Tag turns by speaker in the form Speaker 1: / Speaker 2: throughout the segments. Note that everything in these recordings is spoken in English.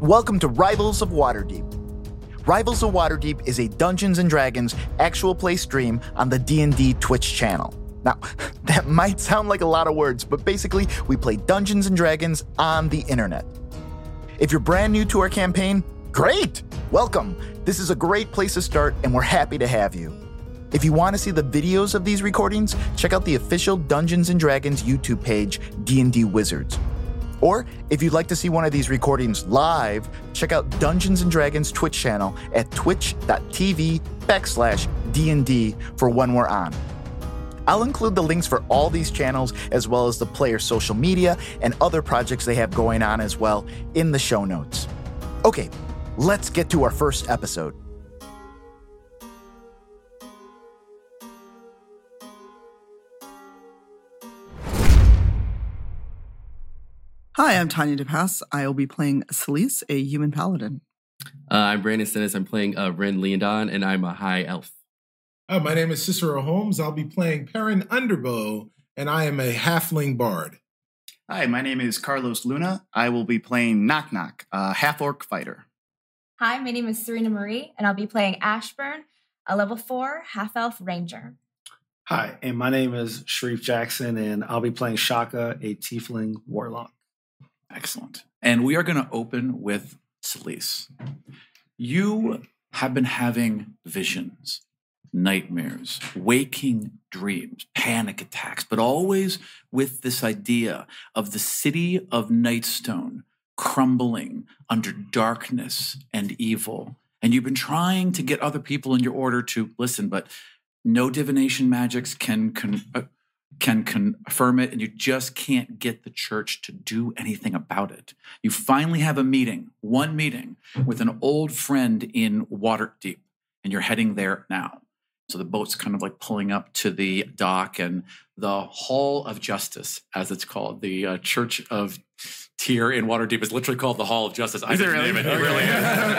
Speaker 1: Welcome to Rivals of Waterdeep. Rivals of Waterdeep is a Dungeons and Dragons actual play stream on the D&D Twitch channel. Now, that might sound like a lot of words, but basically we play Dungeons and Dragons on the internet. If you're brand new to our campaign, great. Welcome. This is a great place to start and we're happy to have you. If you want to see the videos of these recordings, check out the official Dungeons and Dragons YouTube page, D&D Wizards. Or if you'd like to see one of these recordings live, check out Dungeons and Dragons Twitch channel at twitch.tv backslash D&D for when we're on. I'll include the links for all these channels as well as the players' social media and other projects they have going on as well in the show notes. Okay, let's get to our first episode.
Speaker 2: Hi, I'm Tanya DePass. I will be playing Celise, a human paladin.
Speaker 3: Uh, I'm Brandon Stennis. I'm playing uh, Ren Leondon, and I'm a high elf.
Speaker 4: Uh, my name is Cicero Holmes. I'll be playing Perrin Underbow, and I am a halfling bard.
Speaker 5: Hi, my name is Carlos Luna. I will be playing Knock Knock, a half orc fighter.
Speaker 6: Hi, my name is Serena Marie, and I'll be playing Ashburn, a level four half elf ranger.
Speaker 7: Hi, and my name is Sharif Jackson, and I'll be playing Shaka, a tiefling warlock.
Speaker 8: Excellent. And we are going to open with Celise. You have been having visions, nightmares, waking dreams, panic attacks, but always with this idea of the city of Nightstone crumbling under darkness and evil. And you've been trying to get other people in your order to listen, but no divination magics can. Con- uh, can confirm it and you just can't get the church to do anything about it. You finally have a meeting, one meeting with an old friend in Waterdeep and you're heading there now. So the boat's kind of like pulling up to the dock and the Hall of Justice, as it's called, the uh, Church of Tier in Waterdeep is literally called the Hall of Justice. I
Speaker 3: Is it
Speaker 8: didn't
Speaker 3: really?
Speaker 8: name it. It really is.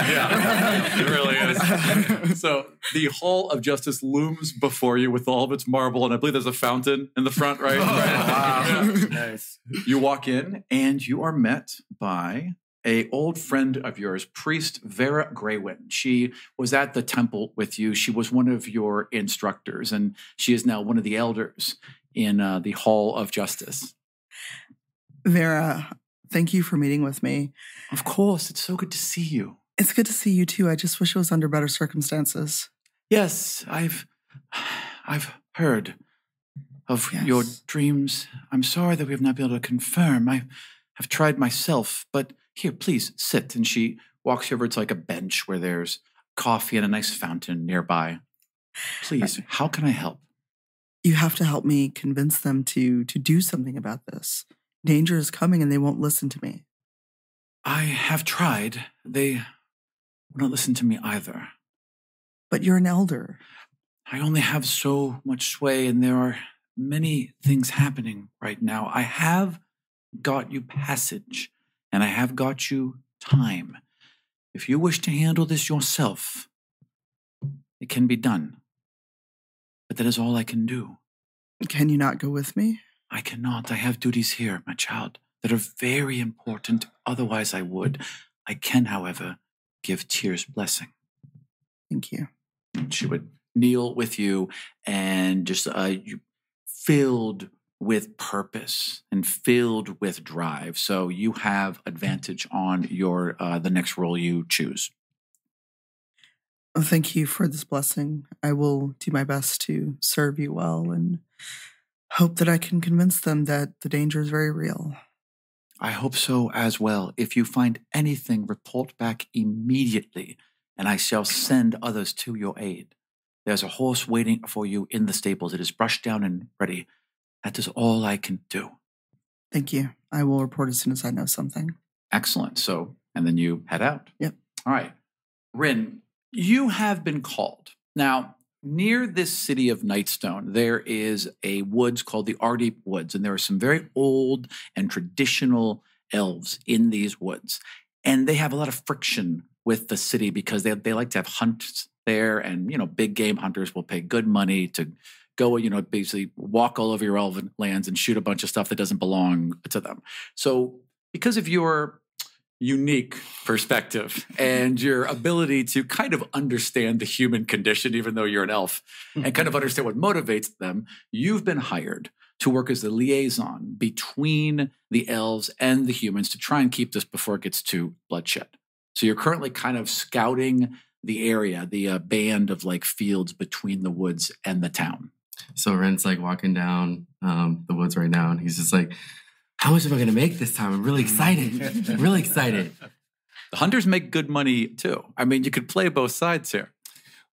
Speaker 8: Yeah, it really is. So the Hall of Justice looms before you with all of its marble, and I believe there's a fountain in the front,
Speaker 3: Oh,
Speaker 8: right? Yeah.
Speaker 7: Nice.
Speaker 8: You walk in and you are met by a old friend of yours, priest Vera Graywin. She was at the temple with you. She was one of your instructors, and she is now one of the elders in uh, the Hall of Justice.
Speaker 2: Vera, thank you for meeting with me.
Speaker 8: Of course, it's so good to see you.
Speaker 2: It's good to see you too. I just wish it was under better circumstances.
Speaker 8: Yes, I've, I've heard of your
Speaker 2: Yes.
Speaker 8: dreams. I'm sorry that we have not been able to confirm. I have tried myself, but here, please sit. And she walks you over to like a bench where there's coffee and a nice fountain nearby. Please, how can I help?
Speaker 2: You have to help me convince them to to do something about this. Danger is coming and they won't listen to me.
Speaker 8: I have tried. They will not listen to me either.
Speaker 2: But you're an elder.
Speaker 8: I only have so much sway, and there are many things happening right now. I have got you passage, and I have got you time. If you wish to handle this yourself, it can be done. But that is all I can do.
Speaker 2: Can you not go with me?
Speaker 8: I cannot. I have duties here, my child, that are very important. Otherwise, I would. I can, however, give Tear's blessing.
Speaker 2: Thank you.
Speaker 8: she would kneel with you and just uh, you filled with purpose and filled with drive so you have advantage on your uh, the next role you choose
Speaker 2: Oh, Thank you for this blessing. I will do my best to serve you well and hope that I can convince them that the danger is very real.
Speaker 8: i hope so as well if you find anything report back immediately and i shall send others to your aid there's a horse waiting for you in the stables it is brushed down and ready that is all i can do
Speaker 2: Thank you. I will report as soon as I know something.
Speaker 8: Excellent. So, and then you head out.
Speaker 2: Yep.
Speaker 8: All right. Rin, you have been called. Now, near this city of Nightstone, there is a woods called the Ardeep Woods, and there are some very old and traditional elves in these woods. And they have a lot of friction with the city because they, they like to have hunts there, and, you know, big game hunters will pay good money to go, you know, basically walk all over your elven lands and shoot a bunch of stuff that doesn't belong to them. So because of your unique perspective and your ability to kind of understand the human condition, even though you're an elf, and kind of understand what motivates them, you've been hired to work as the liaison between the elves and the humans to try and keep this before it gets to bloodshed. So you're currently kind of scouting the area, the uh, band of like fields between the woods and the town.
Speaker 3: So Ren's like walking down um, the woods right now, and he's just like, "How much am I gonna make this time? I'm really excited. I'm really excited."
Speaker 8: The hunters make good money too. I mean, you could play both sides here.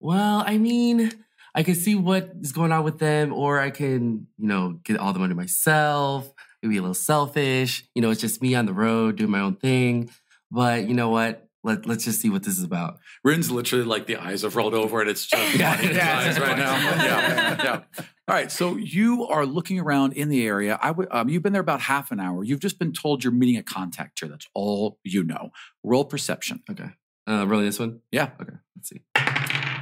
Speaker 3: Well, I mean, I can see what is going on with them, or I can, you know, get all the money myself. Maybe a little selfish. You know, it's just me on the road doing my own thing. But you know what? Let, let's just see what this is about.
Speaker 8: Rin's literally like the eyes have rolled over and it's just
Speaker 3: Yeah,
Speaker 8: money in his
Speaker 3: yeah,
Speaker 8: eyes
Speaker 3: it's
Speaker 8: right
Speaker 3: funny.
Speaker 8: now. yeah, yeah. All right, so you are looking around in the area. I would um, you've been there about half an hour. You've just been told you're meeting a contact here. That's all you know. Roll perception.
Speaker 3: Uh, really, this one?
Speaker 8: Yeah.
Speaker 3: Okay. Let's see.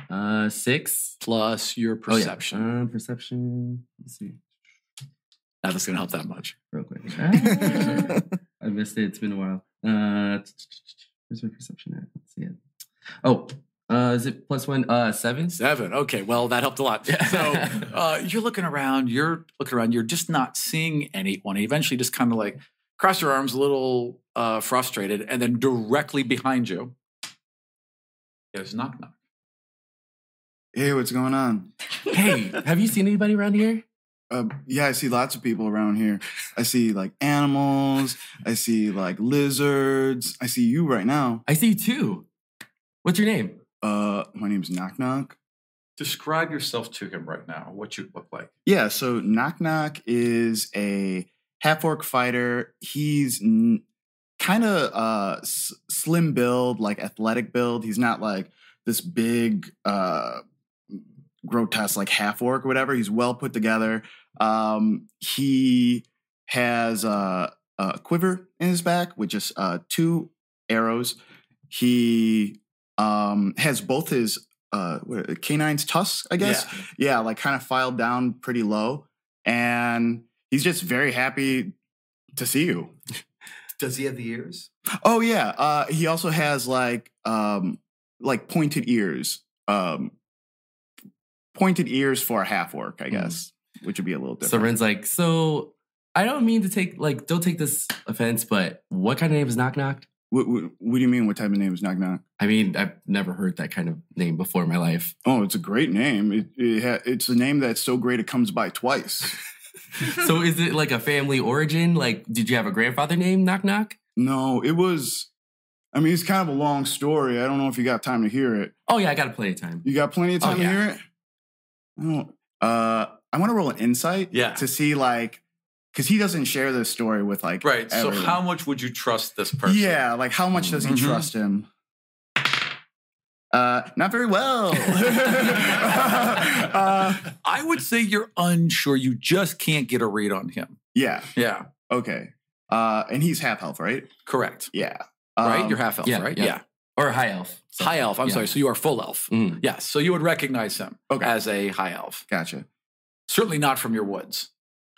Speaker 3: Uh, six.
Speaker 8: Plus your perception.
Speaker 3: Oh, yeah. uh, perception. Let's see.
Speaker 8: Not that's gonna help that much.
Speaker 3: Real quick. Ah, I missed it. It's been a while. Uh, where's my perception at? Let's see it. Oh, uh, is it plus one? Uh, seven.
Speaker 8: Seven. Okay. Well, that helped a lot.
Speaker 3: Yeah.
Speaker 8: So uh, you're looking around. You're looking around. You're just not seeing anyone. And eventually, just kind of like cross your arms, a little uh, frustrated, and then directly behind you, there's knock knock.
Speaker 5: Hey, what's going on?
Speaker 3: Hey, have you seen anybody around here?
Speaker 5: Uh, yeah, I see lots of people around here. I see like animals. I see like lizards. I see you right now.
Speaker 3: I see you too. What's your name?
Speaker 5: Uh, my name's Knock Knock.
Speaker 8: Describe yourself to him right now. What you look like.
Speaker 5: Yeah, so Knock Knock is a half orc fighter. He's n- kind of uh, s- slim build, like athletic build. He's not like this big, uh, grotesque, like half orc or whatever. He's well put together. Um, he has uh, a quiver in his back with just uh, two arrows. He um, has both his uh, what- canine's tusks, I guess
Speaker 8: Yeah.
Speaker 5: yeah, like kind of filed down pretty low. And he's just very happy to see you.
Speaker 8: Does he have the ears?
Speaker 5: Oh yeah. Uh he also has like um like pointed ears. Um pointed ears for a half orc, I
Speaker 3: Mm.
Speaker 5: guess, which would be a little
Speaker 3: So
Speaker 5: different.
Speaker 3: Ren's like, so I don't mean to take like, don't take this offense, but what kind of name is Knock Knock?
Speaker 5: what, what, what do you mean what type of name is knock knock?
Speaker 3: I mean, I've never heard that kind of name before in my life.
Speaker 5: Oh, it's a great name. It, it ha- it's a name that's so great it comes by twice.
Speaker 3: so is it like a family origin? Like, did you have a grandfather named Knock Knock?
Speaker 5: no, it was I mean, it's kind of a long story. I don't know if you got time to hear it.
Speaker 3: Oh yeah, I got plenty of time.
Speaker 5: You got plenty of
Speaker 3: Oh,
Speaker 5: time
Speaker 3: yeah.
Speaker 5: to hear it. I don't. Uh, I want to roll an insight.
Speaker 8: Yeah.
Speaker 5: To see like, because he doesn't share this story with like.
Speaker 8: Right. So
Speaker 5: everyone.
Speaker 8: how much would you trust this person?
Speaker 5: Yeah, like how much does he
Speaker 8: Mhm.
Speaker 5: trust him? Uh, not very well. uh,
Speaker 8: I would say you're unsure. You just can't get a read on him.
Speaker 5: yeah.
Speaker 8: Yeah.
Speaker 5: Okay. Uh, and he's half healf, right?
Speaker 8: Correct.
Speaker 5: Yeah.
Speaker 8: right.
Speaker 5: Um,
Speaker 8: You're half elf.
Speaker 3: yeah,
Speaker 8: right.
Speaker 3: yeah. Or a high elf.
Speaker 8: So- high elf. I'm
Speaker 3: yeah.
Speaker 8: sorry. So you are full elf.
Speaker 3: Mm.
Speaker 8: Yes. So you would recognize him
Speaker 5: Okay.
Speaker 8: as a high elf.
Speaker 5: Gotcha.
Speaker 8: Certainly not from your woods.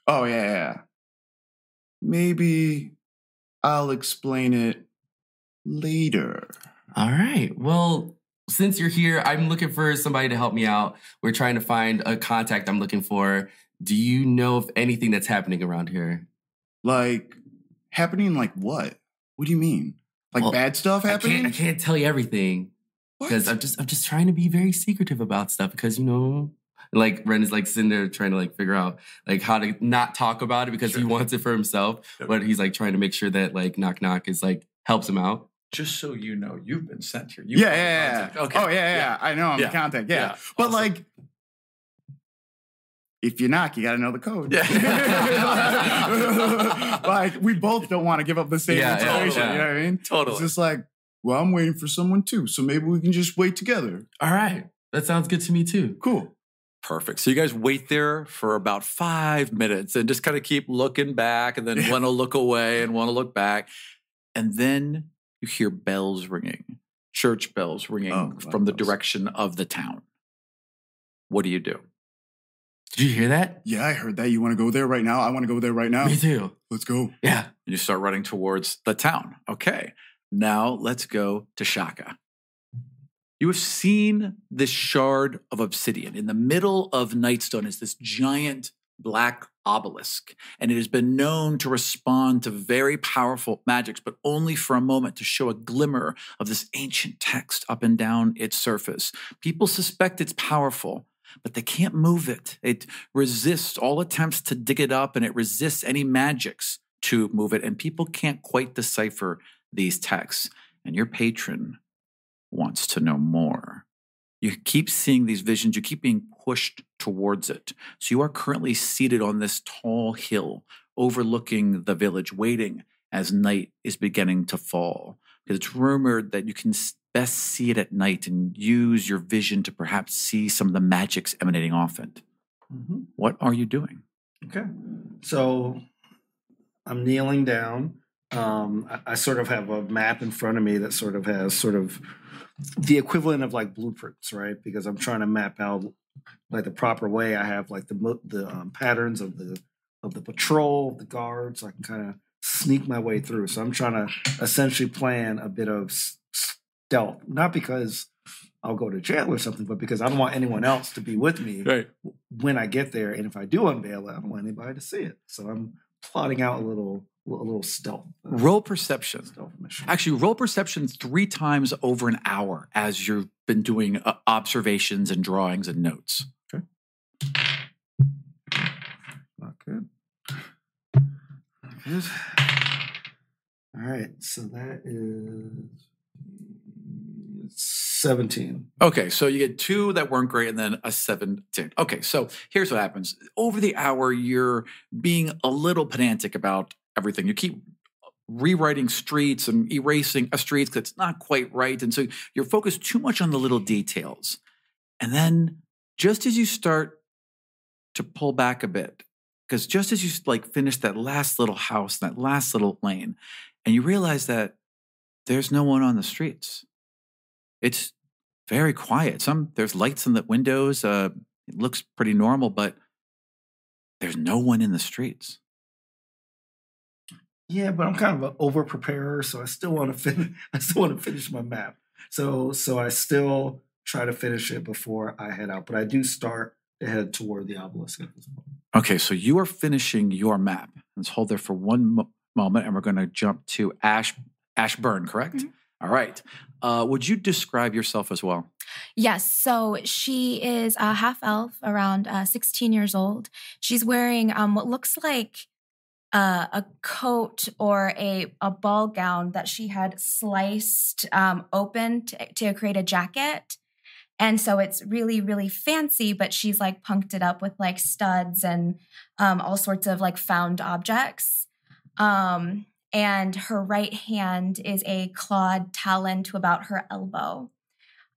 Speaker 5: Oh yeah, yeah, yeah. Maybe I'll explain it later.
Speaker 3: All right. Well, since you're here, I'm looking for somebody to help me out. We're trying to find a contact I'm looking for. Do you know of anything that's happening around here?
Speaker 5: Like happening like what? What do you mean? Like
Speaker 3: Well,
Speaker 5: bad stuff
Speaker 3: I can't,
Speaker 5: happening?
Speaker 3: I can't tell you everything because I'm just I'm just trying to be very secretive about stuff because you know like Ren is like sitting there trying to like figure out like how to not talk about it because he
Speaker 8: Sure.
Speaker 3: wants it for himself,
Speaker 8: Sure.
Speaker 3: but he's like trying to make sure that like knock knock is like helps him out.
Speaker 8: Just so you know, you've been sent here. You
Speaker 5: yeah,
Speaker 8: are the
Speaker 5: yeah, yeah.
Speaker 8: contact. Okay.
Speaker 5: Oh yeah, yeah, yeah. I know I'm
Speaker 8: Yeah.
Speaker 5: the contact. Yeah.
Speaker 8: Yeah.
Speaker 5: But
Speaker 8: Awesome.
Speaker 5: like if you knock, you gotta know the code.
Speaker 8: Yeah.
Speaker 5: like we both don't want to give up the same
Speaker 3: Yeah,
Speaker 8: yeah,
Speaker 5: information.
Speaker 8: yeah.
Speaker 5: You know what I mean?
Speaker 8: Totally.
Speaker 5: It's just like, well, I'm waiting for someone too, so maybe we can just wait together.
Speaker 3: All right. That sounds good to me too.
Speaker 5: Cool.
Speaker 8: Perfect. So you guys wait there for about five minutes and just kind of keep looking back and then want to look away and want to look back. And then you hear bells ringing, church bells ringing
Speaker 5: Oh,
Speaker 8: from the
Speaker 5: bells.
Speaker 8: direction of the town. What do you do?
Speaker 3: Did you hear that?
Speaker 5: Yeah, I heard that. You want to go there right now? I want to go there right now.
Speaker 3: Me too.
Speaker 5: Let's go.
Speaker 3: Yeah.
Speaker 8: And you start running towards the town. Okay. Now let's go to Shaka. You have seen this shard of obsidian. In the middle of Nightstone is this giant black obelisk, and it has been known to respond to very powerful magics, but only for a moment to show a glimmer of this ancient text up and down its surface. People suspect it's powerful, but they can't move it. It resists all attempts to dig it up, and it resists any magics to move it, and people can't quite decipher these texts. And your patron wants to know more. You keep seeing these visions, you keep being pushed towards it. So you are currently seated on this tall hill overlooking the village, waiting as night is beginning to fall. Because it's rumored that you can s- best see it at night and use your vision to perhaps see some of the magics emanating off it.
Speaker 7: Mhm.
Speaker 8: What are you doing?
Speaker 7: Okay. So I'm kneeling down. Um, I, I sort of have a map in front of me that sort of has sort of the equivalent of like blueprints, right? Because I'm trying to map out like the proper way. I have like the mo- the um, patterns of the of the patrol, the guards. I can kind of sneak my way through. So I'm trying to essentially plan a bit of s- stealth, not because I'll go to jail or something, but because I don't want anyone else to be with me
Speaker 8: Right.
Speaker 7: when I get there, and if I do unveil it, I don't want anybody to see it. So I'm plotting out a little, a little stealth, uh,
Speaker 8: Roll perception.
Speaker 7: stealth mission.
Speaker 8: Actually, roll perception three times over an hour as you've been doing uh, observations and drawings and notes.
Speaker 7: Not good. Not good. All right, so that is seventeen.
Speaker 8: Okay, so you get two that weren't great and then a 17. Okay, so here's what happens. Over the hour, you're being a little pedantic about everything. You keep rewriting streets and erasing uh, a street that's not quite right. And so you're focused too much on the little details. And then just as you start to pull back a bit, because just as you like finish that last little house, that last little lane, and you realize that there's no one on the streets. It's very quiet. Some there's lights in the windows. Uh, it looks pretty normal, but there's no one in the streets.
Speaker 7: Yeah, but I'm kind of an over preparer, so I still want to fin- I still want to finish my map. So so I still try to finish it before I head out, but I do start to head toward the obelisk at this point.
Speaker 8: Okay, so you are finishing your map. Let's hold there for one mo- moment, and we're going to jump to Ash Ashburn. Correct.
Speaker 9: Mhm.
Speaker 8: All right. Uh, would you describe yourself as well?
Speaker 9: Yes, so she is a half elf, around uh, 16 years old. She's wearing um, what looks like uh, a coat or a, a ball gown that she had sliced um, open to, to create a jacket. And so it's really, really fancy, but she's like punked it up with like studs and um, all sorts of like found objects. Um, and her right hand is a clawed talon to about her elbow.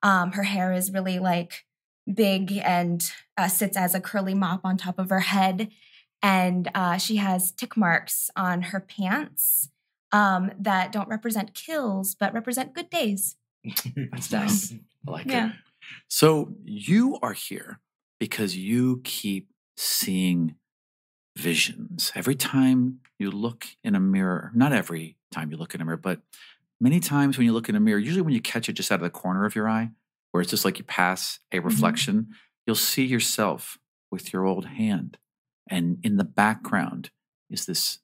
Speaker 9: Um, her hair is really like big and uh, sits as a curly mop on top of her head. And uh, she has tick marks on her pants um, that don't represent kills, but represent good days.
Speaker 10: That's nice. I like
Speaker 9: Yeah.
Speaker 10: it.
Speaker 8: So you are here because you keep seeing visions. Every time you look in a mirror, not every time you look in a mirror, but many times when you look in a mirror, usually when you catch it just out of the corner of your eye, where it's just like you pass a reflection, you'll see yourself with your old hand. And in the background is this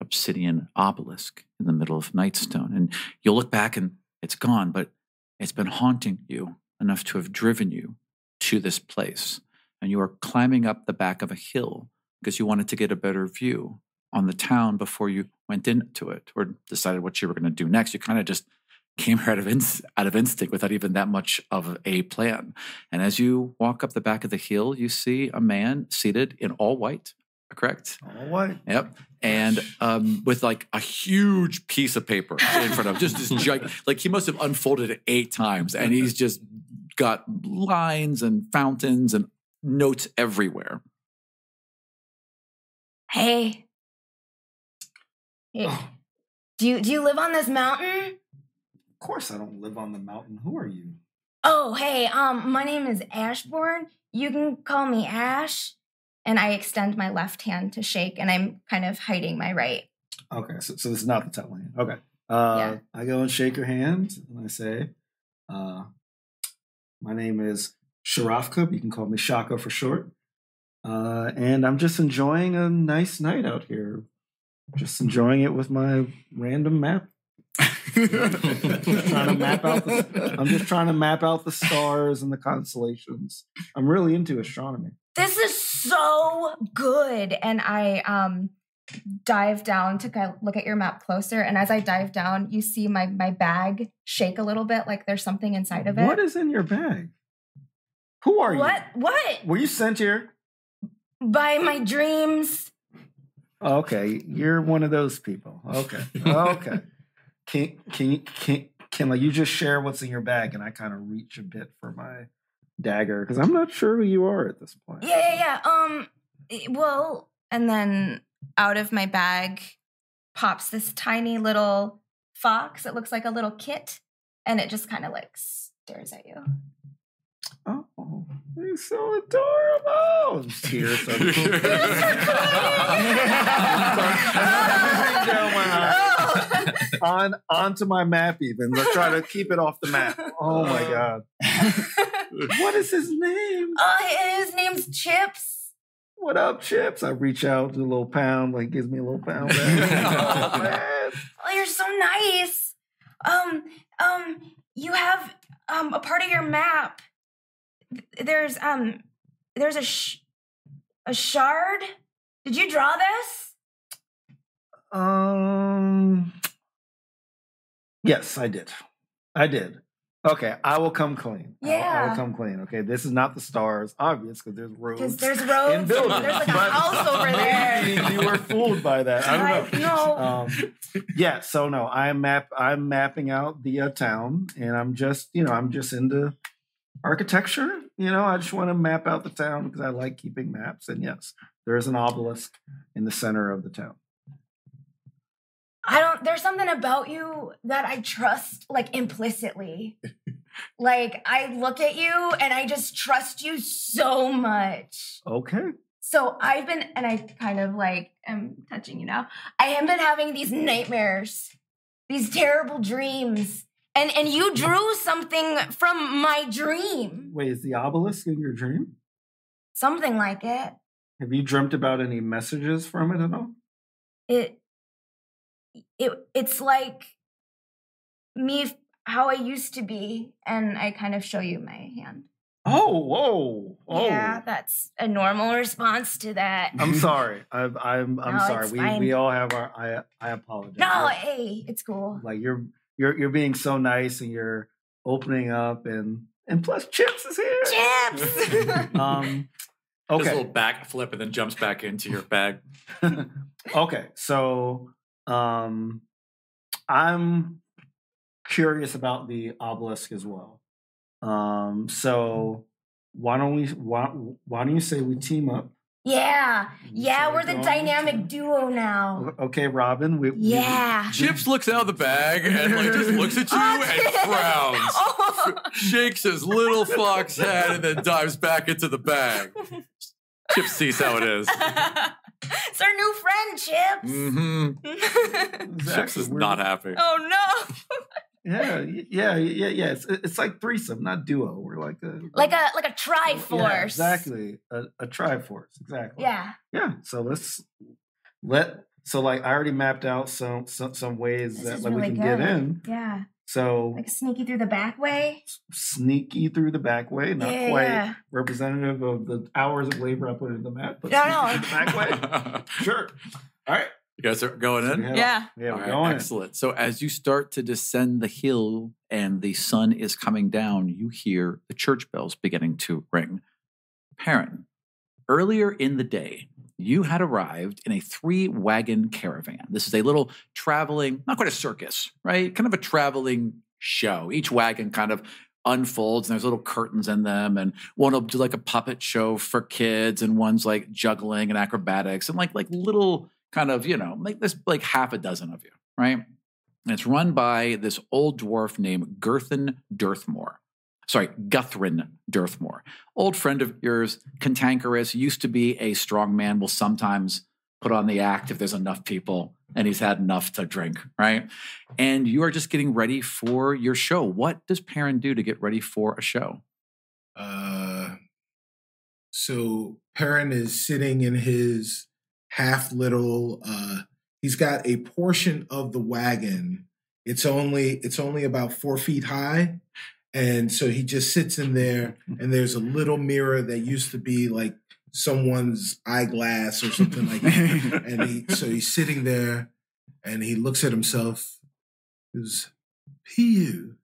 Speaker 8: obsidian obelisk in the middle of Nightstone. And you'll look back and it's gone, but it's been haunting you enough to have driven you to this place. And you are climbing up the back of a hill because you wanted to get a better view on the town before you went into it or decided what you were going to do next. You kind of just came out of, ins out of instinct without even that much of a plan. And as you walk up the back of the hill, you see a man seated in all white, correct?
Speaker 7: All right.
Speaker 8: Yep. And um, with like a huge piece of paper in front of him, just this giant, like he must have unfolded it eight times and he's just got lines and fountains and notes everywhere.
Speaker 9: Hey. Hey.
Speaker 7: Oh,
Speaker 9: Do you do you live on this mountain?
Speaker 7: of course, I don't live on the mountain. Who are you?
Speaker 9: Oh, hey, um, my name is Ashborn. You can call me Ash. And I extend my left hand to shake, and I'm kind of hiding my right.
Speaker 7: Okay, so, so this is not the top lane. Okay. Uh,
Speaker 6: Yeah.
Speaker 7: I go and shake her hand and I say, uh, My name is Sharafka. You can call me Shaka for short. Uh, and I'm just enjoying a nice night out here. Just enjoying it with my random map. trying to map out the, I'm just trying to map out the stars and the constellations. I'm really into astronomy.
Speaker 6: This is so good. And I um dive down to kind of look at your map closer. And as I dive down, you see my my bag shake a little bit, like there's something inside of it.
Speaker 7: What is in your bag? Who are
Speaker 6: What? What?
Speaker 7: you? Were you sent here?
Speaker 6: By my dreams.
Speaker 7: Okay, you're one of those people. Okay, okay. Can can you can can like you just share what's in your bag, and I kind of reach a bit for my dagger because I'm not sure who you are at this point.
Speaker 6: Yeah, yeah, yeah. Um, eh, well, and then out of my bag pops this tiny little fox. It looks like a little kit, and it just kind of like stares at you.
Speaker 7: Oh, you're so adorable. Tears. are- Down my eyes.
Speaker 6: Oh.
Speaker 7: on onto my map even. Let's try to keep it off the map. Oh my god. What is his name?
Speaker 6: oh, his name's Chips.
Speaker 7: What up, Chips? I reach out, do a little pound, like gives me a little pound. back. Oh, man.
Speaker 6: Oh, you're so nice. Um, um, you have um a part of your map. There's um, there's a sh- a shard. Did you draw this?
Speaker 7: Um Yes, I did. I did. Okay, I will come clean. I will- I will,
Speaker 6: Yeah.
Speaker 7: come clean. Okay, this is not the stars, obvious, because there's
Speaker 6: Because
Speaker 7: roads.
Speaker 6: there's
Speaker 7: and
Speaker 6: roads. There's
Speaker 7: buildings.
Speaker 6: like a
Speaker 7: but-
Speaker 6: house over there.
Speaker 7: you were fooled by that. I don't know.
Speaker 6: I know.
Speaker 7: um, yeah, so no, I'm map I'm mapping out the uh, town, and I'm just you know I'm just into architecture. You know, I just want to map out the town because I like keeping maps. And yes, there is an obelisk in the center of the town.
Speaker 6: I don't. There's something about you that I trust, like implicitly. like I look at you and I just trust you so much.
Speaker 7: Okay,
Speaker 6: So I've been, and I kind of like am touching you now. I have been having these nightmares, these terrible dreams, and and you drew something from my dream,
Speaker 7: wait, is the obelisk in your dream?
Speaker 6: something like it.
Speaker 7: Have you dreamt about any messages from it at all?
Speaker 6: it it it's like me f- how I used to be, and I kind of show you my hand.
Speaker 7: Oh, whoa, oh. Mm,
Speaker 6: Yeah, that's a normal response to that.
Speaker 7: I'm sorry. I'm I'm, I'm
Speaker 6: No,
Speaker 7: sorry.
Speaker 6: it's
Speaker 7: We
Speaker 6: fine.
Speaker 7: we all have our. I I apologize.
Speaker 6: No,
Speaker 7: I-
Speaker 6: hey, it's cool.
Speaker 7: like you're you're you're being so nice and you're opening up and and plus chips is here
Speaker 6: Chips.
Speaker 7: um
Speaker 8: Does a
Speaker 7: okay
Speaker 8: little backflip and then jumps back into your bag.
Speaker 7: okay so um i'm curious about the obelisk as well um so why don't we why, why don't you say we team up
Speaker 6: yeah,
Speaker 7: So
Speaker 6: yeah, we're the
Speaker 7: go on.
Speaker 6: dynamic duo now.
Speaker 7: okay robin we we-
Speaker 6: Yeah.
Speaker 8: Chips looks out of the bag and like just looks at you and frowns.
Speaker 6: Oh.
Speaker 8: shakes his little fox head and then dives back into the bag. Chip sees how it is.
Speaker 6: it's our new friend, Chips.
Speaker 8: Mm-hmm. Chips
Speaker 7: exactly,
Speaker 8: is
Speaker 7: we're-
Speaker 8: not happy.
Speaker 6: oh no.
Speaker 7: yeah y- yeah yeah yeah it's, it's like threesome not duo we're like a
Speaker 6: Like a like a
Speaker 7: Oh, Yeah,
Speaker 6: triforce.
Speaker 7: exactly a, a triforce exactly
Speaker 6: Yeah.
Speaker 7: yeah so let's let so like i already mapped out some some, some ways
Speaker 6: This
Speaker 7: that
Speaker 6: is
Speaker 7: like
Speaker 6: really
Speaker 7: we can get
Speaker 6: good.
Speaker 7: in
Speaker 6: Yeah.
Speaker 7: so
Speaker 6: Like sneaky through the back way.
Speaker 7: sneaky through the back way not
Speaker 6: Yeah,
Speaker 7: quite
Speaker 6: yeah.
Speaker 7: representative of the hours of labor i put into the map but
Speaker 6: No,
Speaker 7: sneaky
Speaker 6: no,
Speaker 7: through the back way sure all right
Speaker 8: you guys are going
Speaker 7: So we
Speaker 8: in?
Speaker 7: head
Speaker 9: Yeah.
Speaker 7: off. yeah
Speaker 8: All
Speaker 7: we're
Speaker 8: right,
Speaker 7: going
Speaker 8: excellent. So as you start to descend the hill and the sun is coming down, you hear the church bells beginning to ring. Perrin, earlier in the day, you had arrived in a three wagon caravan. This is a little traveling, not quite a circus, right? Kind of a traveling show. Each wagon kind of unfolds and there's little curtains in them and one will do like a puppet show for kids and one's like juggling and acrobatics and like like little kind of you know like there's like half a dozen of you right and it's run by this old dwarf named Girthin Dirthmore sorry Guthrin Dirthmore old friend of yours cantankerous used to be a strong man will sometimes put on the act if there's enough people and he's had enough to drink, right? And you are just getting ready for your show. What does Perrin do to get ready for a show?
Speaker 4: Uh, so Perrin is sitting in his half little. Uh, he's got a portion of the wagon. It's only it's only about four feet high, and so he just sits in there. And there's a little mirror that used to be like someone's eyeglass or something like that. and he so he's sitting there, and he looks at himself. He Goes, Pu,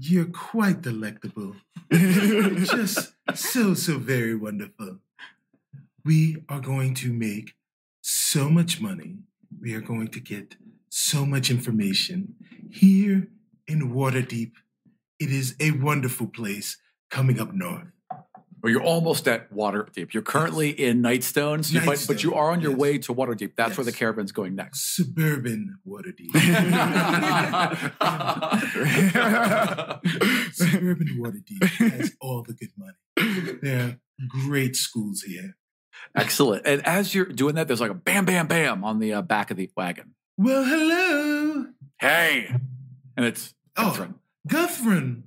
Speaker 4: you're quite delectable. just so so very wonderful. We are going to make so much money. We are going to get so much information here in Waterdeep. It is a wonderful place coming up north.
Speaker 8: Well, you're almost at Waterdeep. You're currently in Nightstone, so you- but, but you are on your
Speaker 4: Nightstone, yes.
Speaker 8: way to Waterdeep. That's where the
Speaker 4: Yes.
Speaker 8: caravan's going next.
Speaker 4: Suburban Waterdeep. Suburban Waterdeep has all the good money. There are great schools here.
Speaker 8: Excellent. And as you're doing that, there's like a bam, bam, bam on the uh, back of the wagon.
Speaker 4: Well, hello,
Speaker 8: Hey, and it's
Speaker 4: Oh.
Speaker 8: Ithran.
Speaker 4: Guthrin.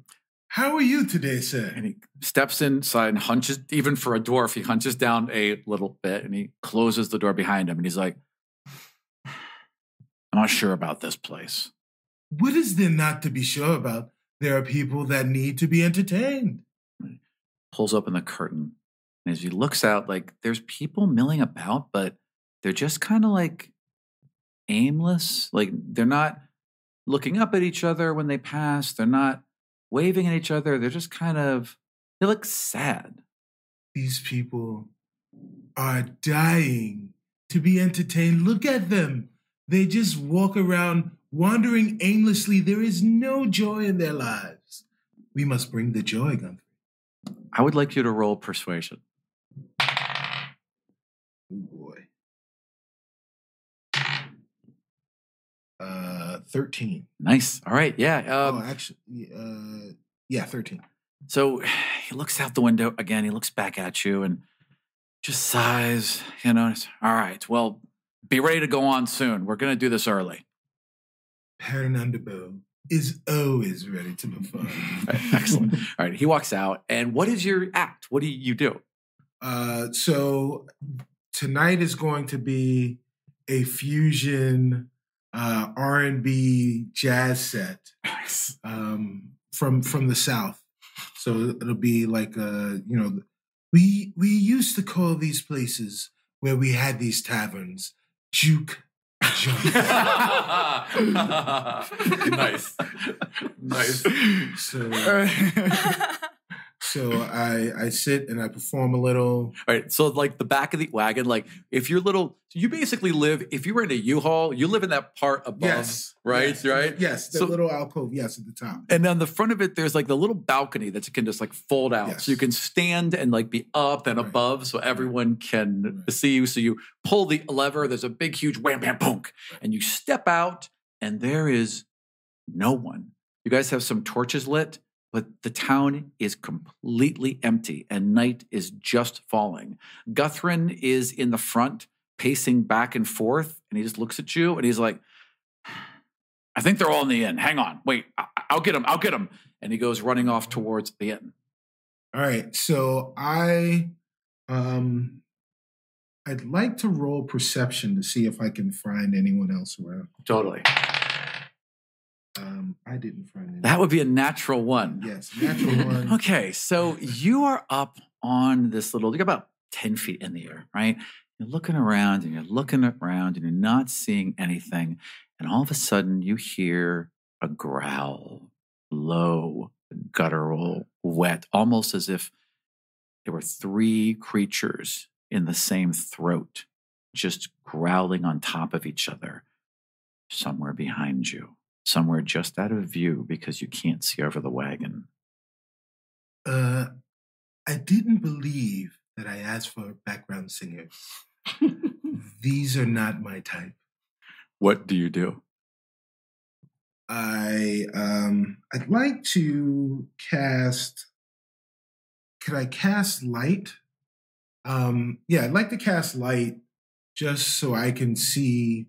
Speaker 4: How are you today, sir?
Speaker 8: And he steps inside and hunches, even for a dwarf, he hunches down a little bit and he closes the door behind him. And he's like, "I'm not sure about this place."
Speaker 4: What is there not to be sure about? There are people that need to be entertained.
Speaker 8: pulls open the curtain. And as he looks out, like there's people milling about, but they're just kind of like aimless. Like they're not looking up at each other when they pass, they're not waving at each other. They're just kind of, they look sad.
Speaker 4: These people are dying to be entertained. Look at them. They just walk around wandering aimlessly. There is no joy in their lives. We must bring the joy, Gunther.
Speaker 8: I would like you to roll persuasion.
Speaker 4: Oh boy. Uh, 13.
Speaker 8: Nice. All right. Yeah. Um,
Speaker 4: oh, actually, uh, yeah, 13.
Speaker 8: So he looks out the window again. He looks back at you and just sighs. You know, it's, all right. Well, be ready to go on soon. We're going to do this early.
Speaker 4: Perrin Underbow is always ready to perform.
Speaker 8: Excellent. All right. He walks out. And what is your act? What do you do?
Speaker 4: Uh, so tonight is going to be a fusion uh, R&B jazz set
Speaker 8: Nice.
Speaker 4: um, from from the South. So it'll be like uh, you know, we we used to call these places where we had these taverns juke. joints.
Speaker 8: nice. Nice.
Speaker 4: so so I I sit and I perform a little.
Speaker 8: All right. So, like the back of the wagon, like if you're little, you basically live, if you were in a U Haul, you live in that part above. right,
Speaker 4: yes,
Speaker 8: right?
Speaker 4: Yes, the
Speaker 8: So-
Speaker 4: little alcove. Yes, at the top.
Speaker 8: And on the front of it, there's like the little balcony that you can just like fold out.
Speaker 4: Yes.
Speaker 8: So you can stand and like be up and
Speaker 4: Right.
Speaker 8: above so everyone can
Speaker 4: Right.
Speaker 8: see you. So you pull the lever, there's a big, huge wham, bam, punk, and you step out, and there is no one. You guys have some torches lit, but the town is completely empty and night is just falling. Guthrin is in the front, pacing back and forth, and he just looks at you and he's like, I think they're all in the inn. Hang on. Wait, I- I'll get him. I'll get him. And he goes running off towards the inn.
Speaker 4: All right. So I um I'd like to roll perception to see if I can find anyone else around.
Speaker 8: Totally.
Speaker 4: Um I didn't find anyone.
Speaker 8: That would be a natural one.
Speaker 4: yes, natural one.
Speaker 8: Okay, so you are up on this little, you're about 10 feet in the air, right? You're looking around and you're looking around and you're not seeing anything. And all of a sudden, you hear a growl, low, guttural, wet, almost as if there were three creatures in the same throat, just growling on top of each other somewhere behind you, somewhere just out of view because you can't see over the wagon.
Speaker 4: Uh I didn't believe that I asked for a background singer. These are not my type.
Speaker 8: What do you do?
Speaker 4: I um I'd like to cast could I cast light? Um yeah, I'd like to cast light just so I can see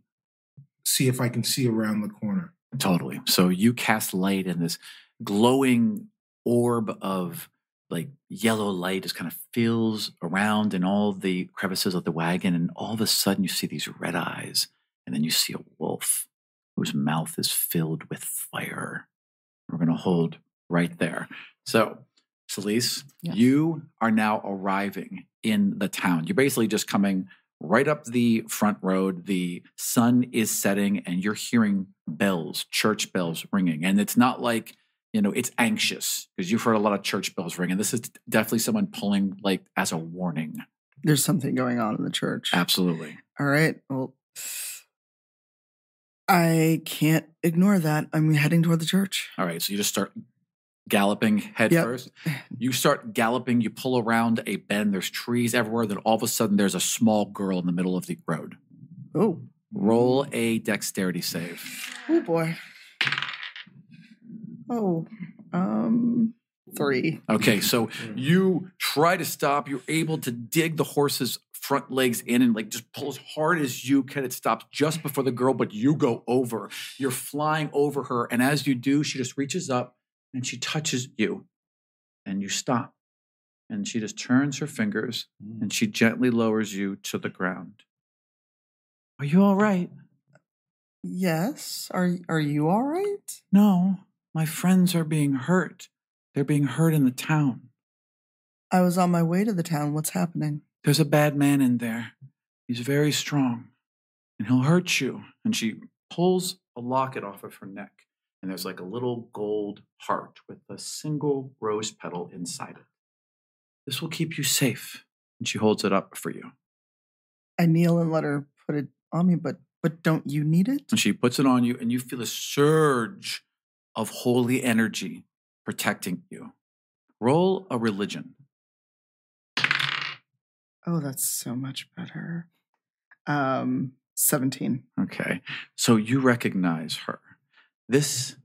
Speaker 4: see if I can see around the corner.
Speaker 8: Totally. So you cast light, and this glowing orb of like yellow light just kind of fills around in all the crevices of the wagon. And all of a sudden, you see these red eyes, and then you see a wolf whose mouth is filled with fire. We're going to hold right there. So, Celise,
Speaker 2: Yes.
Speaker 8: you are now arriving in the town. You're basically just coming right up the front road. The sun is setting, and you're hearing bells, church bells ringing. And it's not like you know it's anxious because you've heard a lot of church bells ring and this is definitely someone pulling like as a warning
Speaker 2: There's something going on in the church.
Speaker 8: absolutely
Speaker 2: All right. Well, I can't ignore that. I'm heading toward the church.
Speaker 8: all right so you just start galloping head
Speaker 2: Yep.
Speaker 8: first you start galloping you pull around a bend there's trees everywhere then all of a sudden there's a small girl in the middle of the road
Speaker 2: Oh,
Speaker 8: roll a dexterity save
Speaker 2: oh boy. Oh, um, three.
Speaker 8: okay so you try to stop you're able to dig the horse's front legs in and like just pull as hard as you can it stops just before the girl but you go over you're flying over her and as you do she just reaches up and she touches you and you stop and she just turns her fingers and she gently lowers you to the ground are you all right
Speaker 2: Yes. Are are you all right?
Speaker 8: no my friends are being hurt they're being hurt in the town
Speaker 2: I was on my way to the town. What's happening?
Speaker 8: There's a bad man in there. He's very strong, and he'll hurt you. And she pulls a locket off of her neck, and there's like a little gold heart with a single rose petal inside it. This will keep you safe. And she holds it up for you.
Speaker 2: I kneel and let her put it on me, but but don't you need it?
Speaker 8: And she puts it on you, and you feel a surge of holy energy protecting you. Roll a religion.
Speaker 2: Oh, that's so much better. Um, seventeen.
Speaker 8: Okay. So you recognize her. This,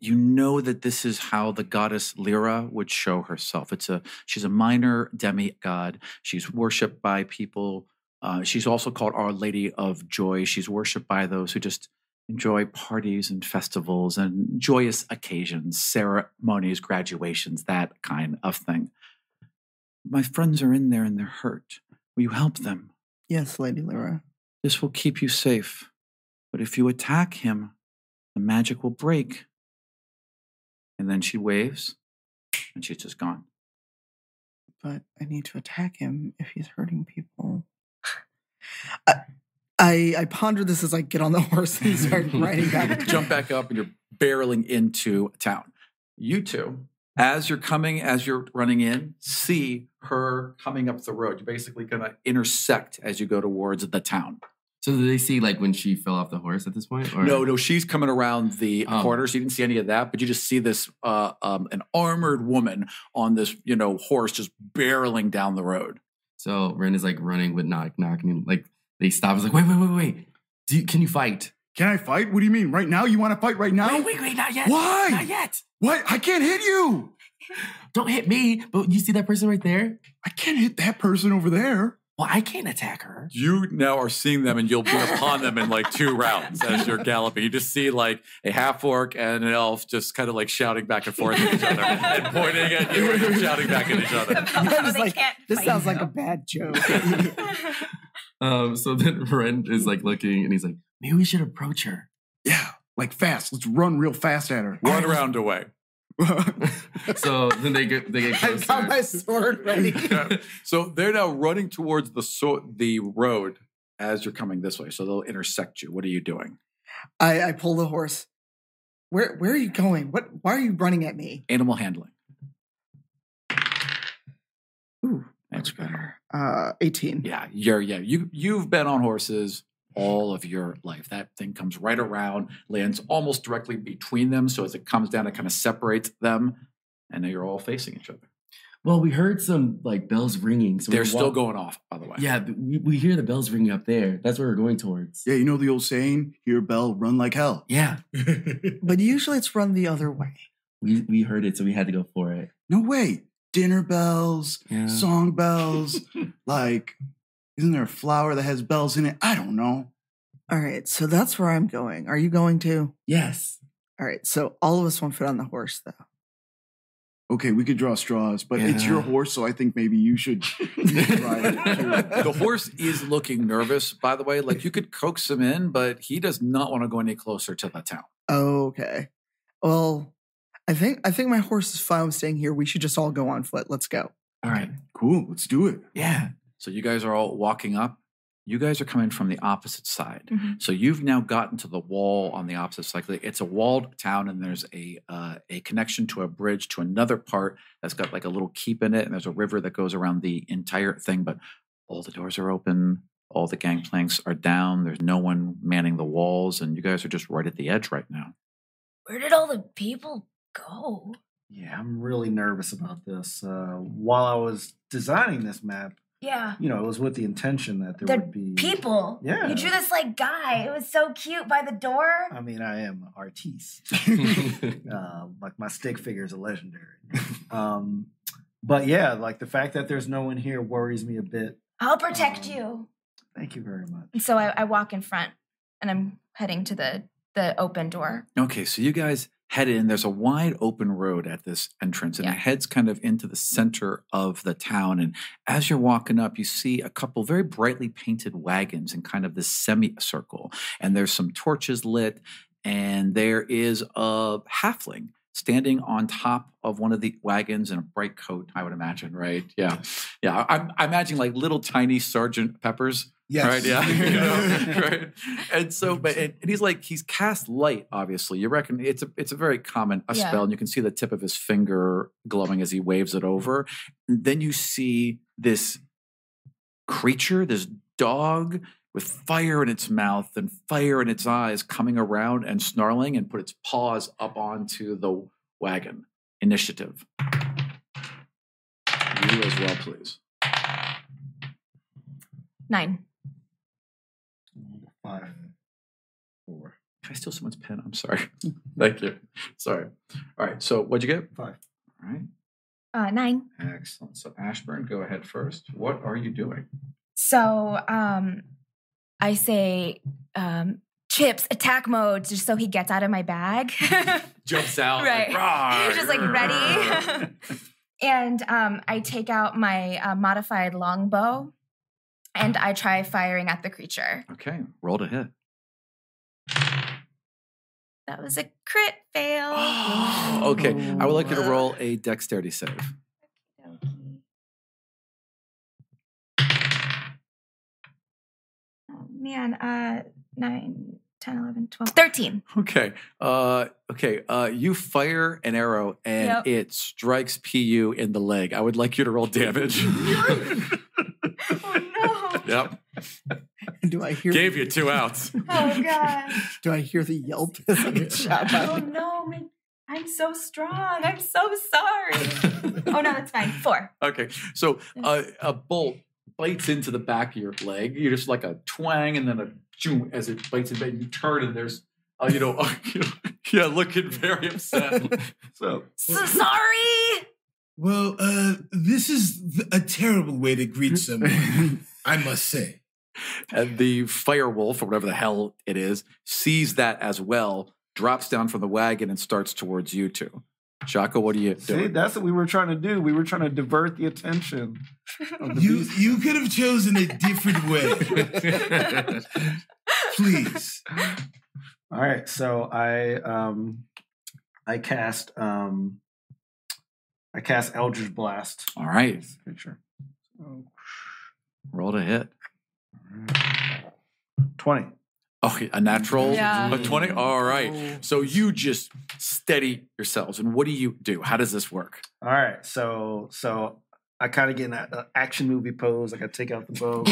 Speaker 8: you know that this is how the goddess Lyra would show herself. It's a she's a minor demigod. She's worshipped by people. Uh, she's also called Our Lady of Joy. She's worshipped by those who just enjoy parties and festivals and joyous occasions, ceremonies, graduations, that kind of thing. My friends are in there and they're hurt. Will you help them?
Speaker 2: Yes, Lady Lyra.
Speaker 8: This will keep you safe. But if you attack him, the magic will break. And then she waves, and she's just gone.
Speaker 2: But I need to attack him if he's hurting people. I I, I ponder this as I get on the horse and start riding back.
Speaker 8: Jump back up, and you're barreling into town. You two, as you're coming, as you're running in, see her coming up the road. You're basically going to intersect as you go towards the town.
Speaker 3: So do they see like when she fell off the horse at this point? Or?
Speaker 8: No, no, she's coming around the
Speaker 3: Um.
Speaker 8: corner, so you didn't see any of that. But you just see this uh, um, an armored woman on this, you know, horse just barreling down the road.
Speaker 3: So Ren is like running with knock knock, and like they stop. He's like, wait, wait, wait, wait. Do you, can you fight?
Speaker 5: Can I fight? What do you mean? Right now? You want to fight right now?
Speaker 3: Wait, wait, wait, not yet.
Speaker 5: Why?
Speaker 3: Not yet.
Speaker 5: What? I can't hit you.
Speaker 3: Don't hit me. But you see that person right there?
Speaker 5: I can't hit that person over there.
Speaker 3: Well, I can't attack her.
Speaker 8: you now are seeing them and you'll be upon them in like two rounds as you're galloping. You just see like a half orc and an elf just kind of like shouting back and forth at each other and pointing at you and shouting back at each other.
Speaker 2: I was like, this sounds like a bad joke.
Speaker 3: Um. So then Ren is like looking, and he's like, maybe we should approach her.
Speaker 5: Yeah, like fast. Let's run real fast at her.
Speaker 8: One round away.
Speaker 3: So then they get they get
Speaker 2: I've
Speaker 3: closer.
Speaker 2: got my sword ready.
Speaker 8: so they're now running towards the so- the road as you're coming this way. So they'll intersect you. What are you doing?
Speaker 2: I, I pull the horse. Where where are you going? What why are you running at me?
Speaker 8: Animal handling.
Speaker 2: Ooh,
Speaker 8: That's good.
Speaker 2: Uh, eighteen.
Speaker 8: Yeah, you're yeah. You you've been on horses all of your life. That thing comes right around, lands almost directly between them. So as it comes down, it kind of separates them, and now you're all facing each other.
Speaker 3: Well, we heard some like bells ringing. So we
Speaker 8: They're still
Speaker 3: walk-
Speaker 8: going off, by the way.
Speaker 3: Yeah, but we, we hear the bells ringing up there. That's where we're going towards.
Speaker 5: Yeah, you know the old saying: "Hear a bell, run like hell."
Speaker 3: Yeah,
Speaker 2: But usually it's run the other way.
Speaker 3: we we heard it, so we had to go for it.
Speaker 5: No way. Dinner bells,
Speaker 3: Yeah.
Speaker 5: song bells, like Isn't there a flower that has bells in it? I don't know.
Speaker 2: All right, so that's where I'm going. Are you going too?
Speaker 3: Yes.
Speaker 2: All right, so all of us one foot on the horse, though.
Speaker 5: Okay, we could draw straws, but it's your
Speaker 3: Yeah.
Speaker 5: horse, so I think maybe you should. you should ride it too.
Speaker 8: The horse is looking nervous, by the way. Like you could coax him in, but he does not want to go any closer to the town.
Speaker 2: Okay. Well, I think I think my horse is fine with staying here. We should just all go on foot. Let's go.
Speaker 3: All right.
Speaker 5: Cool, let's do it.
Speaker 3: Yeah.
Speaker 8: So you guys are all walking up. You guys are coming from the opposite side.
Speaker 6: Mhm.
Speaker 8: So you've now gotten to the wall on the opposite side. Like, It's a walled town, and there's a uh, a connection to a bridge to another part that's got like a little keep in it, and there's a river that goes around the entire thing. But all the doors are open, all the gangplanks are down. There's no one manning the walls, and you guys are just right at the edge right now.
Speaker 6: Where did all the people go?
Speaker 7: Yeah, I'm really nervous about this. Uh, while I was designing this map,
Speaker 6: Yeah.
Speaker 7: you know, it was with the intention that there
Speaker 6: The
Speaker 7: would be
Speaker 6: People.
Speaker 7: Yeah.
Speaker 6: You drew this like guy. It was so cute by the door.
Speaker 7: I mean, I am an artiste. uh, like my stick figures are legendary. um, but yeah, like the fact that there's no one here worries me a bit.
Speaker 6: I'll protect
Speaker 7: Um,
Speaker 6: you.
Speaker 7: Thank you very much.
Speaker 6: And so I, I walk in front and I'm heading to the the open door.
Speaker 8: Okay, so you guys head in. There's a wide open road at this entrance, and
Speaker 6: Yeah.
Speaker 8: it heads kind of into the center of the town. And as you're walking up, you see a couple very brightly painted wagons in kind of this semicircle, and there's some torches lit, and there is a halfling standing on top of one of the wagons in a bright coat. I would imagine, right? Yeah, yeah. I, I imagine like little tiny Sergeant Peppers
Speaker 4: Yes.
Speaker 8: Right, yeah. you know, right. And so, but and, and he's like he's cast light. Obviously, you reckon it's a it's a very common a
Speaker 6: Yeah.
Speaker 8: spell, and you can see the tip of his finger glowing as he waves it over. And then you see this creature, this dog with fire in its mouth and fire in its eyes, coming around and snarling, and put its paws up onto the wagon. Initiative. You as well, please.
Speaker 6: Nine.
Speaker 7: Five, four,
Speaker 8: Can I steal someone's pen? I'm sorry. Thank you. Sorry. All right. So what'd you get?
Speaker 7: Five.
Speaker 8: All right.
Speaker 6: Uh, nine.
Speaker 8: Excellent. So Ashburn, go ahead first. What are you doing?
Speaker 6: So um, I say, um, Chips, attack mode, just so he gets out of my bag.
Speaker 8: Jumps
Speaker 3: Oh
Speaker 8: out.
Speaker 6: right. He's just like ready. and um, I take out my uh, modified longbow and I try firing at the creature.
Speaker 8: okay. Roll to hit.
Speaker 6: That was a crit fail.
Speaker 8: okay. I would like you to roll a dexterity save.
Speaker 6: Oh, man, uh, 9, 10, 11, 12, 13.
Speaker 8: Okay. Uh, okay. Uh, you fire an arrow and
Speaker 6: Yep.
Speaker 8: it strikes PU in the leg. I would like you to roll damage.
Speaker 6: Oh, no.
Speaker 8: yep.
Speaker 2: Do I hear?
Speaker 8: Gave you two outs.
Speaker 6: Oh, gosh.
Speaker 2: Do I hear the yelp as I get shot
Speaker 6: Oh,
Speaker 2: by?
Speaker 6: no. man. I'm so strong. I'm so sorry. Oh, no, that's fine. Four.
Speaker 8: Okay, so uh, a bolt bites into the back of your leg. You just like a twang, and then a choom as it bites it. And you turn, and there's uh, you know, yeah, looking very upset. So
Speaker 6: So sorry.
Speaker 4: Well, uh, this is th- a terrible way to greet someone, I must say.
Speaker 8: and the firewolf or whatever the hell it is sees that as well, drops down from the wagon and starts towards you two. Shaka, what are you
Speaker 7: See,
Speaker 8: doing?
Speaker 7: that's what we were trying to do. We were trying to divert the attention of the
Speaker 4: You
Speaker 7: beast.
Speaker 4: you could have chosen a different way. Please.
Speaker 7: All right, so I um I cast um I cast Eldritch Blast.
Speaker 8: All right,
Speaker 7: This creature. So,
Speaker 8: roll to hit.
Speaker 7: Twenty.
Speaker 8: Okay, a natural
Speaker 6: Yeah.
Speaker 8: a twenty. All right. So you just steady yourselves, and what do you do? How does this work?
Speaker 7: All right, so so I kind of get in that uh, action movie pose. Like I take out the bow,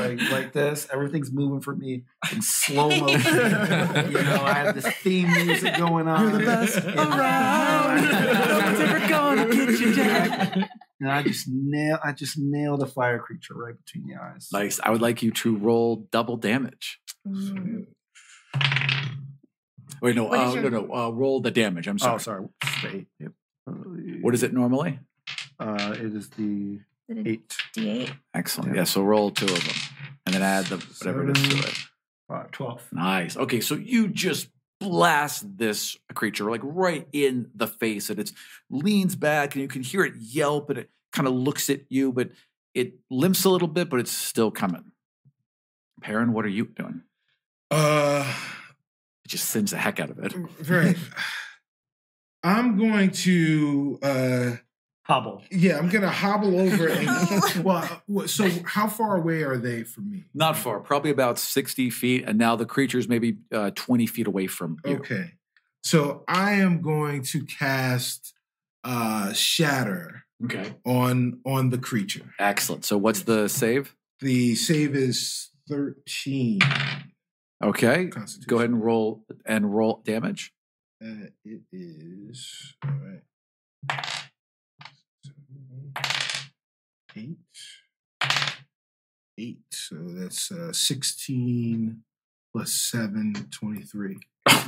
Speaker 7: like like this. Everything's moving for me in slow motion. you know, I have this theme music going on.
Speaker 2: You're the best around. No one's ever gonna get you down.
Speaker 7: And I just nail, I just nail the fire creature right between the eyes.
Speaker 8: Nice. I would like you to roll double damage.
Speaker 6: Mm.
Speaker 8: Wait, no,
Speaker 6: What is
Speaker 8: uh,
Speaker 6: your-
Speaker 8: no, no. Uh, roll the damage. I'm sorry.
Speaker 7: oh, sorry, Just the eight. Yep.
Speaker 8: What is it normally?
Speaker 7: Uh, it is the
Speaker 6: Is it a
Speaker 7: Eight.
Speaker 6: D8?
Speaker 8: Excellent. Yeah, so roll two of them and then add the whatever it is to it.
Speaker 7: Five, 12.
Speaker 8: Nice. Okay, so you just blast this creature like right in the face, and it leans back, and you can hear it yelp, and it kind of looks at you, but it limps a little bit, but it's still coming. Perrin, what are you doing?
Speaker 4: Uh,
Speaker 8: It just sends the heck out of it.
Speaker 4: right. I'm going to. Uh,
Speaker 7: Hobble.
Speaker 4: yeah, I'm gonna hobble over and. well, uh, so how far away are they from me?
Speaker 8: Not far, probably about 60 feet, and now the creature's maybe uh, 20 feet away from you.
Speaker 4: Okay. So I am going to cast uh shatter
Speaker 8: okay.
Speaker 4: on on the creature.
Speaker 8: Excellent. So what's the save?
Speaker 4: The save is 13.
Speaker 8: Okay.
Speaker 4: Constitution.
Speaker 8: Go ahead and roll and roll damage.
Speaker 4: Uh, it is all right. Eight. Eight. So that's uh, 16 plus 7, 23.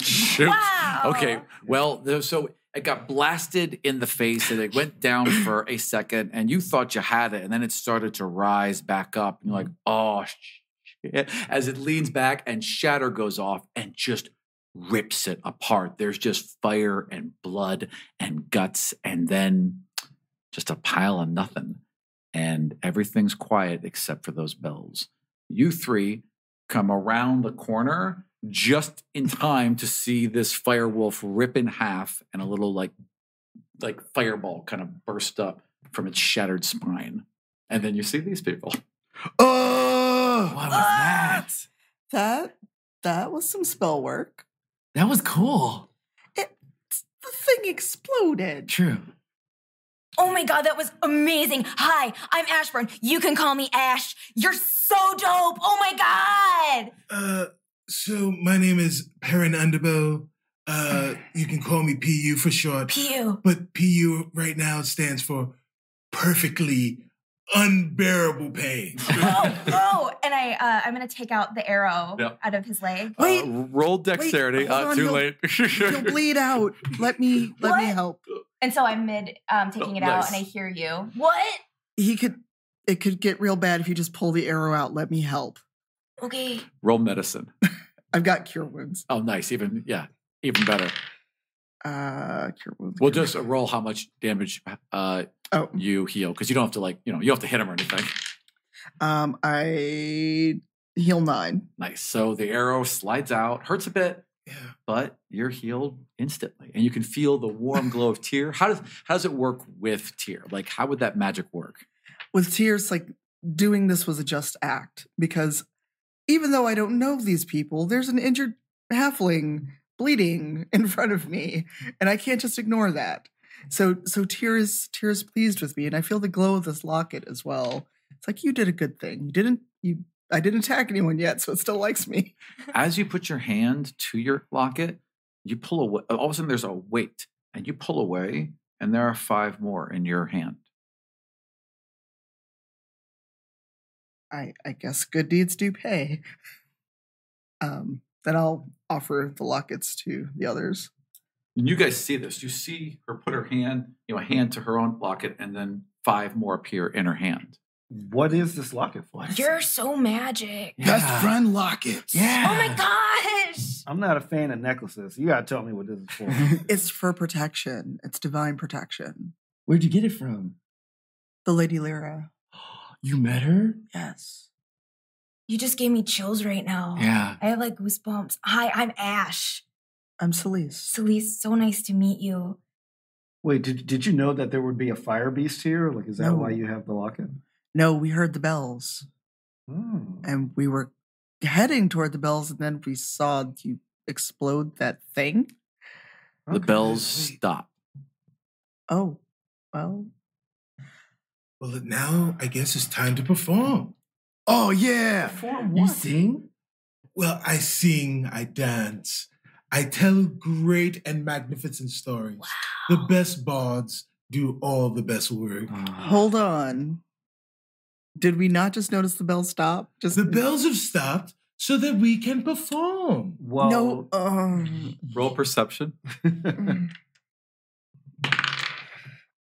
Speaker 8: Shoot.
Speaker 6: Wow.
Speaker 8: Okay. Well, th- so it got blasted in the face and it went down for a second, and you thought you had it, and then it started to rise back up, and you're like, oh, shit. As it leans back and shatter goes off and just rips it apart. There's just fire and blood and guts, and then just a pile of nothing. And everything's quiet except for those bells. You three come around the corner just in time to see this fire wolf rip in half and a little like like fireball kind of burst up from its shattered spine. And then you see these people.
Speaker 5: Oh!
Speaker 3: What was
Speaker 6: Ah!
Speaker 3: that?
Speaker 2: That that was some spell work.
Speaker 3: That was cool.
Speaker 2: The thing exploded.
Speaker 3: True.
Speaker 6: Oh my god, that was amazing. Hi, I'm Ashburn. You can call me Ash. You're so dope. Oh my god.
Speaker 4: Uh, so my name is Perrin Underbow. Uh, you can call me PU for short,
Speaker 6: Pew.
Speaker 4: but PU right now stands for perfectly unbearable pain.
Speaker 6: Oh, oh, and I uh, I'm gonna take out the arrow
Speaker 8: Yep. Oh,
Speaker 6: out of his leg.
Speaker 2: Wait,
Speaker 8: roll dexterity. Ah,
Speaker 2: hold on,
Speaker 8: too
Speaker 2: he'll-
Speaker 8: late.
Speaker 2: you'll bleed out. Let me let me
Speaker 6: What?
Speaker 2: help.
Speaker 6: And so I'm mid um taking it out
Speaker 8: Nice.
Speaker 6: and I hear you. What?
Speaker 2: He could it could get real bad if you just pull the arrow out. Let me help.
Speaker 6: Okay.
Speaker 8: roll medicine.
Speaker 2: I've got cure wounds.
Speaker 8: Oh, nice. Even yeah, even better.
Speaker 2: Uh cure wounds. Oh.
Speaker 8: We'll
Speaker 2: cure
Speaker 8: just roll how much damage uh,
Speaker 2: wounds.
Speaker 8: you heal because you don't have to like you know you don't have to hit him or anything.
Speaker 2: oh um I heal nine.
Speaker 8: Nice. So the arrow slides out, hurts a bit,
Speaker 4: Yeah.
Speaker 8: but you're healed instantly and you can feel the warm glow of tear how does how does it work with tear like how would that magic work
Speaker 2: with tears like doing this was a just act because even though I don't know these people, there's an injured halfling bleeding in front of me, and I can't just ignore that. So so tear is tear is pleased with me, and I feel the glow of this locket as well. It's like you did a good thing. You didn't you I didn't attack anyone yet, so it still likes me.
Speaker 8: as you put your hand to your locket you pull away all of a sudden there's a weight and you pull away and there are five more in your hand
Speaker 2: I I guess good deeds do pay. Um, then I'll offer the lockets to the others.
Speaker 8: and you guys see this you see her put her hand you know a hand to her own locket and then five more appear in her hand
Speaker 7: What is this locket for?
Speaker 6: You're so magic.
Speaker 5: Best friend lockets.
Speaker 3: Yeah.
Speaker 6: Oh my gosh.
Speaker 7: I'm not a fan of necklaces. You gotta tell me what this is for.
Speaker 2: It's for protection. It's divine protection.
Speaker 3: Where'd you get it from?
Speaker 2: The Lady Lyra.
Speaker 3: You met her?
Speaker 2: Yes.
Speaker 6: You just gave me chills right now.
Speaker 3: Yeah.
Speaker 6: I have like goosebumps. Hi, I'm Ash.
Speaker 2: I'm Celeste.
Speaker 6: Celeste, so nice to meet you.
Speaker 7: Wait, did, did you know that there would be a fire beast here? Like, is that
Speaker 2: No.
Speaker 7: why you have the locket?
Speaker 2: No, we heard the bells
Speaker 7: Hmm.
Speaker 2: and we were heading toward the bells and then we saw you explode that thing.
Speaker 8: the
Speaker 7: Okay.
Speaker 8: bells
Speaker 4: wait.
Speaker 8: stop
Speaker 2: Oh, well,
Speaker 4: Well, now I guess it's time to perform.
Speaker 5: Oh, yeah.
Speaker 3: You sing?
Speaker 4: Well, I sing, I dance, I tell great and magnificent stories. The best bards do all the best work.
Speaker 2: hold on. Did we not just notice the bell stop? Just
Speaker 4: The bells have stopped so that we can perform.
Speaker 7: Whoa.
Speaker 2: No. Um,
Speaker 8: roll perception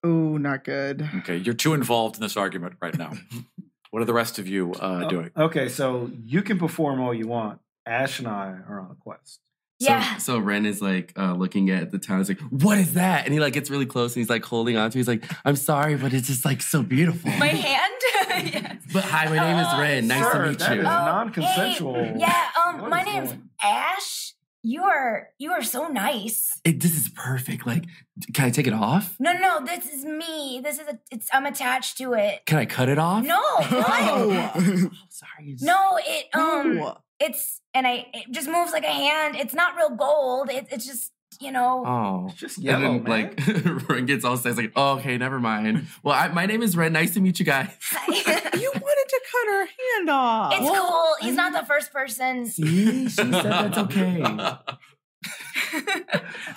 Speaker 2: Oh, not good.
Speaker 8: Okay, you're too involved in this argument right now. what are the rest of you uh,
Speaker 7: Oh,
Speaker 8: doing?
Speaker 7: Okay, so you can perform all you want. Ash and I are on a quest.
Speaker 6: Yeah.
Speaker 3: So, so Ren is like uh, looking at the town. He's like, "What is that?" And he like gets really close and he's like holding on to. He's like, "I'm sorry, but it's just like so beautiful."
Speaker 6: My hand? yes.
Speaker 3: But hi, my name is
Speaker 6: Oh,
Speaker 3: Ren. Nice
Speaker 7: sir,
Speaker 3: to meet
Speaker 7: that
Speaker 3: you.
Speaker 7: is
Speaker 6: Oh,
Speaker 7: non-consensual.
Speaker 6: hey, yeah, um,
Speaker 7: What
Speaker 6: my
Speaker 7: is
Speaker 6: name's
Speaker 7: going-
Speaker 6: Ash. You are you are so nice.
Speaker 3: It- this is perfect. Like, can I take it off?
Speaker 6: No, no, no, this is me. This is a, it's I'm attached to it.
Speaker 3: Can I cut it off?
Speaker 6: No, what?
Speaker 3: Oh, sorry.
Speaker 6: no, it um,
Speaker 2: No.
Speaker 6: it's and I it just moves like a hand. It's not real gold. It, it's just you know.
Speaker 3: Oh.
Speaker 7: It's just
Speaker 3: and
Speaker 7: yellow,
Speaker 3: then,
Speaker 7: man.
Speaker 3: like, Ren gets all sad. He's like, oh, okay, never mind. Well, I, my name is Ren. Nice to meet you guys.
Speaker 6: it's
Speaker 2: You wanted to cut her hand off.
Speaker 6: cool. He's not the first person.
Speaker 3: See, she said that's okay.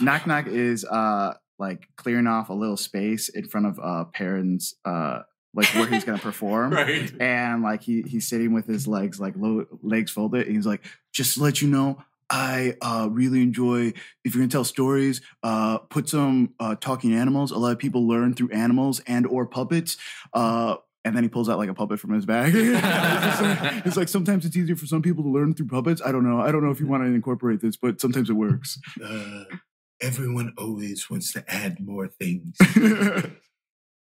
Speaker 5: Knock Knock is uh like clearing off a little space in front of uh Perrin's uh like where he's gonna perform.
Speaker 8: Right.
Speaker 5: And like he he's sitting with his legs like low legs folded and he's like, just to let you know, I uh really enjoy if you're gonna tell stories, uh put some uh talking animals. A lot of people learn through animals and or puppets. Uh and then he pulls out like a puppet from his bag. it's, just like, it's like sometimes it's easier for some people to learn through puppets. I don't know. I don't know if you want to incorporate this, but sometimes it works.
Speaker 4: Uh, everyone always wants to add more things.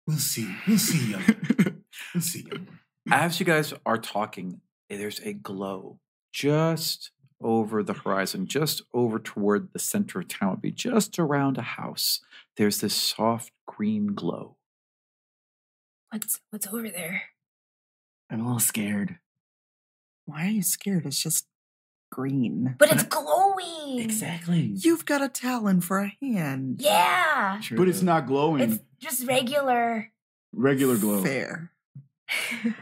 Speaker 4: We'll see. We'll see, young. one. We'll see, young. one.
Speaker 8: As you guys are talking, there's a glow just over the horizon, just over toward the center of town, It'd be just around a house. There's this soft green glow.
Speaker 6: What's what's over there?
Speaker 3: I'm a little scared.
Speaker 2: Why are you scared? It's just green.
Speaker 6: But it's glowing.
Speaker 3: Exactly.
Speaker 2: You've got a talon for a hand.
Speaker 6: Yeah.
Speaker 3: True.
Speaker 5: but it's not glowing.
Speaker 6: It's just regular.
Speaker 5: Regular glow.
Speaker 2: Fair.
Speaker 3: Should we go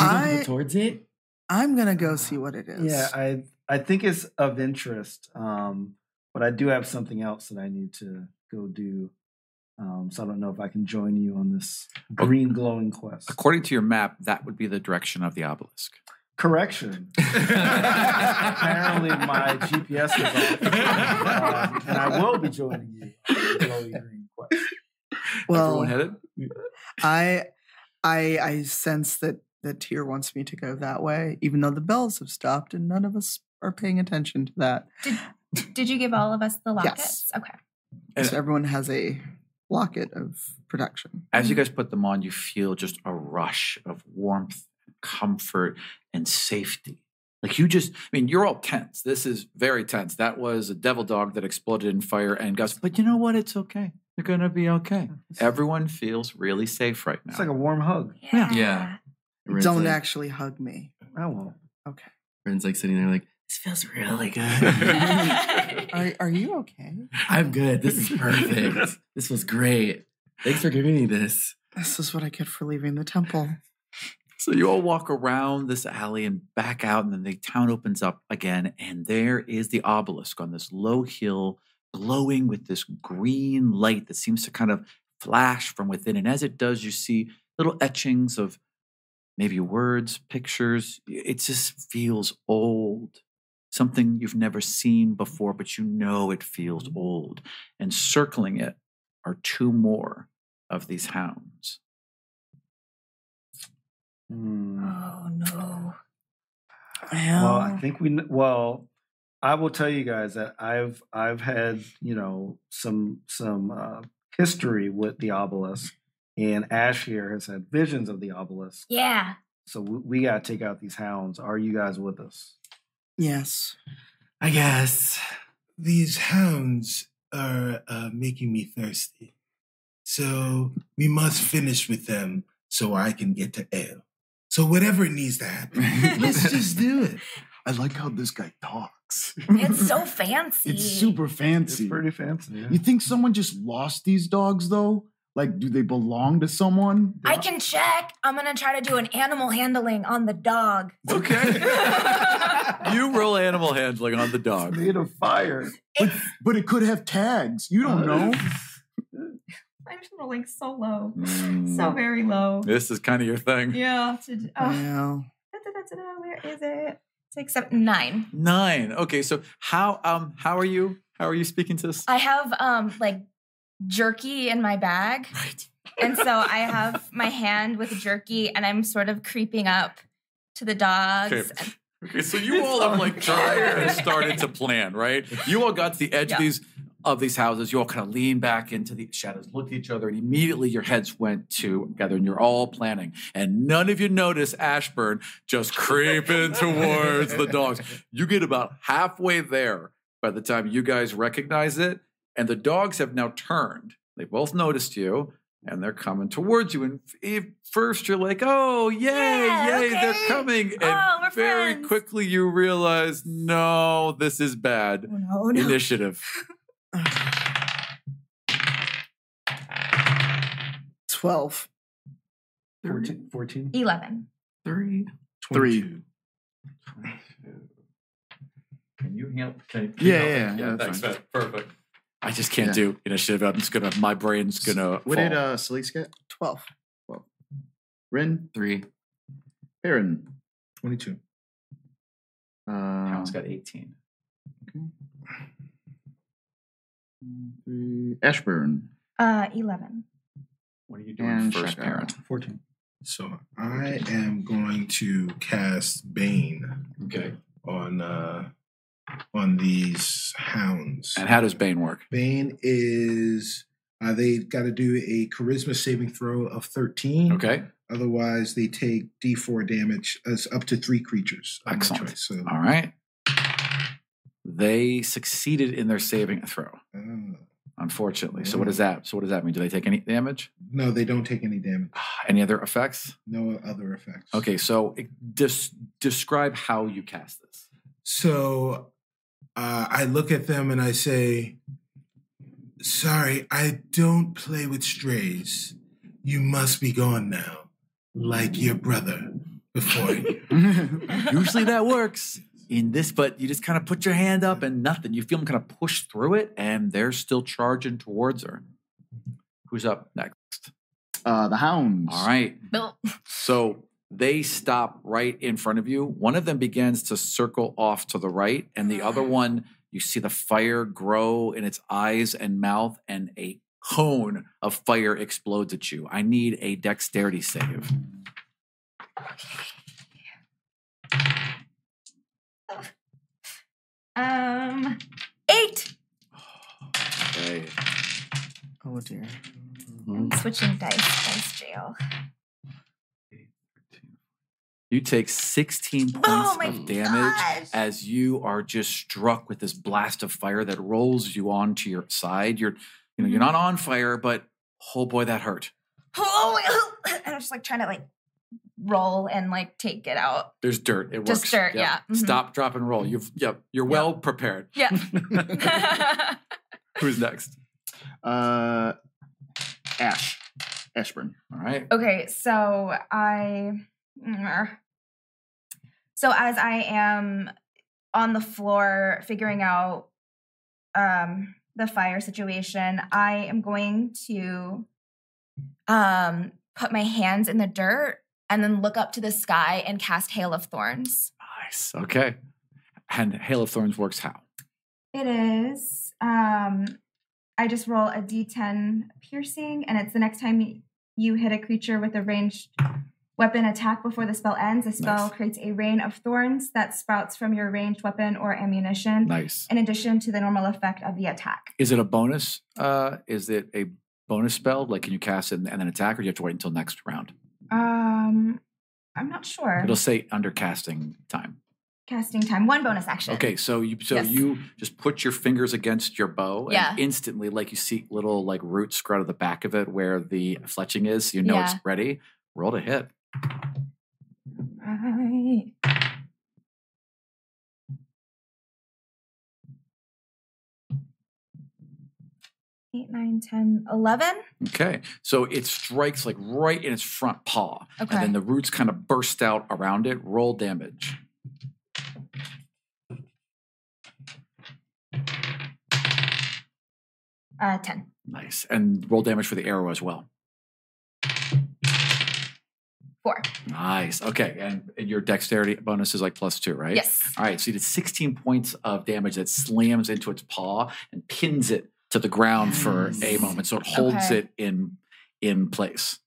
Speaker 2: I-
Speaker 3: towards it. Ah.
Speaker 2: I'm gonna go see what it is.
Speaker 7: yeah, I I think it's of interest. Um, but I do have something else that I need to go do. Um, so I don't know if I can join you on this green glowing quest.
Speaker 8: According to your map, that would be the direction of the obelisk.
Speaker 7: Correction. Apparently, my GPS is off, um, and I will be joining you. On the glowing green quest.
Speaker 2: well,
Speaker 8: Everyone headed?
Speaker 2: I, I, I sense that that Tyr wants me to go that way, even though the bells have stopped and none of us are paying attention to that.
Speaker 6: Did you give all of us the
Speaker 2: Yes.
Speaker 6: lockets? Okay.
Speaker 3: Eh.
Speaker 8: And-
Speaker 2: so everyone has a locket of protection.
Speaker 8: As you guys put them on, you feel just a rush of warmth, comfort, and safety. Like you just, I mean, you're all tense. This is very tense. That was a devil dog that exploded in fire and guts. But you know what? It's okay. You're going to be okay. Everyone feels really safe right now.
Speaker 7: It's like a warm hug.
Speaker 6: Yeah.
Speaker 3: Yeah. Ren's
Speaker 2: Don't
Speaker 3: like,
Speaker 2: actually hug me.
Speaker 7: I won't.
Speaker 2: Okay.
Speaker 3: Ren's like sitting there, like this feels really good.
Speaker 2: Are are you okay?
Speaker 3: I'm good. This is perfect. this was great. Thanks for giving me this.
Speaker 2: This is what I get for leaving the temple.
Speaker 8: So you all walk around this alley and back out, and then the town opens up again, and there is the obelisk on this low hill, glowing with this green light that seems to kind of flash from within. And as it does, you see little etchings of maybe words, pictures. It just feels old. Something you've never seen before, but you know it feels old. And circling it are two more of these hounds.
Speaker 7: Hmm.
Speaker 6: oh no.
Speaker 7: Well, I think we. kn- Well, I will tell you guys that I've I've had you know some some uh, history with the obelisk, and Ash here has had visions of the obelisk.
Speaker 6: Yeah.
Speaker 7: So we, we got to take out these hounds. Are you guys with us?
Speaker 2: yes.
Speaker 3: I guess.
Speaker 4: These hounds are uh, making me thirsty. So we must finish with them so I can get to Ale. So whatever it needs to happen, let's just do it.
Speaker 5: I like how this guy talks.
Speaker 6: It's so fancy.
Speaker 5: It's super
Speaker 7: It's
Speaker 5: fancy.
Speaker 7: pretty fancy. yeah.
Speaker 5: You think someone just lost these dogs though? Like, do they belong to someone?
Speaker 6: I can check. I'm gonna try to do an animal handling on the dog.
Speaker 8: Okay. you roll animal handling on the dog.
Speaker 7: Made of fire.
Speaker 5: But it could have tags. You don't
Speaker 7: Uh,
Speaker 5: know.
Speaker 9: I'm just rolling so low,
Speaker 8: Mm,
Speaker 9: so very low.
Speaker 8: this is kind of your thing.
Speaker 9: Yeah. to- oh,
Speaker 2: Well,
Speaker 9: da-da-da-da-da, Where is it?
Speaker 6: Six, seven, nine.
Speaker 8: Nine. Okay, so how um how are you? How are you speaking to this?
Speaker 6: I have um like jerky in my bag.
Speaker 8: Right.
Speaker 9: And so I have my hand with jerky and I'm sort of creeping up to the dogs.
Speaker 8: Okay. Okay, so you all have like tried and started to plan, right? You all got to the edge
Speaker 9: Yeah.
Speaker 8: of these of these houses. You all kind of leaned back into the shadows, looked at each other, and immediately your heads went together, and you're all planning. And none of you notice Ashburn just creeping towards the dogs. You get about halfway there by the time you guys recognize it, and the dogs have now turned. They both noticed you. And they're coming towards you. And if first you're like, oh, yay,
Speaker 9: Yeah,
Speaker 8: yay, they're
Speaker 9: okay.
Speaker 8: coming. And
Speaker 9: Oh, we're
Speaker 8: very
Speaker 9: friends.
Speaker 8: quickly you realize, no, this is bad.
Speaker 9: Oh, no, no.
Speaker 8: Initiative.
Speaker 2: Twelve.
Speaker 7: 14.
Speaker 9: E
Speaker 7: 14?
Speaker 9: 11.
Speaker 11: Three.
Speaker 5: Three.
Speaker 4: 22.
Speaker 8: Can you handle? Can,
Speaker 5: you Yeah, handle- yeah, yeah, yeah, that's
Speaker 8: thanks,
Speaker 5: fine.
Speaker 8: man. Perfect. I just can't
Speaker 5: Yeah.
Speaker 8: do initiative. I'm just gonna. My brain's gonna.
Speaker 5: What
Speaker 8: fall.
Speaker 5: did uh, Celise get?
Speaker 2: Twelve.
Speaker 5: Rin,
Speaker 11: Three.
Speaker 5: Perrin.
Speaker 4: 22.
Speaker 5: Uh,
Speaker 7: Um,
Speaker 8: Alan's got 18.
Speaker 5: three- Ashburn.
Speaker 9: Uh, 11.
Speaker 8: What are you doing
Speaker 5: And
Speaker 8: first,
Speaker 5: Shaka.
Speaker 8: parent?
Speaker 7: 14.
Speaker 4: So I am going to cast Bane
Speaker 8: Okay.
Speaker 4: on uh on these hounds.
Speaker 8: And how does Bane work?
Speaker 4: Bane is uh, they got to do a charisma saving throw of 13.
Speaker 8: Okay.
Speaker 4: Otherwise, they take d4 damage as up to three creatures. of my
Speaker 8: Excellent.
Speaker 4: choice. So,
Speaker 8: All right. They succeeded in their saving throw,
Speaker 4: uh,
Speaker 8: unfortunately. So what does that? So what does that mean? Do they take any damage?
Speaker 4: no, they don't take any damage.
Speaker 8: Any other effects?
Speaker 4: No other effects.
Speaker 8: Okay, so it- des- describe how you cast this.
Speaker 4: So uh, I look at them and I say, Sorry, I don't play with strays. You must be gone now, like your brother before you.
Speaker 8: Usually that works in this, but you just kind of put your hand up and nothing. You feel them kind of push through it, and they're still charging towards her. Who's up next?
Speaker 5: Uh, the Hounds.
Speaker 8: All right.
Speaker 9: Bill.
Speaker 8: So they stop right in front of you. One of them begins to circle off to the right, and the other one, you see the fire grow in its eyes and mouth, and a cone of fire explodes at you. I need a dexterity save.
Speaker 12: Um,
Speaker 9: Eight.
Speaker 8: Okay.
Speaker 2: Oh dear.
Speaker 9: I'm switching dice, dice jail.
Speaker 8: You take 16 points
Speaker 9: Oh my
Speaker 8: of damage
Speaker 9: gosh.
Speaker 8: as you are just struck with this blast of fire that rolls you onto your side. You're, you know, you're
Speaker 9: Mhm.
Speaker 8: not on fire, but oh boy, that hurt.
Speaker 9: Oh, and I'm just like trying to like roll and like take it out.
Speaker 8: There's dirt. It
Speaker 9: Just
Speaker 8: works.
Speaker 9: dirt, yeah, mhm.
Speaker 8: Stop, drop, and roll. You've yep. You're well prepared.
Speaker 9: Yeah.
Speaker 8: Who's next?
Speaker 5: Uh, Ash. Ashburn.
Speaker 8: All right.
Speaker 9: Okay, so I. mm, So as I am on the floor figuring out um, the fire situation, I am going to um, put my hands in the dirt and then look up to the sky and cast Hail of Thorns.
Speaker 8: Nice. Okay. And Hail of Thorns works how?
Speaker 9: It is. Um, I just roll a d10 piercing, and it's the next time y- you hit a creature with a ranged weapon attack before the spell ends. The spell
Speaker 8: Nice.
Speaker 9: creates a rain of thorns that sprouts from your ranged weapon or ammunition,
Speaker 8: Nice.
Speaker 9: in addition to the normal effect of the attack.
Speaker 8: Is it a bonus? Uh, is it a bonus spell? Like, can you cast it and and then attack, or do you have to wait until next round?
Speaker 9: Um, I'm not sure.
Speaker 8: It'll say under casting time.
Speaker 9: Casting time, one bonus action.
Speaker 8: Okay, so you so
Speaker 9: Yes.
Speaker 8: you just put your fingers against your bow,
Speaker 9: Yeah.
Speaker 8: and instantly, like you see little like roots grow out of the back of it where the fletching is. so you know it's
Speaker 9: Yeah.
Speaker 8: ready. Roll to hit.
Speaker 9: Right. Eight, nine, ten, eleven.
Speaker 8: Okay, so it strikes like right in its front paw,
Speaker 9: Okay.
Speaker 8: and then the roots kind of burst out around it. Roll damage.
Speaker 9: Uh, ten.
Speaker 8: Nice, and roll damage for the arrow as well.
Speaker 9: Four.
Speaker 8: Nice. Okay, and, and your dexterity bonus is like plus two, right?
Speaker 9: Yes.
Speaker 8: All right, so you did 16 points of damage that slams into its paw and pins it to the ground for a
Speaker 2: Yes.
Speaker 8: moment. So it holds
Speaker 9: Okay.
Speaker 8: it in in place.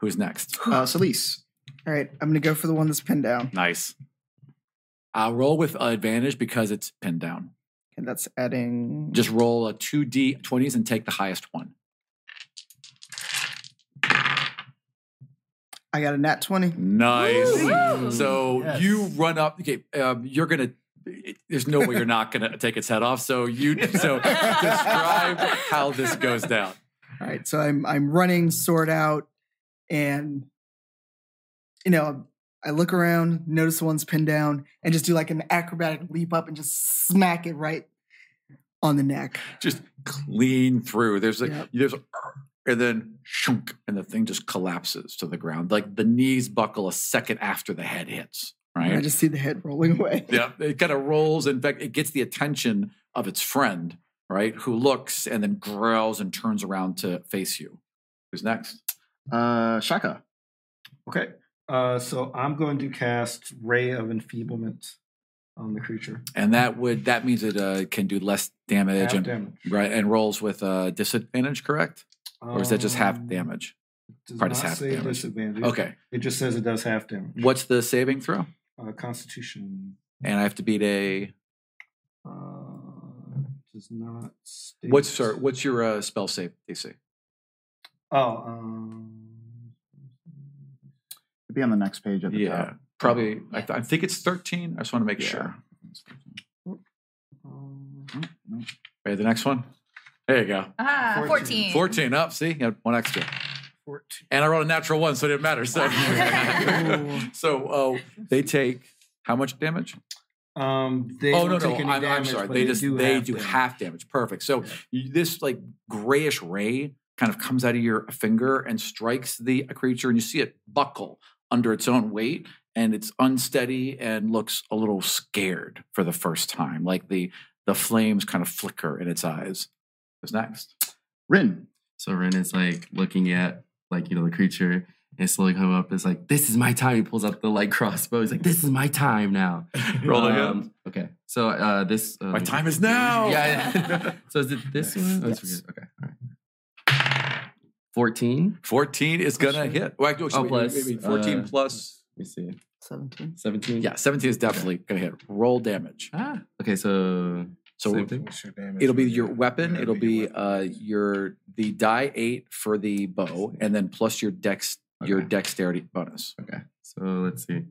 Speaker 8: Who's next?
Speaker 5: Uh, Celise.
Speaker 2: All right, I'm gonna go for the one that's pinned down.
Speaker 8: Nice. I'll roll with advantage because it's pinned down.
Speaker 2: And that's adding.
Speaker 8: Just roll a 2d 20s and take the highest one.
Speaker 2: I got a nat twenty.
Speaker 8: Nice.
Speaker 6: Woo!
Speaker 8: So
Speaker 7: Yes.
Speaker 8: you run up. Okay, um, you're gonna. it- There's no way you're not gonna take its head off. So you. So describe how this goes down.
Speaker 2: All right, so I'm I'm running sword out, and you know I look around, notice the one's pinned down, and just do like an acrobatic leap up and just smack it right on the neck.
Speaker 8: Just clean through. There's like
Speaker 2: Yep.
Speaker 8: there's, and then shunk, and the thing just collapses to the ground. Like the knees buckle a second after the head hits. Right.
Speaker 2: And I just see the head rolling away.
Speaker 8: Yeah, it kind of rolls. In fact, it gets the attention of its friend, right? Who looks and then growls and turns around to face you. Who's next?
Speaker 5: Uh, Shaka.
Speaker 7: Okay. Uh, so I'm going to cast Ray of Enfeeblement on the creature.
Speaker 8: And that would that means it uh, can do less damage
Speaker 7: Half
Speaker 8: and
Speaker 7: damage.
Speaker 8: right and rolls with uh, disadvantage, correct? Or is that just half
Speaker 7: Um,
Speaker 8: damage?
Speaker 7: Does
Speaker 8: Part
Speaker 7: not
Speaker 8: is half
Speaker 7: say
Speaker 8: damage.
Speaker 7: disadvantage.
Speaker 8: Okay.
Speaker 7: It just says it does half damage.
Speaker 8: What's the saving throw?
Speaker 7: Uh, Constitution
Speaker 8: And I have to beat a
Speaker 7: uh, does not. State.
Speaker 8: what's sorry, what's your uh, spell save DC?
Speaker 7: Oh. Um,
Speaker 5: It'd be on the next page at the
Speaker 8: Yeah,
Speaker 5: top.
Speaker 8: probably.
Speaker 7: Oh.
Speaker 8: I, th- I think it's thirteen. I just want to make
Speaker 5: Yeah.
Speaker 8: sure.
Speaker 7: um,
Speaker 8: Ready the next one? There you go.
Speaker 9: Ah, 14.
Speaker 7: 14.
Speaker 8: 14 up. See, you had one extra.
Speaker 7: 14.
Speaker 8: And I rolled a natural one, so it didn't matter. So,
Speaker 2: Ooh.
Speaker 8: so uh, they take how much damage?
Speaker 7: Um, they
Speaker 8: oh
Speaker 7: don't
Speaker 8: no,
Speaker 7: take
Speaker 8: no,
Speaker 7: any
Speaker 8: I'm, I'm
Speaker 7: damage,
Speaker 8: sorry.
Speaker 7: but
Speaker 8: They just they do
Speaker 7: damage.
Speaker 8: half damage. Perfect. So you, this like grayish ray kind of comes out of your finger and strikes the creature, and you see it buckle under its own weight, and it's unsteady and looks a little scared for the first time. Like the the flames kind of flicker in its eyes. What's next?
Speaker 5: Rin.
Speaker 3: So Ren is like looking at like you know the creature and slowly come up. It's like this is my time. He pulls up the light crossbow. He's like, this is my time now.
Speaker 8: Roll again.
Speaker 3: Um, okay. So uh, this uh,
Speaker 8: My time is now.
Speaker 3: Yeah. yeah. so is it this one? Oh, it's
Speaker 2: Yes.
Speaker 3: okay. All right. Fourteen.
Speaker 8: 14 is gonna hit. Well, actually,
Speaker 3: Oh,
Speaker 8: wait,
Speaker 3: plus,
Speaker 8: wait, wait, 14
Speaker 3: uh,
Speaker 8: plus.
Speaker 3: Let me see.
Speaker 2: Seventeen.
Speaker 3: Seventeen.
Speaker 8: Yeah, 17 is definitely gonna hit. Roll damage.
Speaker 3: Ah. Okay. So
Speaker 8: So
Speaker 3: Same thing?
Speaker 4: What's your damage
Speaker 8: it'll be
Speaker 4: right
Speaker 8: your
Speaker 4: now?
Speaker 8: weapon.
Speaker 4: Yeah,
Speaker 8: it'll be
Speaker 4: your weapon.
Speaker 8: uh your the die eight for the bow, and then plus your dex your
Speaker 3: Okay.
Speaker 8: dexterity bonus.
Speaker 3: okay. So let's see.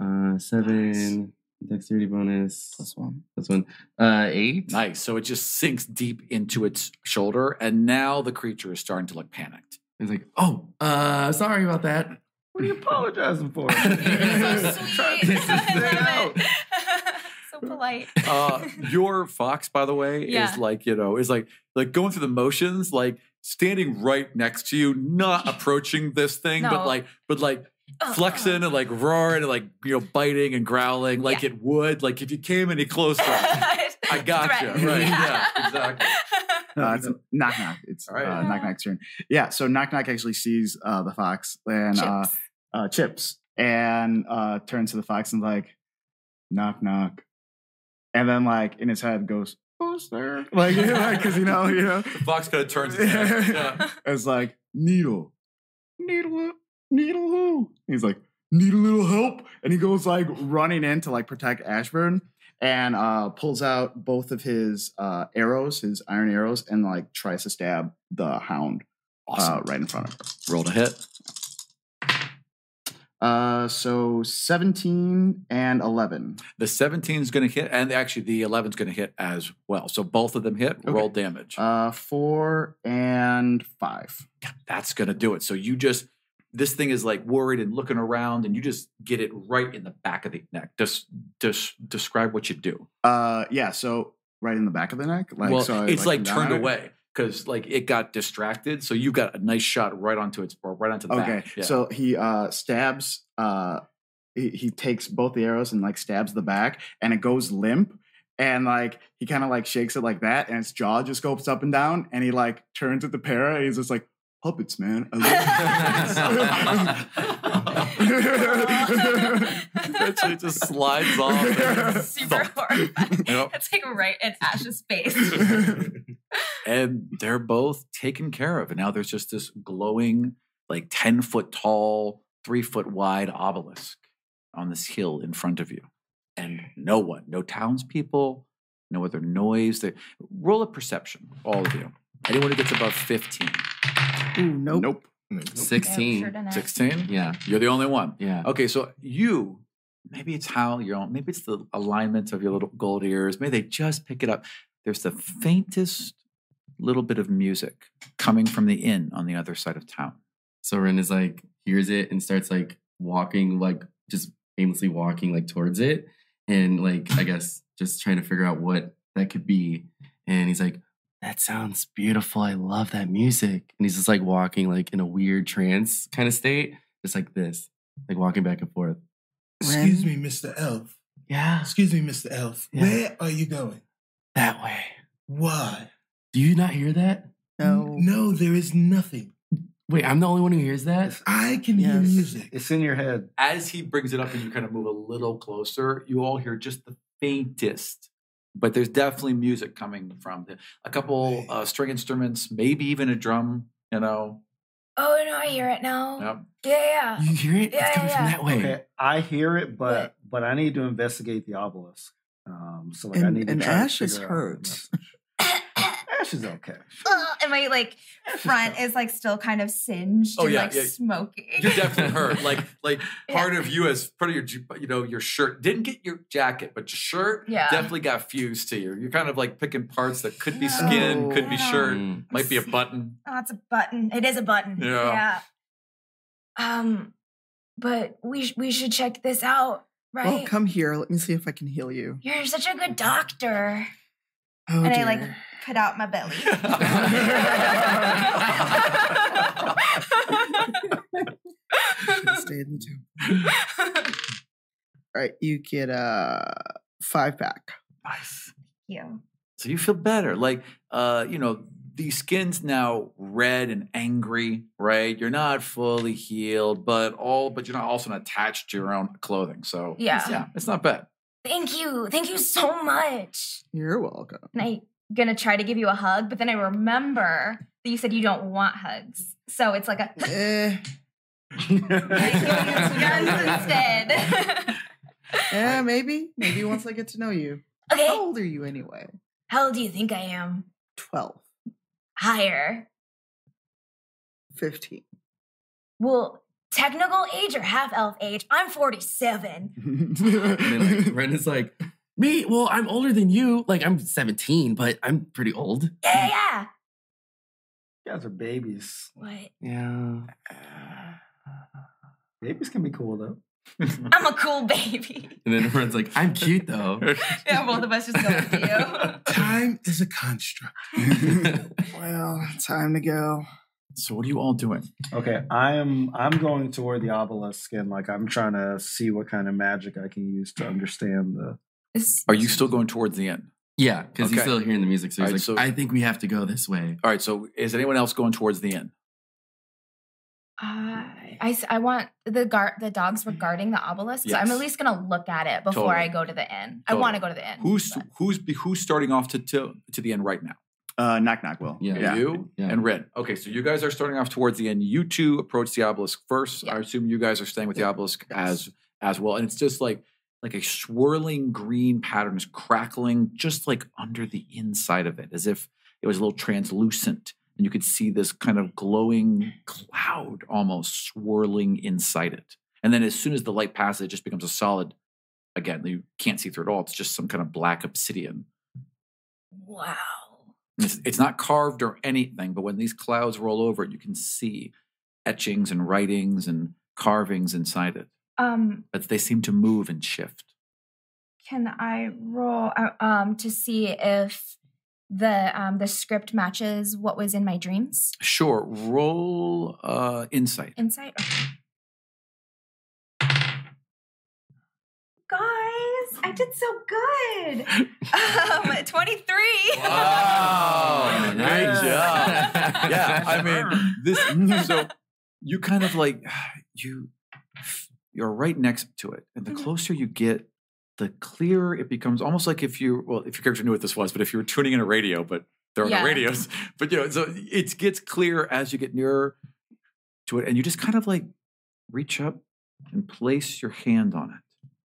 Speaker 3: Uh, seven. Dexterity bonus
Speaker 2: Plus one.
Speaker 3: That's one. Uh, eight.
Speaker 8: Nice. So it just sinks deep into its shoulder, and now the creature is starting to look panicked.
Speaker 3: It's like, oh, uh, sorry about that.
Speaker 7: What are you apologizing for?
Speaker 6: so sweet.
Speaker 7: Try to figure
Speaker 6: I love
Speaker 7: it out.
Speaker 6: it. so polite.
Speaker 8: uh, your fox, by the way,
Speaker 6: Yeah.
Speaker 8: is like you know is like like going through the motions, like standing right next to you, not approaching this thing, but
Speaker 6: No. Uh,
Speaker 8: like but like
Speaker 6: Ugh.
Speaker 8: flexing and like roaring and like you know biting and growling like it would like if you came any closer.
Speaker 6: I
Speaker 8: gotcha, right, yeah, exactly.
Speaker 5: Uh, it's knock knock. It's
Speaker 8: All right.
Speaker 5: uh, knock knock's turn. Yeah. So knock knock actually sees uh, the fox and Uh, uh, chips and uh, turns to the fox and like knock knock, and then like in his head goes who's there? Like because you know you know
Speaker 8: The fox kind of turns. Its head. Yeah.
Speaker 5: it's like needle, needle, needle
Speaker 2: Oh,
Speaker 5: who? He's like need a little help, and he goes like running in to like protect Ashburn and uh, pulls out both of his uh, arrows, his iron arrows, and like tries to stab the hound
Speaker 8: Awesome.
Speaker 5: uh, right in front of her.
Speaker 8: Roll to hit.
Speaker 5: Uh, so 17 and 11.
Speaker 8: The 17 is going to hit, and actually the 11 is going to hit as well. So both of them hit. Roll damage.
Speaker 5: Uh, four and five.
Speaker 8: that's going to do it. So you just, this thing is like worried and looking around, and you just get it right in the back of the neck. Just, just describe what you do.
Speaker 5: Uh, yeah. So right in the back of the neck. Like,
Speaker 8: well,
Speaker 5: so I,
Speaker 8: it's like,
Speaker 5: come down
Speaker 8: turned
Speaker 5: on it?
Speaker 8: away because like it got distracted. So you got a nice shot right onto its, or right onto the
Speaker 5: Okay.
Speaker 8: back. Yeah.
Speaker 5: So he, uh, stabs, uh, he, he takes both the arrows and like stabs the back and it goes limp. And like he kind of like shakes it like that, and its jaw just goes up and down. And he like turns at the para. And he's just like puppets, man. I love puppets."
Speaker 8: Eventually it just slides off. and
Speaker 6: Super
Speaker 8: thump.
Speaker 6: horrifying.
Speaker 8: Yep.
Speaker 6: It's like right in Ash's face.
Speaker 8: and and they're both taken care of. And now there's just this glowing, like 10 foot tall, three foot wide obelisk on this hill in front of you. And no one, no townspeople, no other noise. They, roll a perception, all of you. Anyone who gets above 15.
Speaker 2: Ooh, nope.
Speaker 5: Nope.
Speaker 6: Yeah,
Speaker 3: Sixteen.
Speaker 6: sure didn't.
Speaker 8: 16?
Speaker 3: Yeah.
Speaker 8: You're the only one.
Speaker 3: Yeah.
Speaker 8: Okay, so you, maybe it's how your own, maybe it's the alignment of your little gold ears. Maybe they just pick it up. There's the faintest little bit of music coming from the inn on the other side of town.
Speaker 3: So Ren is like hears it and starts like walking, like just aimlessly walking like towards it, and like I guess just trying to figure out what that could be. And he's like, "That sounds beautiful. I love that music." And he's just like walking like in a weird trance kind of state, just like this, like walking back and forth.
Speaker 4: Excuse me, Mr. Elf.
Speaker 3: Yeah,
Speaker 4: Excuse me, Mr. Elf.
Speaker 3: Yeah.
Speaker 4: Where are you going?
Speaker 3: that way.
Speaker 4: Why?
Speaker 3: Do you not hear that?
Speaker 2: No.
Speaker 4: No, there is nothing.
Speaker 3: Wait, I'm the only one who hears that.
Speaker 4: I can hear
Speaker 2: Yes.
Speaker 4: music.
Speaker 7: It's in your head.
Speaker 8: As he brings it up and you kind of move a little closer, you all hear just the faintest, but there's definitely music coming from the, a couple uh, string instruments, maybe even a drum, you know.
Speaker 6: Oh no, I hear it now.
Speaker 8: Yep.
Speaker 6: Yeah, yeah.
Speaker 3: You hear it?
Speaker 6: Yeah,
Speaker 3: it's coming
Speaker 6: yeah.
Speaker 3: from that way.
Speaker 7: Okay, I hear it, but
Speaker 6: What?
Speaker 7: but I need to investigate the obelisk. Um, so like I
Speaker 2: And-
Speaker 7: need to
Speaker 2: and
Speaker 7: try
Speaker 2: Ash
Speaker 7: to
Speaker 2: is
Speaker 7: figure out
Speaker 2: hurt.
Speaker 7: the message. Ash is okay.
Speaker 6: Ugh,
Speaker 9: Oh, and my like front is like still kind of singed
Speaker 8: Oh,
Speaker 9: and
Speaker 8: yeah,
Speaker 9: like
Speaker 8: yeah.
Speaker 9: smoking.
Speaker 8: You're definitely hurt. Like like
Speaker 9: Yeah.
Speaker 8: part of you as part of your ju- you know your shirt didn't get your jacket, but your shirt
Speaker 9: Yeah.
Speaker 8: definitely got fused to you. You're kind of like picking parts that could be
Speaker 9: Yeah.
Speaker 8: skin, could be
Speaker 9: Yeah.
Speaker 8: shirt,
Speaker 3: Mm.
Speaker 8: might be a button.
Speaker 6: Oh, it's a button. It is a button.
Speaker 8: Yeah.
Speaker 6: Yeah. Um, but we sh- we should check this
Speaker 3: Oh,
Speaker 6: out, right?
Speaker 2: Well, come here. Let me see if I can heal you.
Speaker 6: You're such a good doctor.
Speaker 2: Oh,
Speaker 9: and
Speaker 2: dear.
Speaker 9: I like put out my belly.
Speaker 2: Should've stayed in the tomb. All right, you get a five pack.
Speaker 8: Nice.
Speaker 9: you.
Speaker 8: So you feel better. Like uh, you know, the skin's now red and angry, right? You're not fully healed, but all but you're not also not attached to your own clothing. So
Speaker 6: Yeah.
Speaker 8: yeah it's not bad.
Speaker 6: Thank you. Thank you so much.
Speaker 2: You're welcome.
Speaker 9: And I'm gonna try to give you a hug, but then I remember that you said you don't want hugs. So it's like a
Speaker 2: Eh,
Speaker 9: I give you guns instead.
Speaker 2: eh, maybe. Maybe once I get to know you.
Speaker 6: Okay.
Speaker 2: How old are you anyway?
Speaker 6: How old do you think I am?
Speaker 2: 12,
Speaker 6: Higher.
Speaker 2: 15.
Speaker 6: Well, technical age or half elf age? I'm 47.
Speaker 3: And then like Ren is like, me, well, I'm older than you. Like I'm 17, but I'm pretty old.
Speaker 6: Yeah, yeah.
Speaker 7: You guys are babies.
Speaker 6: What?
Speaker 3: Yeah.
Speaker 7: Babies can be cool though.
Speaker 6: I'm a cool baby.
Speaker 3: And then Ren's like, I'm cute though.
Speaker 9: yeah, both of us just go with you.
Speaker 4: Time is a construct.
Speaker 2: Well, time to go.
Speaker 8: so what are you all doing?
Speaker 7: Okay, I am I'm going toward the obelisk and like I'm trying to see what kind of magic I can use to understand the
Speaker 8: Are you still going towards the end?
Speaker 3: yeah, because
Speaker 8: Okay.
Speaker 3: he's still hearing the music. So he's
Speaker 8: Alright,
Speaker 3: like,
Speaker 8: so-
Speaker 3: I think we have to go this way.
Speaker 8: All right. So is anyone else going towards the end?
Speaker 6: I, I s- I want the guard the dogs were guarding the obelisk, so I'm
Speaker 8: Yes.
Speaker 6: at least gonna look at it before
Speaker 8: Totally.
Speaker 6: I go to the inn. I
Speaker 8: Totally.
Speaker 6: want to go to the inn.
Speaker 8: Who's
Speaker 6: but-
Speaker 8: who's who's starting off to to, to the end right now?
Speaker 5: uh, knock knock will.
Speaker 3: Yeah.
Speaker 8: You
Speaker 3: Yeah.
Speaker 8: and Red. Okay, so you guys are starting off towards the end. You two approach the obelisk first. I
Speaker 6: Yeah.
Speaker 8: assume you guys are staying with the obelisk as as well. And it's just like like a swirling green pattern is crackling just like under the inside of it, as if it was a little translucent. And you could see this kind of glowing cloud almost swirling inside it. And then as soon as the light passes, it just becomes a solid again. You can't see through it at all. It's just some kind of black obsidian.
Speaker 6: Wow.
Speaker 8: It's, it's not carved or anything, but when these clouds roll over it, you can see etchings and writings and carvings inside it.
Speaker 9: Um,
Speaker 8: But they seem to move and shift.
Speaker 9: can I
Speaker 6: Roll uh, um to see if the um the script matches what was in my dreams.
Speaker 8: Sure, roll uh, insight.
Speaker 6: Insight. Okay.
Speaker 9: guys? I did so good. Um, 23.
Speaker 8: Wow,
Speaker 3: great
Speaker 8: job. yeah, I mean this. So you kind of like you you're right next to it, and the
Speaker 9: Mhm.
Speaker 8: closer you get, the clearer it becomes. Almost like if you well, if your character knew what this was, but if you were tuning in a radio, but There are
Speaker 9: Yeah.
Speaker 8: no radios, but you know, so it gets clearer as you get nearer to it, and you just kind of like reach up and place your hand on it,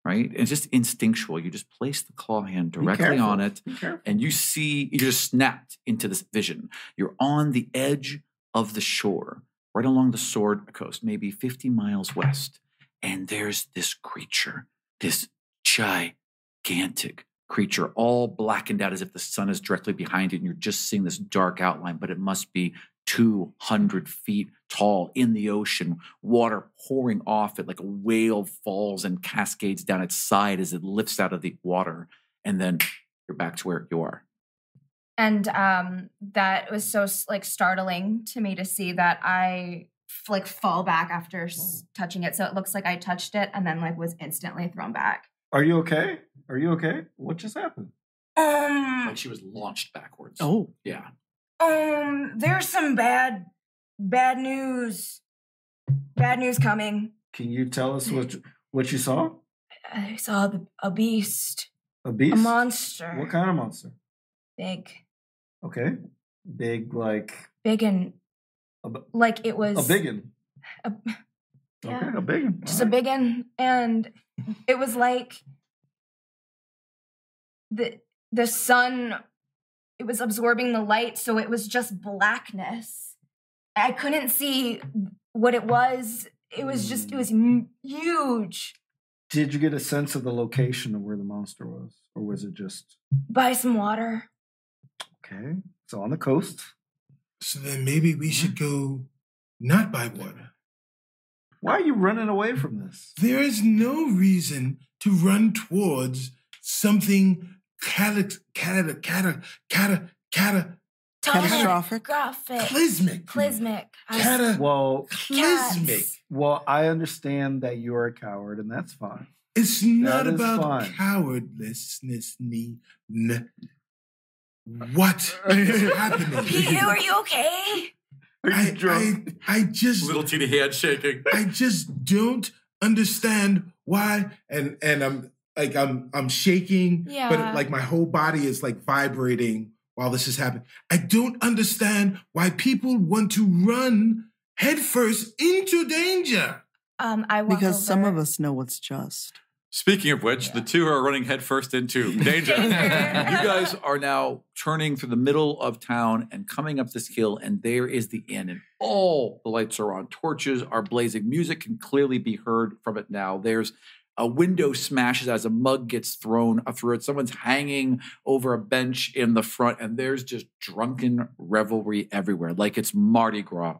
Speaker 8: right? It's just instinctual. You just place the claw hand directly
Speaker 4: careful.
Speaker 8: on it,
Speaker 4: Be careful.
Speaker 8: and you see you're just snapped into this vision. You're on the edge of the shore, right along the sword coast, maybe 50 miles west. And there's this creature, this gigantic creature, all blackened out as if the sun is directly behind it, and you're just seeing this dark outline, but it must be 200 feet tall in the ocean, water pouring off it like a whale falls and cascades down its side as it lifts out of the water. And then you're back to where you are.
Speaker 9: and um that was so s- like startling to me to see that i f- like fall back after s- touching it so it looks like i touched it and then like was instantly thrown back
Speaker 7: Are you okay? Are you okay? What just happened?
Speaker 13: Um,
Speaker 8: she was launched backwards.
Speaker 5: Oh.
Speaker 8: Yeah.
Speaker 13: um, there's some bad, bad news. Bad news coming.
Speaker 7: Can you tell us what what you saw?
Speaker 13: I saw the, a beast,
Speaker 7: A beast?
Speaker 13: a monster.
Speaker 7: What kind of monster?
Speaker 13: Big,
Speaker 7: Okay. Big like
Speaker 13: big and
Speaker 7: a, b-
Speaker 13: like it
Speaker 7: a
Speaker 13: was
Speaker 7: biggin.
Speaker 13: a- yeah,
Speaker 7: Okay, a biggin.
Speaker 13: just a big and and it was like the the sun it was absorbing the light so it was just blackness i couldn't see what it was it was just it
Speaker 4: Mm.
Speaker 13: was m- huge
Speaker 7: Did you get a sense of the location of where the monster was, or was it just
Speaker 13: buy some water
Speaker 7: okay? It's on the coast.
Speaker 4: So then maybe we should go not by water.
Speaker 7: Why are you running away from this?
Speaker 4: There is no reason to run towards something cata cata cata cata cata
Speaker 2: Catastrophic.
Speaker 13: graphic
Speaker 4: cataclysmic.
Speaker 13: clismic
Speaker 7: Well,
Speaker 4: Cataclysmic.
Speaker 13: Cats.
Speaker 7: well, I understand that you're a coward, and that's fine.
Speaker 4: It's not
Speaker 7: That is
Speaker 4: about
Speaker 7: fine.
Speaker 4: cowardlessness, me. N- what is happening?
Speaker 13: Pete, are you okay
Speaker 4: I, I, I just
Speaker 8: teeny hand shaking.
Speaker 4: I just don't understand why. And and I'm like I'm I'm shaking,
Speaker 6: Yeah.
Speaker 4: but like my whole body is like vibrating while this is happening. I don't understand why people want to run headfirst into danger.
Speaker 6: Um, I walk
Speaker 2: Because some
Speaker 6: over.
Speaker 2: of us know what's just.
Speaker 8: Speaking of which, the two are running headfirst into danger. you guys are now turning through the middle of town and coming up this hill, and there is the inn, and all the lights are on. Torches are blazing. Music can clearly be heard from it now. There's a window smashes as a mug gets thrown through it. Someone's hanging over a bench in the front, and there's just drunken revelry everywhere, like it's Mardi Gras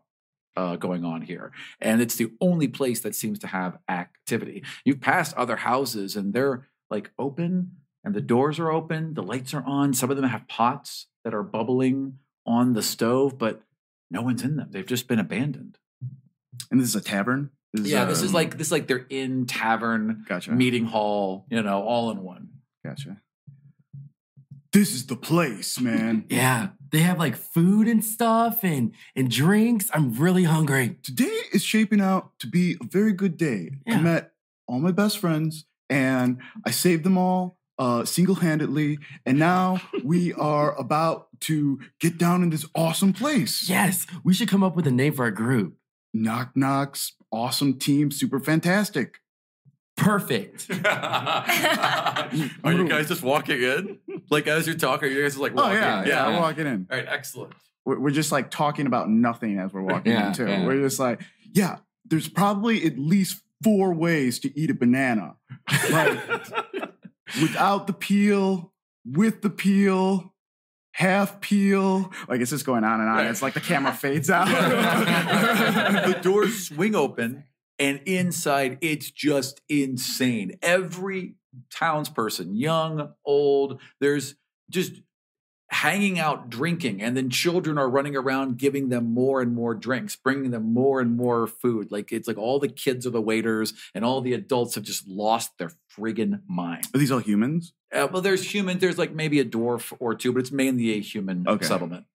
Speaker 8: uh, going on here. And it's the only place that seems to have activity. You've passed other houses, and they're like open, and the doors are open, the lights are on. Some of them have pots that are bubbling on the stove, but no one's in them. They've just been abandoned.
Speaker 5: And this is a tavern.
Speaker 8: Yeah, this is
Speaker 5: um,
Speaker 8: like this is like they're in tavern
Speaker 5: gotcha,
Speaker 8: meeting hall, you know, all in one.
Speaker 5: gotcha. This is the place, man.
Speaker 3: Yeah, they have like food and stuff and and drinks. I'm really hungry.
Speaker 5: Today is shaping out to be a very good day. I
Speaker 3: Yeah.
Speaker 5: met all my best friends, and I saved them all uh, single-handedly. And now we are about to get down in this awesome place.
Speaker 3: Yes, we should come up with a name for our group.
Speaker 5: Knock knocks, awesome team, super fantastic.
Speaker 3: Perfect.
Speaker 8: are you guys just walking in? Like as you're talking, you guys just like
Speaker 5: oh yeah, yeah, we're walking in.
Speaker 8: All right, excellent.
Speaker 5: we're, we're just like talking about nothing as we're walking
Speaker 3: Yeah,
Speaker 5: in too.
Speaker 3: yeah.
Speaker 5: We're just like, yeah, there's probably at least four ways to eat a banana. Like without the peel, with the peel, half peel. Like it's just going on and on. It's like the camera fades out.
Speaker 8: the doors swing open, and inside it's just insane. Every townsperson, young, old, there's just hanging out drinking, and then children are running around giving them more and more drinks, bringing them more and more food. Like it's like all the kids are the waiters, and all the adults have just lost their friggin' mind.
Speaker 5: Are these all humans?
Speaker 8: Uh, well, there's human, there's like maybe a dwarf or two, but it's mainly a human
Speaker 5: Okay.
Speaker 8: settlement.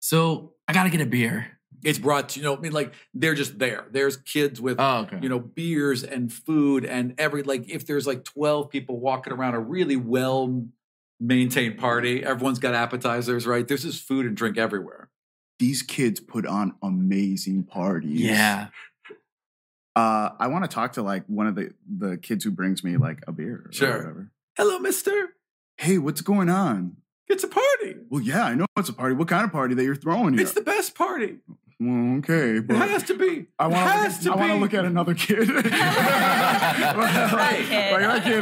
Speaker 3: so I gotta get a beer.
Speaker 8: It's brought to, you know, I mean, like they're just there. There's kids with
Speaker 3: Oh, okay.
Speaker 8: you know beers and food and every like if there's like 12 people walking around a really well maintain party. Everyone's got appetizers, right? There's just food and drink everywhere.
Speaker 5: These kids put on amazing parties.
Speaker 3: Yeah.
Speaker 5: Uh, I want to talk to like one of the the kids who brings me like a beer. Or
Speaker 8: Sure.
Speaker 5: Whatever.
Speaker 8: Hello, mister.
Speaker 5: Hey, what's going on?
Speaker 8: It's a party.
Speaker 5: Well, yeah, I know it's a party. What kind of party that you're throwing here?
Speaker 8: It's the best party.
Speaker 5: well, okay,
Speaker 8: It
Speaker 5: but
Speaker 8: has to be.
Speaker 5: I
Speaker 8: It
Speaker 5: want
Speaker 8: has
Speaker 5: to. I
Speaker 8: to
Speaker 5: want to
Speaker 8: be.
Speaker 5: look at another kid. like, like, okay,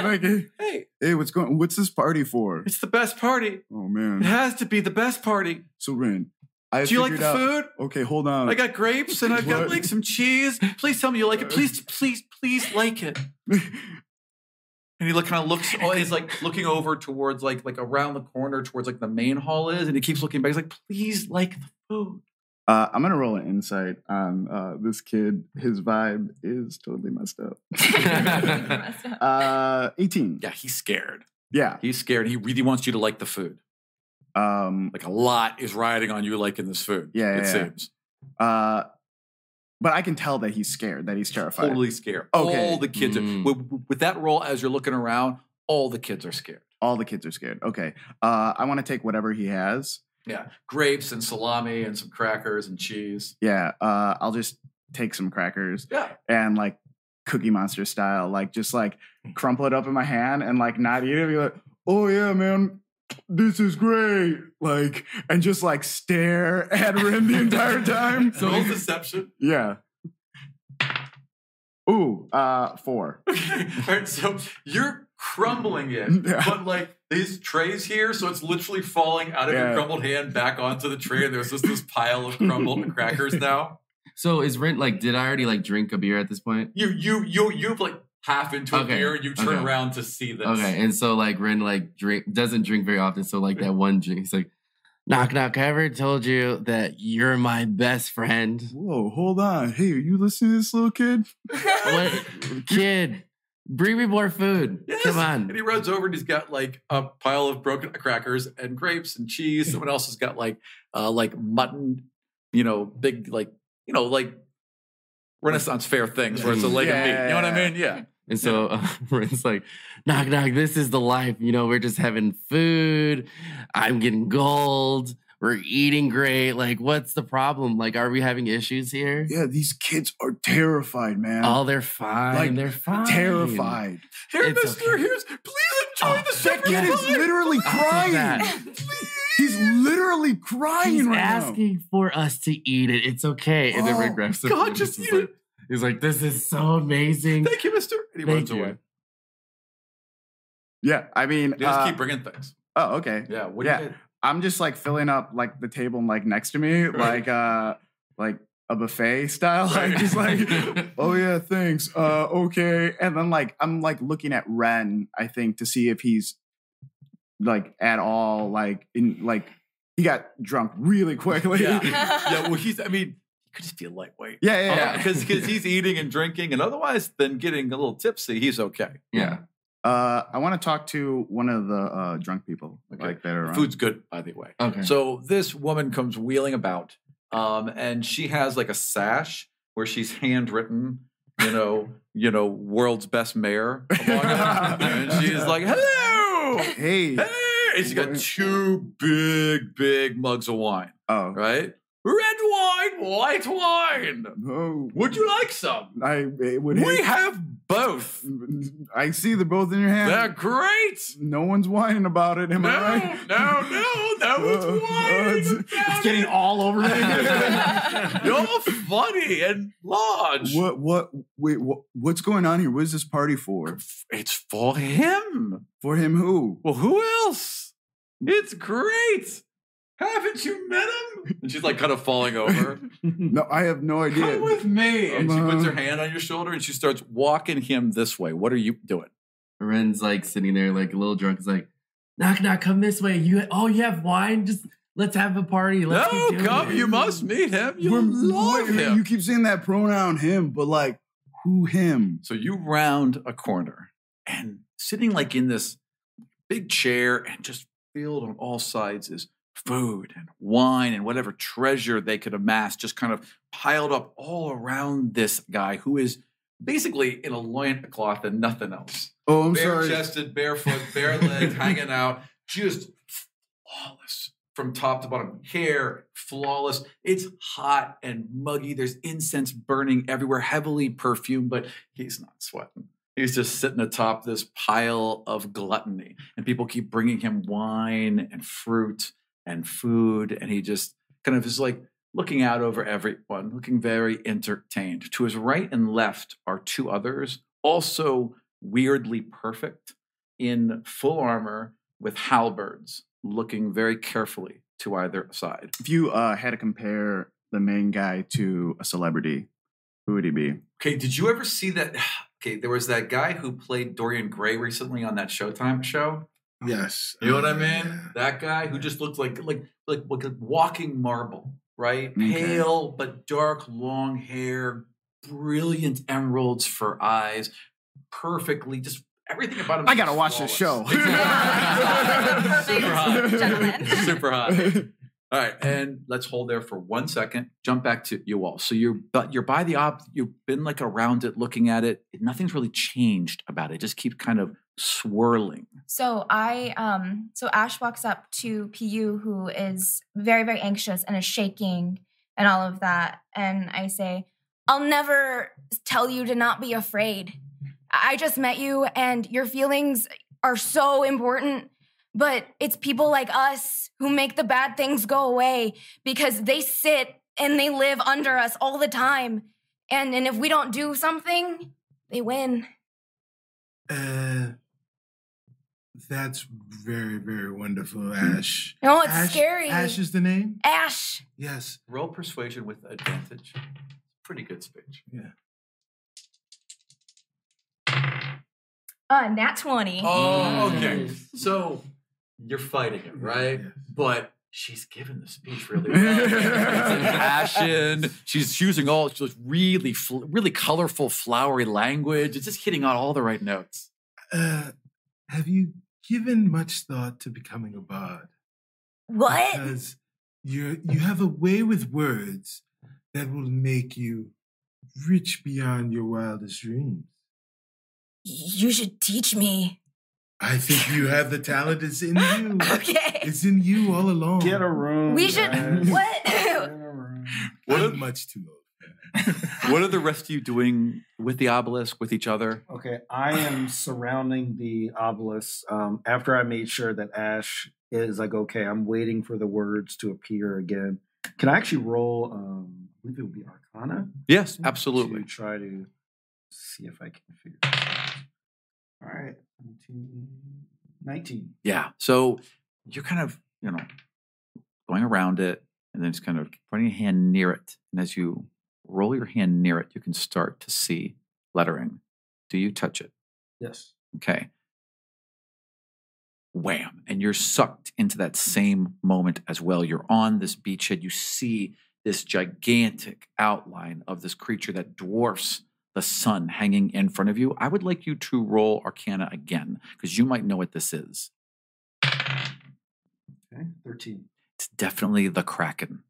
Speaker 5: like, hey,
Speaker 8: Hey,
Speaker 5: hey, what's going? What's this party for?
Speaker 8: it's the best party.
Speaker 5: Oh
Speaker 8: It
Speaker 5: man.
Speaker 8: has to be the best party.
Speaker 5: So Rin, I
Speaker 8: Do you like
Speaker 5: figured
Speaker 8: the
Speaker 5: out-
Speaker 8: food?
Speaker 5: Okay, hold on.
Speaker 8: I got grapes and I've got
Speaker 5: What?
Speaker 8: like some cheese. Please tell me you like it. Please, please, please like it. And he look kind of looks. Oh, he's like looking over towards like like around the corner towards like the main hall is, and he keeps looking back. He's like, please like the food.
Speaker 5: Uh, I'm gonna roll an insight on uh, this kid. His vibe is totally messed up. Uh, 18.
Speaker 8: Yeah, he's scared.
Speaker 5: Yeah.
Speaker 8: He's scared. He really wants you to like the food.
Speaker 5: Um,
Speaker 8: Like a lot is riding on you liking this food.
Speaker 5: Yeah,
Speaker 8: it
Speaker 5: yeah, yeah.
Speaker 8: seems
Speaker 5: uh, but I can tell that he's scared. That he's terrified.
Speaker 8: totally scared.
Speaker 5: Okay.
Speaker 8: All the kids
Speaker 3: Mm.
Speaker 8: are, with, with that role as you're looking around. All the kids are scared.
Speaker 5: All the kids are scared. Okay. Uh, I want to take whatever he has.
Speaker 8: Yeah, grapes and salami and some crackers and cheese.
Speaker 5: Yeah. Uh, I'll just take some crackers
Speaker 8: Yeah,
Speaker 5: and like Cookie Monster style, like just like
Speaker 8: Hmm.
Speaker 5: crumple it up in my hand and like not eat it. Be like, oh yeah, man. This is great. Like, and just like stare at Rim the entire time.
Speaker 8: So old deception.
Speaker 5: Yeah. Ooh, uh, four.
Speaker 8: All right, so you're crumbling it,
Speaker 5: Yeah.
Speaker 8: but like these trays here, so it's literally falling out of
Speaker 5: Yeah.
Speaker 8: your crumbled hand back onto the tray, and there's just this pile of crumbled crackers now.
Speaker 3: So is Rent like? Did I already like drink a beer at this point?
Speaker 8: You you you you've like half into a
Speaker 3: Okay,
Speaker 8: beer, and you turn
Speaker 3: okay.
Speaker 8: around to see this.
Speaker 3: Okay, and so like Ren like drink doesn't drink very often. So like that one drink, he's like, "Knock knock." I ever told you that you're my best friend,
Speaker 5: Whoa, hold on. Hey, are you listening to this little kid?
Speaker 3: what kid? Bring me more food.
Speaker 8: Yes.
Speaker 3: Come
Speaker 8: And he
Speaker 3: on.
Speaker 8: runs over and he's got like a pile of broken crackers and grapes and cheese. Someone else has got like uh like mutton, you know, big like you know, like Renaissance fair things where it's a leg of meat. You know what I
Speaker 5: Yeah.
Speaker 8: mean? Yeah.
Speaker 3: And so uh, Ren's like, "Knock knock. This is the life. You know, we're just having food. I'm getting gold." We're eating great. Like, what's the problem? Like, are we having issues here?
Speaker 5: Yeah, these kids are terrified, man.
Speaker 3: Oh, they're fine.
Speaker 5: Like,
Speaker 3: they're fine.
Speaker 5: terrified.
Speaker 8: Here,
Speaker 3: It's
Speaker 8: mister,
Speaker 3: okay.
Speaker 8: here's please enjoy
Speaker 3: Oh,
Speaker 8: the
Speaker 5: That
Speaker 8: super
Speaker 5: kid is
Speaker 8: fine.
Speaker 5: literally
Speaker 3: I'll take
Speaker 5: crying.
Speaker 3: that.
Speaker 5: He's literally crying
Speaker 3: He's
Speaker 5: right
Speaker 3: asking for us to eat it. It's okay. And then Red
Speaker 5: Oh,
Speaker 3: grabs the
Speaker 8: God,
Speaker 3: food and
Speaker 8: just
Speaker 3: he's
Speaker 8: eat
Speaker 3: like, He's like, this is so amazing.
Speaker 8: Thank you, mister. And he
Speaker 3: Thank
Speaker 8: runs
Speaker 3: you.
Speaker 8: away.
Speaker 5: now. Yeah, I mean,
Speaker 8: They just
Speaker 5: uh,
Speaker 8: keep bringing things.
Speaker 5: oh, okay.
Speaker 8: Yeah. What
Speaker 5: yeah.
Speaker 8: do you get?
Speaker 5: I'm just like filling up like the table like next to me,
Speaker 8: Right.
Speaker 5: like uh, like a buffet style,
Speaker 8: Right.
Speaker 5: like just like oh yeah thanks uh okay and then like i'm like looking at ren i think to see if he's like at all like in like he got drunk really quickly
Speaker 8: Yeah.
Speaker 5: yeah
Speaker 8: yeah. Well, he's. I mean, he could just be a lightweight.
Speaker 5: yeah yeah,
Speaker 8: because he's eating and drinking, and otherwise than getting a little tipsy, he's okay.
Speaker 3: yeah.
Speaker 5: uh i want to talk to one of the uh drunk people
Speaker 8: Okay.
Speaker 5: like that are
Speaker 8: The
Speaker 5: around.
Speaker 8: food's good, by the way.
Speaker 3: Okay.
Speaker 8: So this woman comes wheeling about, um, and she has like a sash where she's handwritten, you know, you know, world's best mayor, along it. and she's like, "Hello,
Speaker 5: hey
Speaker 8: hey!" And she's got two big, big mugs of wine,
Speaker 5: oh
Speaker 8: right? Red wine, white wine.
Speaker 5: no
Speaker 8: Would you like some?
Speaker 5: i it would
Speaker 8: We have both.
Speaker 5: i see they're both in your hand
Speaker 8: They're great.
Speaker 5: no one's whining about it am
Speaker 8: no,
Speaker 5: i right
Speaker 8: no, no, no, it's
Speaker 5: Uh, uh,
Speaker 8: wine.
Speaker 5: it's-
Speaker 8: down
Speaker 5: it's getting
Speaker 8: in-
Speaker 5: all over me
Speaker 8: You're funny and large.
Speaker 5: What? What? Wait. What, what's going on here? What is this party for?
Speaker 8: It's for him.
Speaker 5: For him? Who?
Speaker 8: Well, who else? It's great. Haven't you met him? And she's like kind of falling over.
Speaker 5: No, I have no idea.
Speaker 8: Come with me. And she
Speaker 5: Um,
Speaker 8: puts her hand on your shoulder and she starts walking him this way. What are you doing?
Speaker 3: Ren's like sitting there, like a little drunk. He's like, knock knock, come this way. You oh, you have wine? Just let's have a party. Let's
Speaker 8: no,
Speaker 3: keep doing
Speaker 8: come.
Speaker 3: it."
Speaker 8: You must meet him. You
Speaker 5: We're-
Speaker 8: love
Speaker 5: wait,
Speaker 8: him.
Speaker 5: You keep saying that pronoun him, but like who him?
Speaker 8: So you round a corner and sitting like in this big chair and just filled on all sides is food and wine and whatever treasure they could amass, just kind of piled up all around this guy who is basically in a loincloth and nothing else.
Speaker 5: Oh, I'm
Speaker 8: Bare
Speaker 5: sorry.
Speaker 8: chested, barefoot, bare legged, hanging out. just flawless from top to bottom. Hair flawless. It's hot and muggy. There's incense burning everywhere, heavily perfumed, but he's not sweating. He's just sitting atop this pile of gluttony, and people keep bringing him wine and fruit and food, and he just kind of is like looking out over everyone, looking very entertained. To his right and left are two others, also weirdly perfect, in full armor with halberds, looking very carefully to either side.
Speaker 5: If you uh, had to compare the main guy to a celebrity, who would he be?
Speaker 8: Okay, did you ever see that? Okay, there was that guy who played Dorian Gray recently on that Showtime show.
Speaker 4: Yes.
Speaker 8: You know what I
Speaker 5: Oh,
Speaker 4: Uh,
Speaker 8: mean? That guy who just looked like like like like a walking marble, right?
Speaker 5: Okay.
Speaker 8: Pale but dark, long hair, brilliant emeralds for eyes, perfectly just everything about him.
Speaker 5: I gotta watch this show.
Speaker 8: Super hot.
Speaker 9: Gentlemen.
Speaker 8: Super hot. All right, and let's hold there for one second. Jump back to you all. So you're but you're by the op. You've been like around it, looking at it. Nothing's really changed about it. It Just keep kind of swirling.
Speaker 9: So I um so Ash walks up to PU who is very very anxious and is shaking and all of that and I say I'll never tell you to not be afraid. I just met you and your feelings are so important but it's people like us who make the bad things go away because they sit and they live under us all the time and and if we don't do something they win.
Speaker 4: Uh, that's very, very wonderful, Ash.
Speaker 9: No, Mm. Oh, it's
Speaker 4: Ash,
Speaker 9: scary.
Speaker 4: Ash is the name?
Speaker 9: Ash
Speaker 4: Yes.
Speaker 8: Roll persuasion with advantage. Pretty good speech.
Speaker 9: Uh, nat 20.
Speaker 8: Oh,
Speaker 7: Mm.
Speaker 8: okay. So you're fighting it, right?
Speaker 4: Yes.
Speaker 8: But she's giving the speech really well. it's like passion. She's using all she's just really, fl- really colorful, flowery language. It's just hitting on all the right notes.
Speaker 4: Uh, have you given much thought to becoming a bard?
Speaker 9: What?
Speaker 4: Because you you have a way with words that will make you rich beyond your wildest dreams.
Speaker 9: You should teach me.
Speaker 4: I think you have the talent. It's in you.
Speaker 9: Okay.
Speaker 4: It's in you all along.
Speaker 7: Get a room.
Speaker 9: We should.
Speaker 7: guys. Get
Speaker 9: What?
Speaker 7: a room.
Speaker 4: I'm much too old.
Speaker 8: What are the rest of you doing with the obelisk, with each other?
Speaker 7: Okay, I am surrounding the obelisk. Um, after I made sure that Ash is like, okay, I'm waiting for the words to appear again. Can I actually roll? Um, I believe it would be Arcana. Hmm,
Speaker 8: Yes, absolutely.
Speaker 7: To try to see if I can figure. This out. All right, 19. 19.
Speaker 8: Yeah. So you're kind of, you know, going around it and then just kind of putting your hand near it. And as you roll your hand near it, you can start to see lettering. Do you touch it?
Speaker 7: Yes.
Speaker 8: Okay. Wham. And you're sucked into that same moment as well. You're on this beachhead. You see this gigantic outline of this creature that dwarfs the sun hanging in front of you. I would like you to roll Arcana again because you might know what this is.
Speaker 7: Okay, 13.
Speaker 8: it's definitely the kraken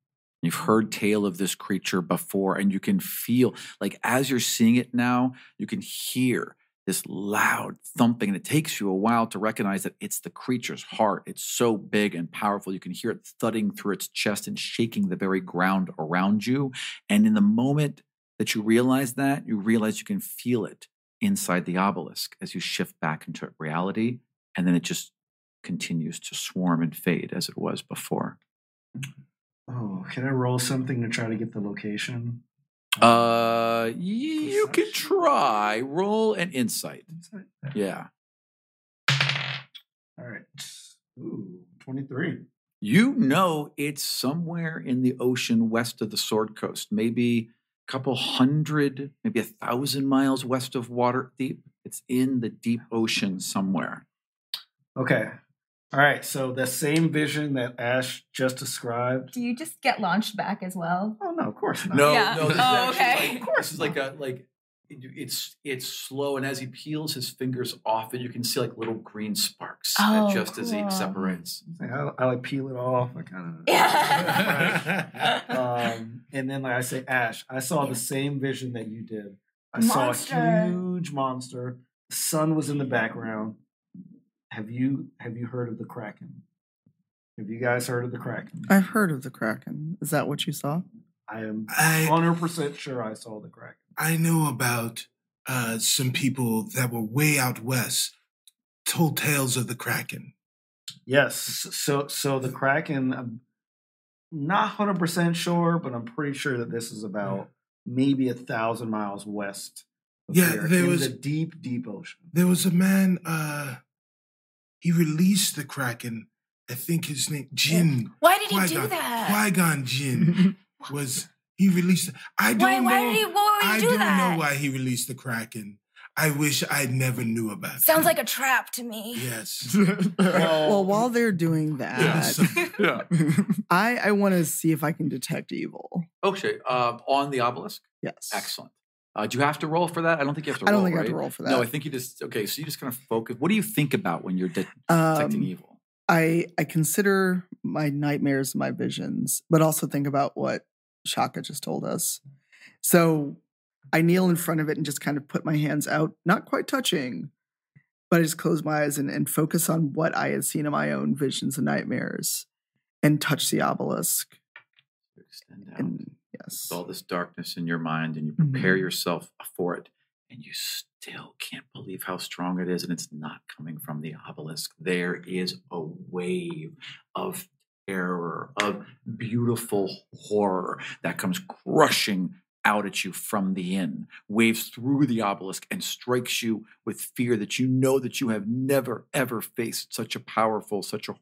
Speaker 8: you've heard tale of this creature before and you can feel like as you're seeing it now you can hear this loud thumping and it takes you a while to recognize that it's the creature's heart it's so big and powerful you can hear it thudding through its chest and shaking the very ground around you and in the moment that you realize that you realize you can feel it inside the obelisk as you shift back into reality and then it just continues to swarm and fade as it was before.
Speaker 7: Oh, can I roll something to try to get the location?
Speaker 8: Uh, y- you can
Speaker 7: Perception?
Speaker 8: try roll an insight.
Speaker 7: Insight?
Speaker 8: Yeah,
Speaker 7: All right. Ooh, 23.
Speaker 8: you know it's somewhere in the ocean west of the Sword Coast, maybe a couple hundred, maybe a thousand miles west of water deep. It's in the deep ocean somewhere.
Speaker 7: Okay. All right. So the same vision that Ash just described.
Speaker 9: Do you just get launched back as well?
Speaker 7: Oh no, of course not.
Speaker 8: No,
Speaker 9: Yeah.
Speaker 8: no. This
Speaker 9: Oh,
Speaker 8: is actually,
Speaker 9: okay.
Speaker 8: Like, of course, it's like a like it- it's it's slow, and as he peels his fingers off, it you can see like little green sparks uh,
Speaker 9: Oh,
Speaker 8: just as he
Speaker 9: cool.
Speaker 8: separates. "Ah,
Speaker 7: It's like, I, I like peel it off. I kind of. um, and then like I say, Ash, I saw the same vision that you did. I saw
Speaker 9: Monster.
Speaker 7: a huge monster. The sun was in the background. have you have you heard of the Kraken? Have you guys heard of the Kraken?
Speaker 2: I've heard of the Kraken. Is that what you saw?
Speaker 7: I am
Speaker 4: I-
Speaker 7: hundred percent sure I saw the Kraken.
Speaker 4: I know about uh, some people that were way out west told tales of the Kraken.
Speaker 7: Yes. So so the Kraken. I'm not hundred percent sure, but I'm pretty sure that this is about maybe a thousand miles west. Of
Speaker 4: Yeah,
Speaker 7: here,
Speaker 4: there
Speaker 7: in
Speaker 4: was-
Speaker 7: the deep, deep ocean.
Speaker 4: There was a man, uh, he released the Kraken. I think his name, Jin.
Speaker 9: Why did he do
Speaker 4: Qui-Gon-
Speaker 9: that?
Speaker 4: Qui-Gon Jin was, he released, I
Speaker 9: Why?
Speaker 4: don't
Speaker 9: Why
Speaker 4: know.
Speaker 9: did he? Why would he
Speaker 4: I
Speaker 9: do
Speaker 4: don't
Speaker 9: that?
Speaker 4: know why he released the Kraken. I wish I never knew about it.
Speaker 9: Sounds like a trap to me.
Speaker 4: Yes.
Speaker 2: Well, while they're doing that,
Speaker 8: Yeah.
Speaker 2: I, I want to see if I can detect evil.
Speaker 8: Okay. Uh, on the obelisk.
Speaker 2: Yes.
Speaker 8: Excellent. Uh, do you have to roll for that? I don't think you have to.
Speaker 2: I don't
Speaker 8: roll,
Speaker 2: think I
Speaker 8: right?
Speaker 2: have to roll for that.
Speaker 8: No, I think you just okay. So you just kind of focus. What do you think about when you're de- detecting
Speaker 2: Um,
Speaker 8: evil?
Speaker 2: I I consider my nightmares my visions, but also think about what Shaka just told us. So I kneel in front of it and just kind of put my hands out, not quite touching, but I just close my eyes and, and focus on what I had seen in my own visions and nightmares, and touch the obelisk.
Speaker 8: Extend out.
Speaker 2: And yes,
Speaker 8: with all this darkness in your mind and you
Speaker 2: Mhm.
Speaker 8: prepare yourself for it and you still can't believe how strong it is and it's not coming from the obelisk there is a wave of terror of beautiful horror that comes crushing out at you from the inn waves through the obelisk and strikes you with fear that you know that you have never ever faced such a powerful such a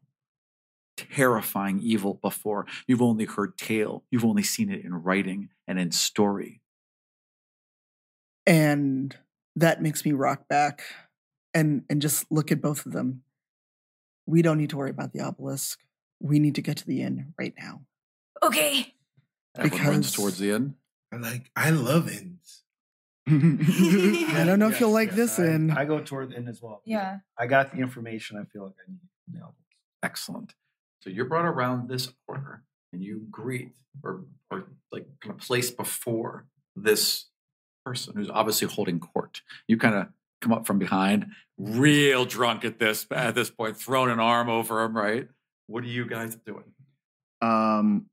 Speaker 8: terrifying evil before. You've only heard tale. You've only seen it in writing and in story.
Speaker 2: and that makes me rock back and and just look at both of them we don't need to worry about the obelisk we need to get to the inn right now
Speaker 9: Okay.
Speaker 8: Everyone runs
Speaker 2: Because-
Speaker 8: towards the end.
Speaker 4: I like, I love ends.
Speaker 2: i don't know if you'll like this
Speaker 7: I,
Speaker 2: inn
Speaker 7: I go toward the end as well.
Speaker 9: Yeah.
Speaker 7: I got the information. I feel like I need now.
Speaker 8: Excellent. So you're brought around this corner and you greet or, or like kind of place before this person who's obviously holding court. You kind of come up from behind, real drunk at this at this point, thrown an arm over him, right? What are you guys doing?
Speaker 5: Um,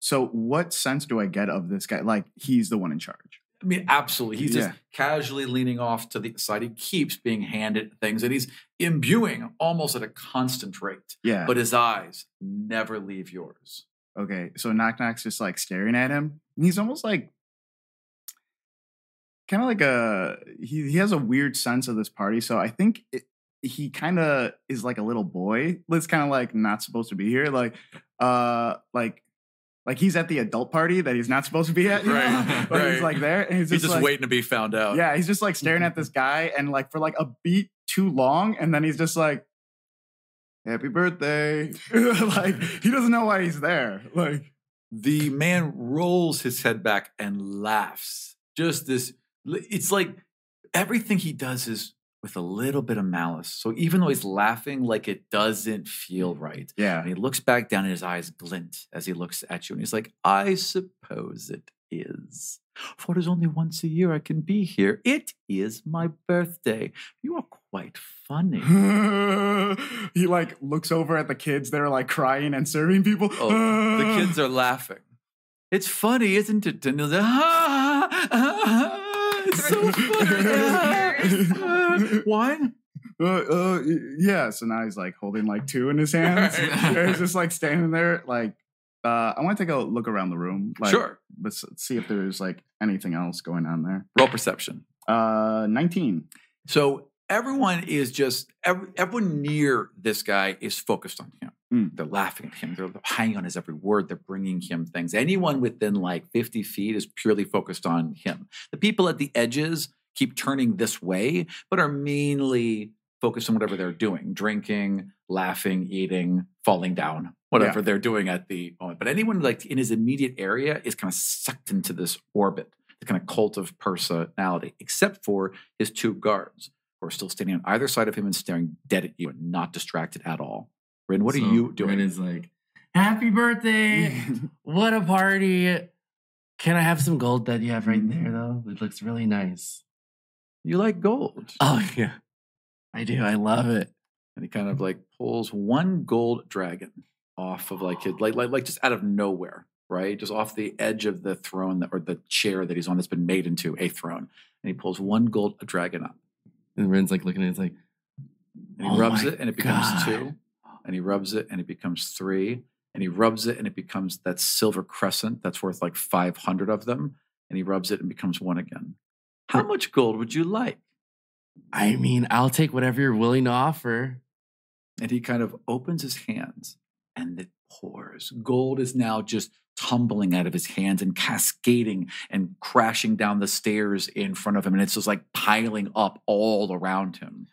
Speaker 5: so what sense do I get of this guy? Like he's the one in charge.
Speaker 8: I mean, absolutely. He's
Speaker 5: Yeah.
Speaker 8: just casually leaning off to the side. He keeps being handed things and he's imbuing almost at a constant rate,
Speaker 5: Yeah.
Speaker 8: but his eyes never leave yours.
Speaker 5: okay, so knock knock's just like staring at him. And he's almost like kind of like a he he has a weird sense of this party. So I think it, he kind of is like a little boy that's kind of like not supposed to be here. Like uh like like he's at the adult party that he's not supposed to be at. you know?
Speaker 8: Right,
Speaker 5: But
Speaker 8: right.
Speaker 5: he's like there and he's
Speaker 8: he's
Speaker 5: just,
Speaker 8: just
Speaker 5: like,
Speaker 8: waiting to be found out.
Speaker 5: Yeah, he's just like staring at this guy and like for like a beat too long, and then he's just like, "Happy birthday!" like he doesn't know why he's there. Like
Speaker 8: The man rolls his head back and laughs. Just this, it's like everything he does is with a little bit of malice. So even though he's laughing, like it doesn't feel right.
Speaker 5: yeah,
Speaker 8: And he looks back down and his eyes glint as he looks at you. And he's like, I suppose it is. For it is only once a year I can be here. It is my birthday. You are quite funny.
Speaker 5: he like looks over at the kids that are like crying and serving people.
Speaker 8: Oh, the kids are laughing. It's funny, isn't it? And they're like, "Ah, ah, ah, it's so funny. Ah, Wine?
Speaker 5: Uh, uh, y- yeah, so now he's like holding like two in his hands.
Speaker 8: Right.
Speaker 5: he's just like standing there, like. Uh, I want to take a look around the room, like,
Speaker 8: sure.
Speaker 5: but s- see if there's like anything else going on there.
Speaker 8: Roll perception.
Speaker 5: Uh, nineteen.
Speaker 8: So everyone is just every, everyone near this guy is focused on him.
Speaker 5: Mm.
Speaker 8: They're laughing at him. They're hanging on his every word. They're bringing him things. Anyone within like 50 feet is purely focused on him. The people at the edges keep turning this way, but are mainly focused on whatever they're doing drinking, laughing, eating, falling down, whatever they're doing at the moment. But anyone like in his immediate area is kind of sucked into this orbit, the kind of cult of personality, except for his two guards who are still standing on either side of him and staring dead at you and not distracted at all. Rin, what
Speaker 3: So
Speaker 8: are you doing?
Speaker 3: Rin is like, happy birthday. what a party. Can I have some gold that you have right there, though? It looks really nice.
Speaker 8: you like gold.
Speaker 3: Oh, yeah. I do. I love it.
Speaker 8: and he kind of like pulls one gold dragon off of like his like like, like just out of nowhere, right? Just off the edge of the throne that, or the chair that he's on that's been made into a throne, and he pulls one gold dragon up,
Speaker 3: And Ren's like looking at it, it's like,
Speaker 8: and he
Speaker 3: Oh
Speaker 8: rubs
Speaker 3: my
Speaker 8: it, and it becomes
Speaker 3: God.
Speaker 8: two, and he rubs it, and it becomes three, and he rubs it, and it becomes that silver crescent that's worth like five hundred of them, and he rubs it and becomes one again. How much gold would you like?
Speaker 3: I mean, I'll take whatever you're willing to offer.
Speaker 8: and he kind of opens his hands and it pours. Gold is now just tumbling out of his hands and cascading and crashing down the stairs in front of him. And it's just like piling up all around him.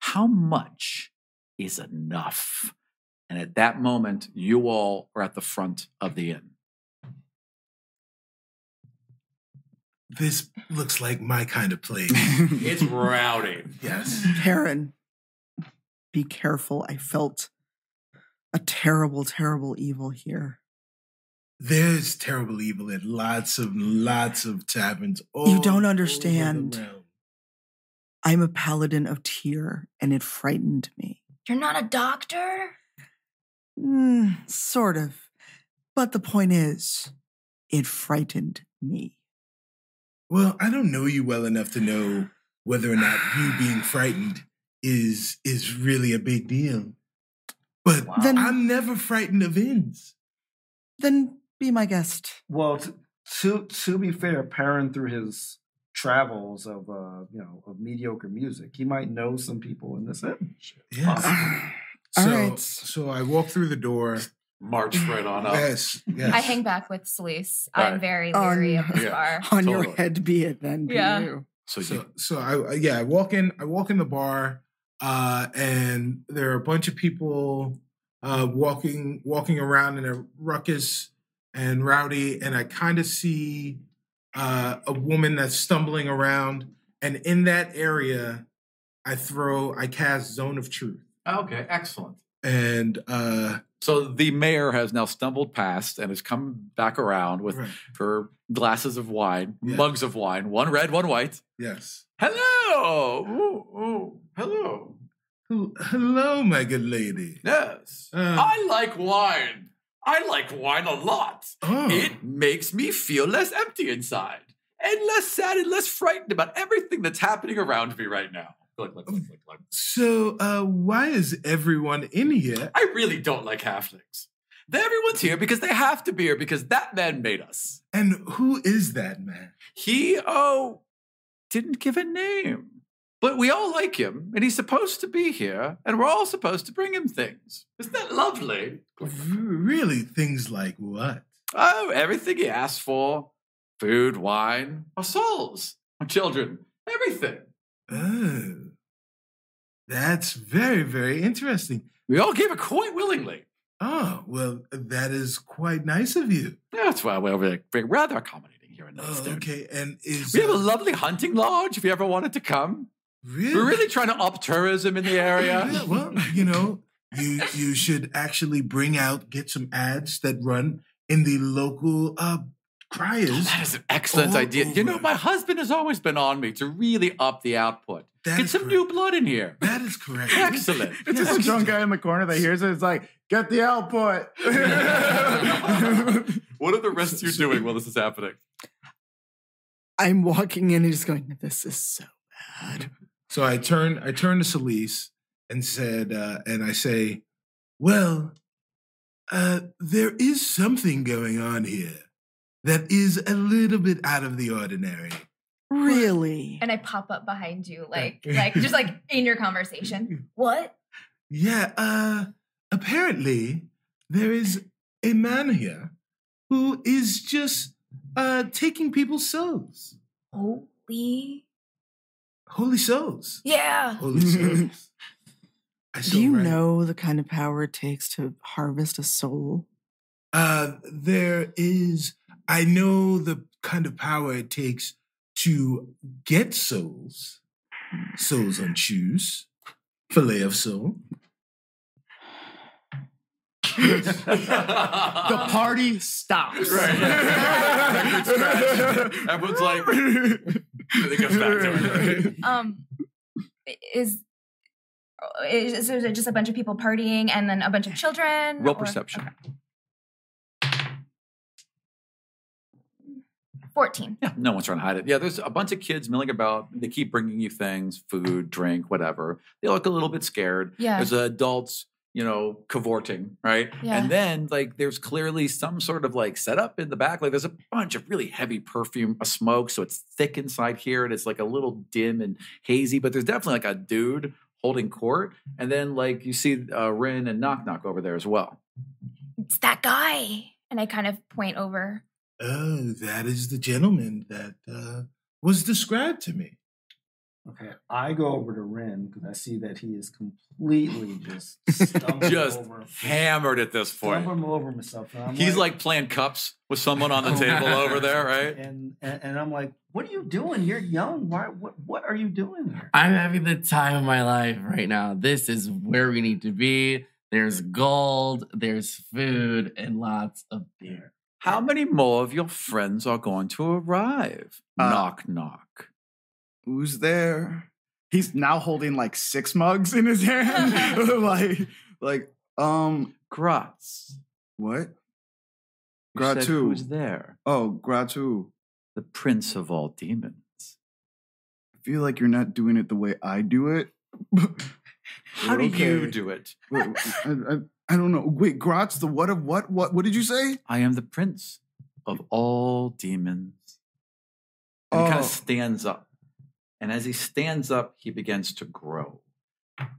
Speaker 8: How much is enough? And at that moment, you all are at the front of the inn.
Speaker 4: This looks like my kind of place.
Speaker 8: It's rowdy.
Speaker 4: yes.
Speaker 2: Karen, be careful. I felt a terrible, terrible evil here.
Speaker 4: There's terrible evil at lots of lots of taverns. Oh, All
Speaker 2: don't
Speaker 4: over the
Speaker 2: understand.
Speaker 4: realm.
Speaker 2: I'm a paladin of tear, and it frightened me.
Speaker 13: You're not a doctor?
Speaker 2: Mm, sort of. But the point is, it frightened me.
Speaker 4: Well, I don't know you well enough to know whether or not you being frightened is is really a big deal. But
Speaker 2: Then-
Speaker 4: I'm never frightened of inns.
Speaker 2: Then be my guest.
Speaker 7: Well, t- to to be fair, Perrin through his travels of uh, you know of mediocre music, he might know some people in this industry.
Speaker 2: All
Speaker 4: so,
Speaker 2: right.
Speaker 4: so I walk through the door.
Speaker 8: March right on up.
Speaker 4: Yes, yes.
Speaker 9: I hang back with Celise.
Speaker 8: Right.
Speaker 9: I'm very leery of this
Speaker 8: Yeah.
Speaker 9: bar.
Speaker 2: On your
Speaker 8: Totally.
Speaker 2: head be it then. be
Speaker 9: Yeah.
Speaker 2: you.
Speaker 8: So,
Speaker 4: so
Speaker 8: you,
Speaker 4: so I I- yeah I walk in I walk in the bar uh, and there are a bunch of people uh, walking walking around in a ruckus and rowdy and I kind of see uh, a woman that's stumbling around and in that area I throw I cast Zone of Truth
Speaker 8: okay, excellent.
Speaker 4: and uh,
Speaker 8: So the mayor has now stumbled past and has come back around with
Speaker 4: right,
Speaker 8: for glasses of wine,
Speaker 4: Yeah.
Speaker 8: mugs of wine, one red, one white.
Speaker 4: yes
Speaker 8: Hello. Ooh, ooh, hello.
Speaker 4: Hel- hello my good lady
Speaker 8: Yes.
Speaker 4: Uh.
Speaker 8: I like wine. I like wine a lot.
Speaker 4: oh
Speaker 8: It makes me feel less empty inside and less sad and less frightened about everything that's happening around me right now. Look, look, look, look, look.
Speaker 4: so uh, why is everyone in here
Speaker 8: I really don't like halflings. Everyone's here because they have to be here because that man made us.
Speaker 4: and who is that man.
Speaker 8: He, oh, didn't give a name. But we all like him, and he's supposed to be here, and we're all supposed to bring him things. Isn't that lovely?
Speaker 4: Really, things like what?
Speaker 8: Oh, everything he asked for food, wine, our souls, our children, everything.
Speaker 4: Oh, that's very, very interesting.
Speaker 8: We all gave it quite willingly.
Speaker 4: Oh, well, that is quite nice of you.
Speaker 8: That's why we're over there, rather accommodating here in
Speaker 4: Oh,
Speaker 8: this.
Speaker 4: okay, and is
Speaker 8: We have a
Speaker 4: uh,
Speaker 8: lovely hunting lodge if you ever wanted to come.
Speaker 4: really,
Speaker 8: We're um, really trying to up tourism in the area.
Speaker 4: Yeah, well, you know, you you should actually bring out get some ads that run in the local uh
Speaker 8: Oh,
Speaker 4: criers.
Speaker 8: that is an excellent
Speaker 4: all
Speaker 8: idea. You know,
Speaker 4: over.
Speaker 8: my husband has always been on me to really up the output.
Speaker 4: That
Speaker 8: Get
Speaker 4: is
Speaker 8: some
Speaker 4: correct.
Speaker 8: new blood in here.
Speaker 4: That is correct.
Speaker 8: Excellent.
Speaker 5: It's just a drunk guy in the corner that hears it. It's like, get the output.
Speaker 8: what are the rest of you doing while this is happening?
Speaker 2: I'm walking in and just going, this is so bad.
Speaker 4: So I turned I turned to Celise and said, uh, and I say, Well, uh, there is something going on here that is a little bit out of the ordinary.
Speaker 2: Really?
Speaker 9: And I pop up behind you, like, like just like in your conversation. What?
Speaker 4: Yeah, uh, apparently there is a man here who is just uh, taking people's souls.
Speaker 9: Holy.
Speaker 4: Holy souls.
Speaker 9: Yeah.
Speaker 4: Holy souls. I
Speaker 2: Do
Speaker 4: still
Speaker 2: you
Speaker 4: write-
Speaker 2: know the kind of power it takes to harvest a soul?
Speaker 4: Uh, there is. I know the kind of power it takes to get souls, souls on shoes, fillet of soul.
Speaker 5: the party stops.
Speaker 8: Right. Everyone's like, and it goes back to it.
Speaker 9: Um, is Um, Is, is it just a bunch of people partying and then a bunch of children?
Speaker 8: Roll
Speaker 9: or-
Speaker 8: perception.
Speaker 9: 14.
Speaker 8: Yeah, no one's trying to hide it. Yeah, there's a bunch of kids milling about. They keep bringing you things, food, drink, whatever. They look a little bit scared.
Speaker 9: Yeah.
Speaker 8: There's adults, you know, cavorting, right?
Speaker 9: Yeah.
Speaker 8: And then like there's clearly some sort of like setup in the back. Like there's a bunch of really heavy perfume, a smoke, so it's thick inside here and it's like a little dim and hazy, but there's definitely like a dude holding court. And then like you see uh Rin and Knock Knock over there as well.
Speaker 9: Oh, It's that guy. And I kind of point over.
Speaker 4: Oh, that is the gentleman that uh, was described to me.
Speaker 7: Okay, I go over to Ren because I see that he is completely just stumbling
Speaker 8: Just
Speaker 7: over,
Speaker 8: Hammered at this point.
Speaker 7: stumbling over himself. and I'm
Speaker 8: He's like playing cups with someone on the table over there, right?
Speaker 7: and, and and I'm like, what are you doing? You're young. Why? What what are you doing here?
Speaker 3: I'm having the time of my life right now. This is where we need to be. There's gold, there's food, and lots of beer.
Speaker 8: How many more of your friends are going to arrive?
Speaker 5: Uh,
Speaker 8: knock, knock.
Speaker 5: Who's there? He's now holding like six mugs in his hand. like, like, um,
Speaker 8: Gratz.
Speaker 5: what?
Speaker 8: You said
Speaker 5: Gratu.
Speaker 8: Who's there?
Speaker 5: Oh, Gratu.
Speaker 8: The prince of all demons.
Speaker 5: I feel like you're not doing it the way I do it.
Speaker 8: How do you do it?
Speaker 5: Wait, I, I, I don't know. Wait, Grotz, the what of what? What? What did you say?
Speaker 8: I am the prince of all demons. And he kind
Speaker 5: Oh.
Speaker 8: of stands up. And as he stands up, he begins to grow.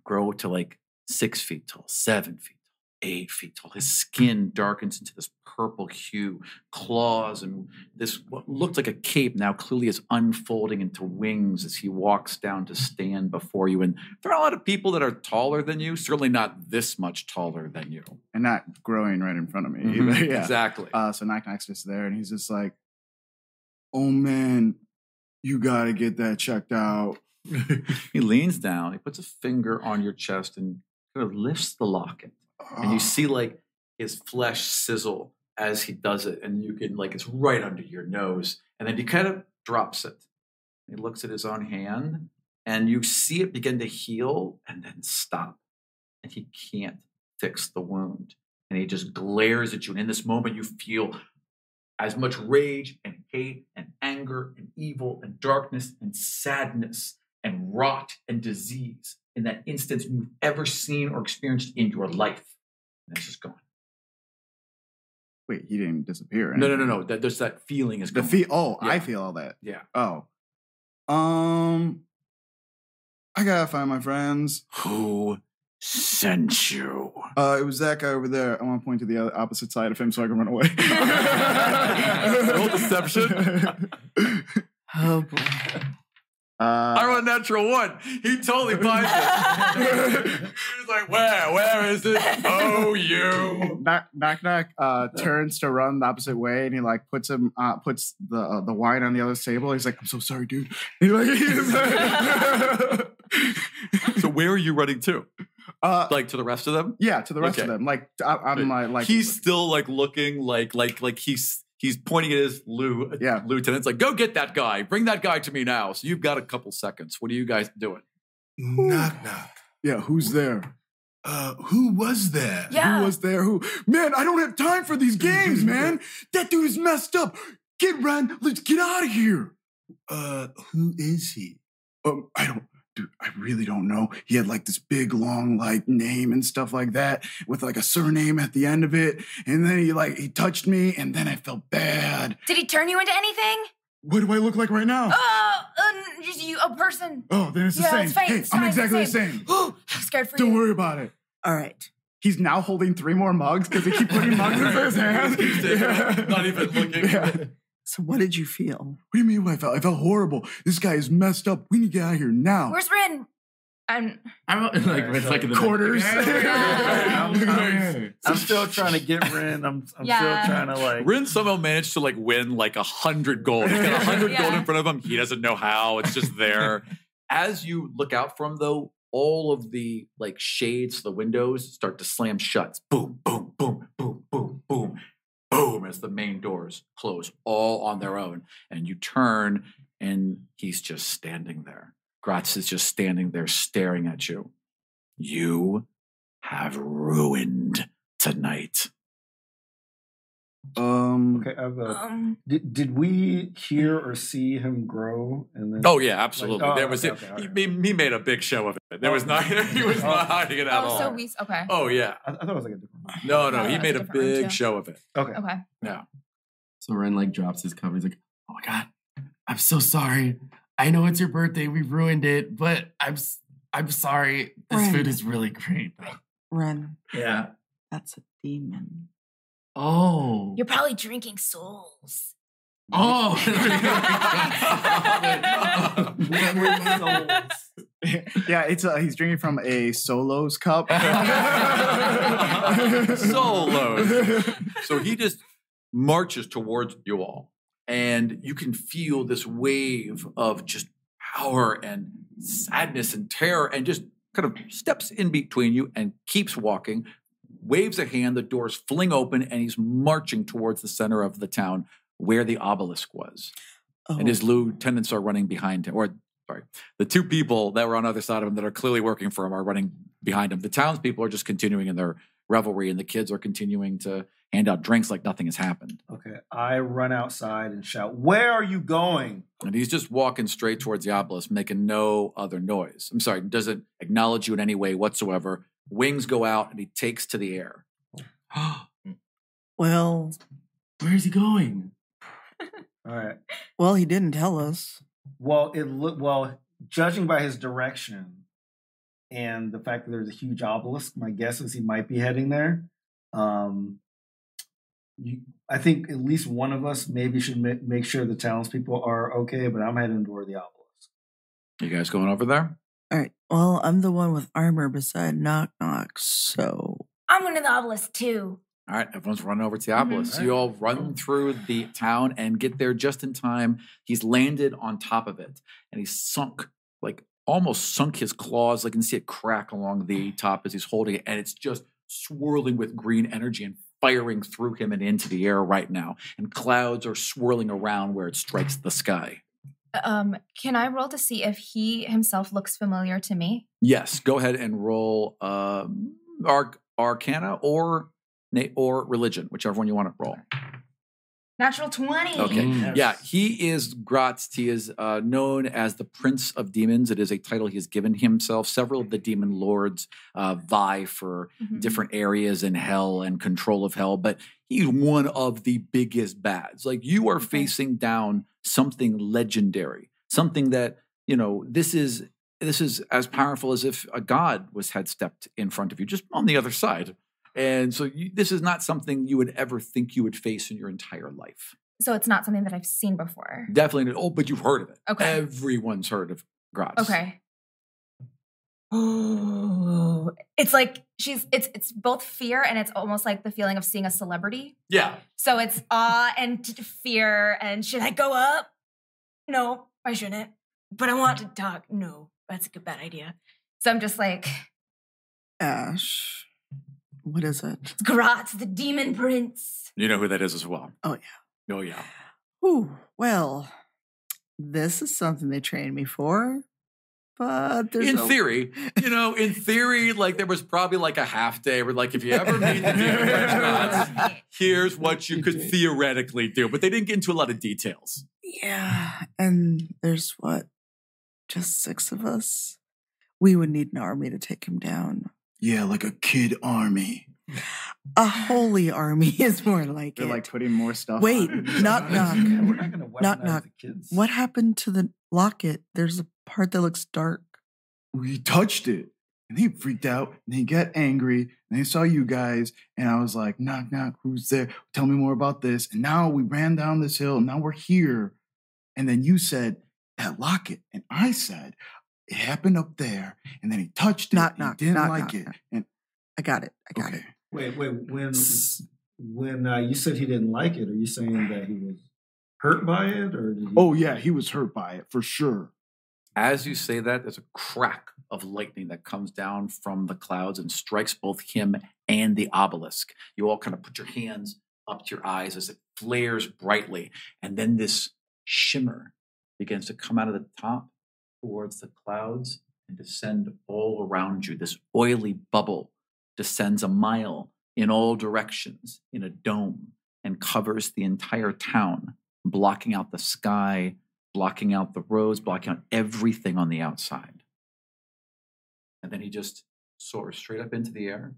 Speaker 8: Grow to like six feet tall, seven feet tall, eight feet tall. His skin darkens into this purple hue, claws, and this what looked like a cape now clearly is unfolding into wings as he walks down to stand before you. And there are a lot of people that are taller than you, certainly not this much taller than you.
Speaker 5: And not growing right in front of me.
Speaker 8: Mhm,
Speaker 5: either. Mm-hmm. yeah.
Speaker 8: Exactly.
Speaker 5: Uh, so Knock Knock's just there, and he's just like, "Oh man, you gotta get that checked out."
Speaker 8: He leans down, he puts a finger on your chest and kind of lifts the locket. And you
Speaker 5: Ah.
Speaker 8: see like his flesh sizzle as he does it. And you can like it's right under your nose. And then he kind of drops it. He looks at his own hand and you see it begin to heal and then stop. And he can't fix the wound. And he just glares at you. And in this moment, you feel as much rage and hate and anger and evil and darkness and sadness and rot and disease in that instance you've ever seen or experienced in your life. And it's just gone.
Speaker 5: Wait, he didn't disappear. or
Speaker 8: No, no, no,
Speaker 5: anything.
Speaker 8: no. That, there's that feeling is
Speaker 5: The
Speaker 8: gone.
Speaker 5: feel. Oh, I
Speaker 8: Yeah.
Speaker 5: feel all that.
Speaker 8: Yeah.
Speaker 5: Oh, um, I gotta find my friends.
Speaker 8: Who sent you?
Speaker 5: Uh, it was that guy over there. I want to point to the other opposite side of him so I can run away.
Speaker 8: Roll deception.
Speaker 2: Oh boy.
Speaker 8: I
Speaker 5: Uh,
Speaker 8: rolled a natural one. He totally buys it. he was like, where? Where is it? Oh, you.
Speaker 5: knock knock knock uh, turns to run the opposite way and he like puts him uh, puts the uh, the wine on the other table he's like i'm so sorry dude He's like- he's like-
Speaker 8: So where are you running to?
Speaker 5: uh,
Speaker 8: Like to the rest of them?
Speaker 5: yeah to the rest
Speaker 8: Okay.
Speaker 5: of them like I, i'm like like
Speaker 8: he's still like looking like like like he's he's pointing at his lieu-
Speaker 5: Yeah.
Speaker 8: lieutenant. It's like, go get that guy. Bring that guy to me now. So you've got a couple seconds. What are you guys doing?
Speaker 4: Knock knock.
Speaker 5: yeah who's there
Speaker 4: Uh, who was there?
Speaker 9: Yeah.
Speaker 5: who was there who man i don't have time for these games man that dude is messed up get run let's get out of here
Speaker 4: Uh, who is he?
Speaker 5: um, i don't Dude, I really don't know. He had like this big long like name and stuff like that with like a surname at the end of it. And then he like he touched me and then I felt bad.
Speaker 9: Did he turn you into anything?
Speaker 5: What do I look like right now?
Speaker 9: Oh, um, just you, a person.
Speaker 5: Oh, then it's the
Speaker 9: Yeah,
Speaker 5: same.
Speaker 9: it's fine,
Speaker 5: hey,
Speaker 9: it's
Speaker 5: I'm
Speaker 9: fine, it's
Speaker 5: exactly the
Speaker 9: same.
Speaker 5: same.
Speaker 9: I'm scared for
Speaker 5: Don't
Speaker 9: you.
Speaker 5: worry about it.
Speaker 2: All right.
Speaker 5: He's now holding three more mugs because he keep putting mugs in his hand.
Speaker 8: Keeps taking them, not even looking.
Speaker 5: Yeah. What
Speaker 2: So what did you feel?
Speaker 5: do you mean what I felt? I felt horrible. This guy is messed up. We need to get out of here now.
Speaker 9: Where's Rin? I'm
Speaker 3: I'm like, it's like in the
Speaker 5: Quarters.
Speaker 7: I'm,
Speaker 8: Hmm.
Speaker 7: I'm- I'm still trying to get Ren. I'm, I'm
Speaker 9: Yeah.
Speaker 7: still trying to like.
Speaker 8: Rin somehow managed to like win like a hundred gold. He's got a hundred
Speaker 9: Yeah.
Speaker 8: gold in front of him. He doesn't know how. It's just there. As you look out from though, all of the like shades, the windows start to slam shut. Boom, boom, boom, boom, boom, boom, boom. As the main doors close all on their own, and you turn, and he's just standing there. Gratz is just standing there, staring at you. You have ruined tonight.
Speaker 5: Um,
Speaker 7: Okay, I've, uh,
Speaker 9: Um,
Speaker 7: did, did we hear or see him grow? And then
Speaker 8: Oh yeah, absolutely.
Speaker 7: oh,
Speaker 8: there was
Speaker 7: okay,
Speaker 8: it.
Speaker 7: okay,
Speaker 8: he, he made a big show of it. There was not. He was not hiding it at
Speaker 9: oh,
Speaker 8: all.
Speaker 9: so we okay.
Speaker 8: oh yeah.
Speaker 7: I, I thought it was like a different one.
Speaker 8: No,
Speaker 9: No,
Speaker 8: no. He
Speaker 9: that's
Speaker 8: made
Speaker 9: a
Speaker 8: a
Speaker 9: different one,
Speaker 8: big
Speaker 9: too.
Speaker 8: show of it.
Speaker 7: Okay.
Speaker 9: Okay.
Speaker 3: So Ren like drops his cover. He's like, "Oh my god, I'm so sorry. I know it's your birthday. We ruined it, but I'm s- I'm sorry. This
Speaker 14: Ren.
Speaker 3: food is really great.
Speaker 14: Ren,
Speaker 7: Yeah.
Speaker 14: that's a demon.
Speaker 3: Oh,
Speaker 9: You're probably drinking souls.
Speaker 3: oh,
Speaker 5: yeah, it's uh, he's drinking from a Solos cup.
Speaker 8: Solos. So he just marches towards you all, and you can feel this wave of just power and sadness and terror, and just kind of steps in between you and keeps walking. Waves a hand, the doors fling open, and he's marching towards the center of the town where the obelisk was.
Speaker 14: Oh,
Speaker 8: And his lieutenants are running behind him, or sorry, the two people that were on the other side of him that are clearly working for him are running behind him. The townspeople are just continuing in their revelry, and the kids are continuing to hand out drinks like nothing has happened.
Speaker 7: Okay. I run outside and shout, Where are you going?
Speaker 8: And he's just walking straight towards the obelisk, making no other noise. I'm sorry, doesn't acknowledge you in any way whatsoever. Wings go out, and he takes to the air. Mm.
Speaker 14: well,
Speaker 3: where is he going?
Speaker 7: All right.
Speaker 14: well, he didn't tell us.
Speaker 7: Well, it look well, judging by his direction and the fact that there's a huge obelisk, my guess is he might be heading there. Um, you, I think at least one of us maybe should ma- make sure the townspeople are okay, but I'm heading toward the obelisk.
Speaker 8: You guys going over there?
Speaker 14: All right. Well, I'm the one with armor beside Knock Knock, so
Speaker 9: I'm going to the obelisk too.
Speaker 8: All right, everyone's running over to the
Speaker 9: Mhm.
Speaker 8: obelisk. You all run through the town and get there just in time. He's landed on top of it and he's sunk, like almost sunk his claws. Like you can see it crack along the top as he's holding it, and it's just swirling with green energy and firing through him and into the air right now. And clouds are swirling around where it strikes the sky.
Speaker 9: Um, can I roll to see if he himself looks familiar to me?
Speaker 8: Yes, go ahead and roll um, Arc- Arcana or na- or Religion, whichever one you want to roll.
Speaker 9: Natural 20.
Speaker 8: Okay.
Speaker 3: Mm.
Speaker 8: Yeah, he is Gratz. He is uh, known as the Prince of Demons. It is a title he has given himself. Several of the demon lords uh, vie for
Speaker 9: Mhm.
Speaker 8: different areas in hell and control of hell, but he's one of the biggest bads. Like you are facing down something legendary, something that you know this is this is as powerful as if a god was had stepped in front of you, just on the other side. And so you, this is not something you would ever think you would face in your entire life.
Speaker 9: So it's not something that I've seen before.
Speaker 8: Definitely. not- Oh, but you've heard of it.
Speaker 9: Okay.
Speaker 8: Everyone's heard of Graz.
Speaker 9: Okay. Oh, it's like she's it's it's both fear and it's almost like the feeling of seeing a celebrity.
Speaker 8: Yeah.
Speaker 9: So it's awe and t- fear and should I go up? No, I shouldn't. But I want to talk. No, that's a good bad idea. So I'm just like,
Speaker 14: Ash, what is it?
Speaker 9: Gratz, the demon prince.
Speaker 8: You know who that is as well.
Speaker 14: Oh,
Speaker 8: yeah. Oh yeah.
Speaker 14: Ooh, well, this is something they trained me for, but there's
Speaker 8: in
Speaker 14: no-
Speaker 8: theory, you know, in theory, like there was probably like a half day where like if you ever meet the demon prince Graz, here's what you could theoretically do. But they didn't get into a lot of details.
Speaker 14: Yeah, and there's what, just six of us. We would need an army to take him down.
Speaker 5: yeah, like a kid army.
Speaker 14: A holy army is more like
Speaker 5: They're
Speaker 14: it.
Speaker 5: like putting more stuff.
Speaker 14: Wait,
Speaker 5: on it.
Speaker 14: knock, knock.
Speaker 7: Yeah, we're not gonna weaponize
Speaker 14: Knock, knock.
Speaker 7: the kids.
Speaker 14: what happened to the locket? There's a part that looks dark.
Speaker 5: We touched it, and he freaked out, and he got angry, and he saw you guys, and I was like, knock, knock, who's there? Tell me more about this. And now we ran down this hill, and now we're here, and then you said that locket, and I said. It happened up there, and then he touched it.
Speaker 14: Knock,
Speaker 5: and he
Speaker 14: knock,
Speaker 5: didn't
Speaker 14: knock,
Speaker 5: like
Speaker 14: knock,
Speaker 5: it.
Speaker 14: knock.
Speaker 5: And
Speaker 14: I got it. I got
Speaker 5: okay,
Speaker 7: Wait, wait. When when uh, you said he didn't like it, are you saying that he was hurt by it, or did he,
Speaker 5: oh yeah, he was hurt by it for sure.
Speaker 8: As you say that, there's a crack of lightning that comes down from the clouds and strikes both him and the obelisk. You all kind of put your hands up to your eyes as it flares brightly. And then this shimmer begins to come out of the top towards the clouds and descend all around you. This oily bubble descends a mile in all directions in a dome and covers the entire town, blocking out the sky, blocking out the roads, blocking out everything on the outside. And then he just soars straight up into the air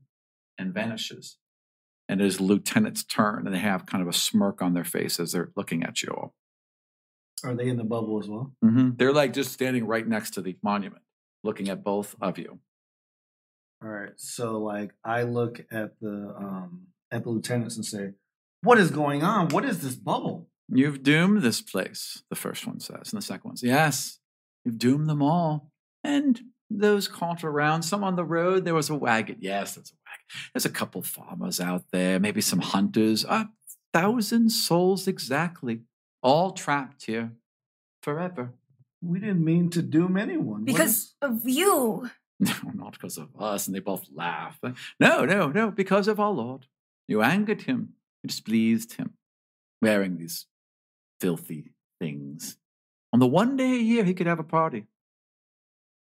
Speaker 8: and vanishes. And it is lieutenant's turn, and they have kind of a smirk on their face as they're looking at you all.
Speaker 7: Are they in the bubble as well?
Speaker 3: Mm-hmm.
Speaker 8: Mhm. They're like just standing right next to the monument, looking at both of you.
Speaker 7: All right. So like I look at the um at the lieutenants and say, What is going on? What is this bubble?
Speaker 8: You've doomed this place, the first one says. And the second one says, Yes, you've doomed them all. And those caught around, some on the road, there was a wagon. Yes, that's a wagon. There's a couple farmers out there, maybe some hunters. A thousand souls exactly, all trapped here forever.
Speaker 7: We didn't mean to doom anyone. What
Speaker 9: because
Speaker 7: is-
Speaker 9: of you.
Speaker 8: No, not because of us. And they both laugh. No, no, no, because of our Lord. You angered him, you displeased him, wearing these filthy things. On the one day a year he could have a party,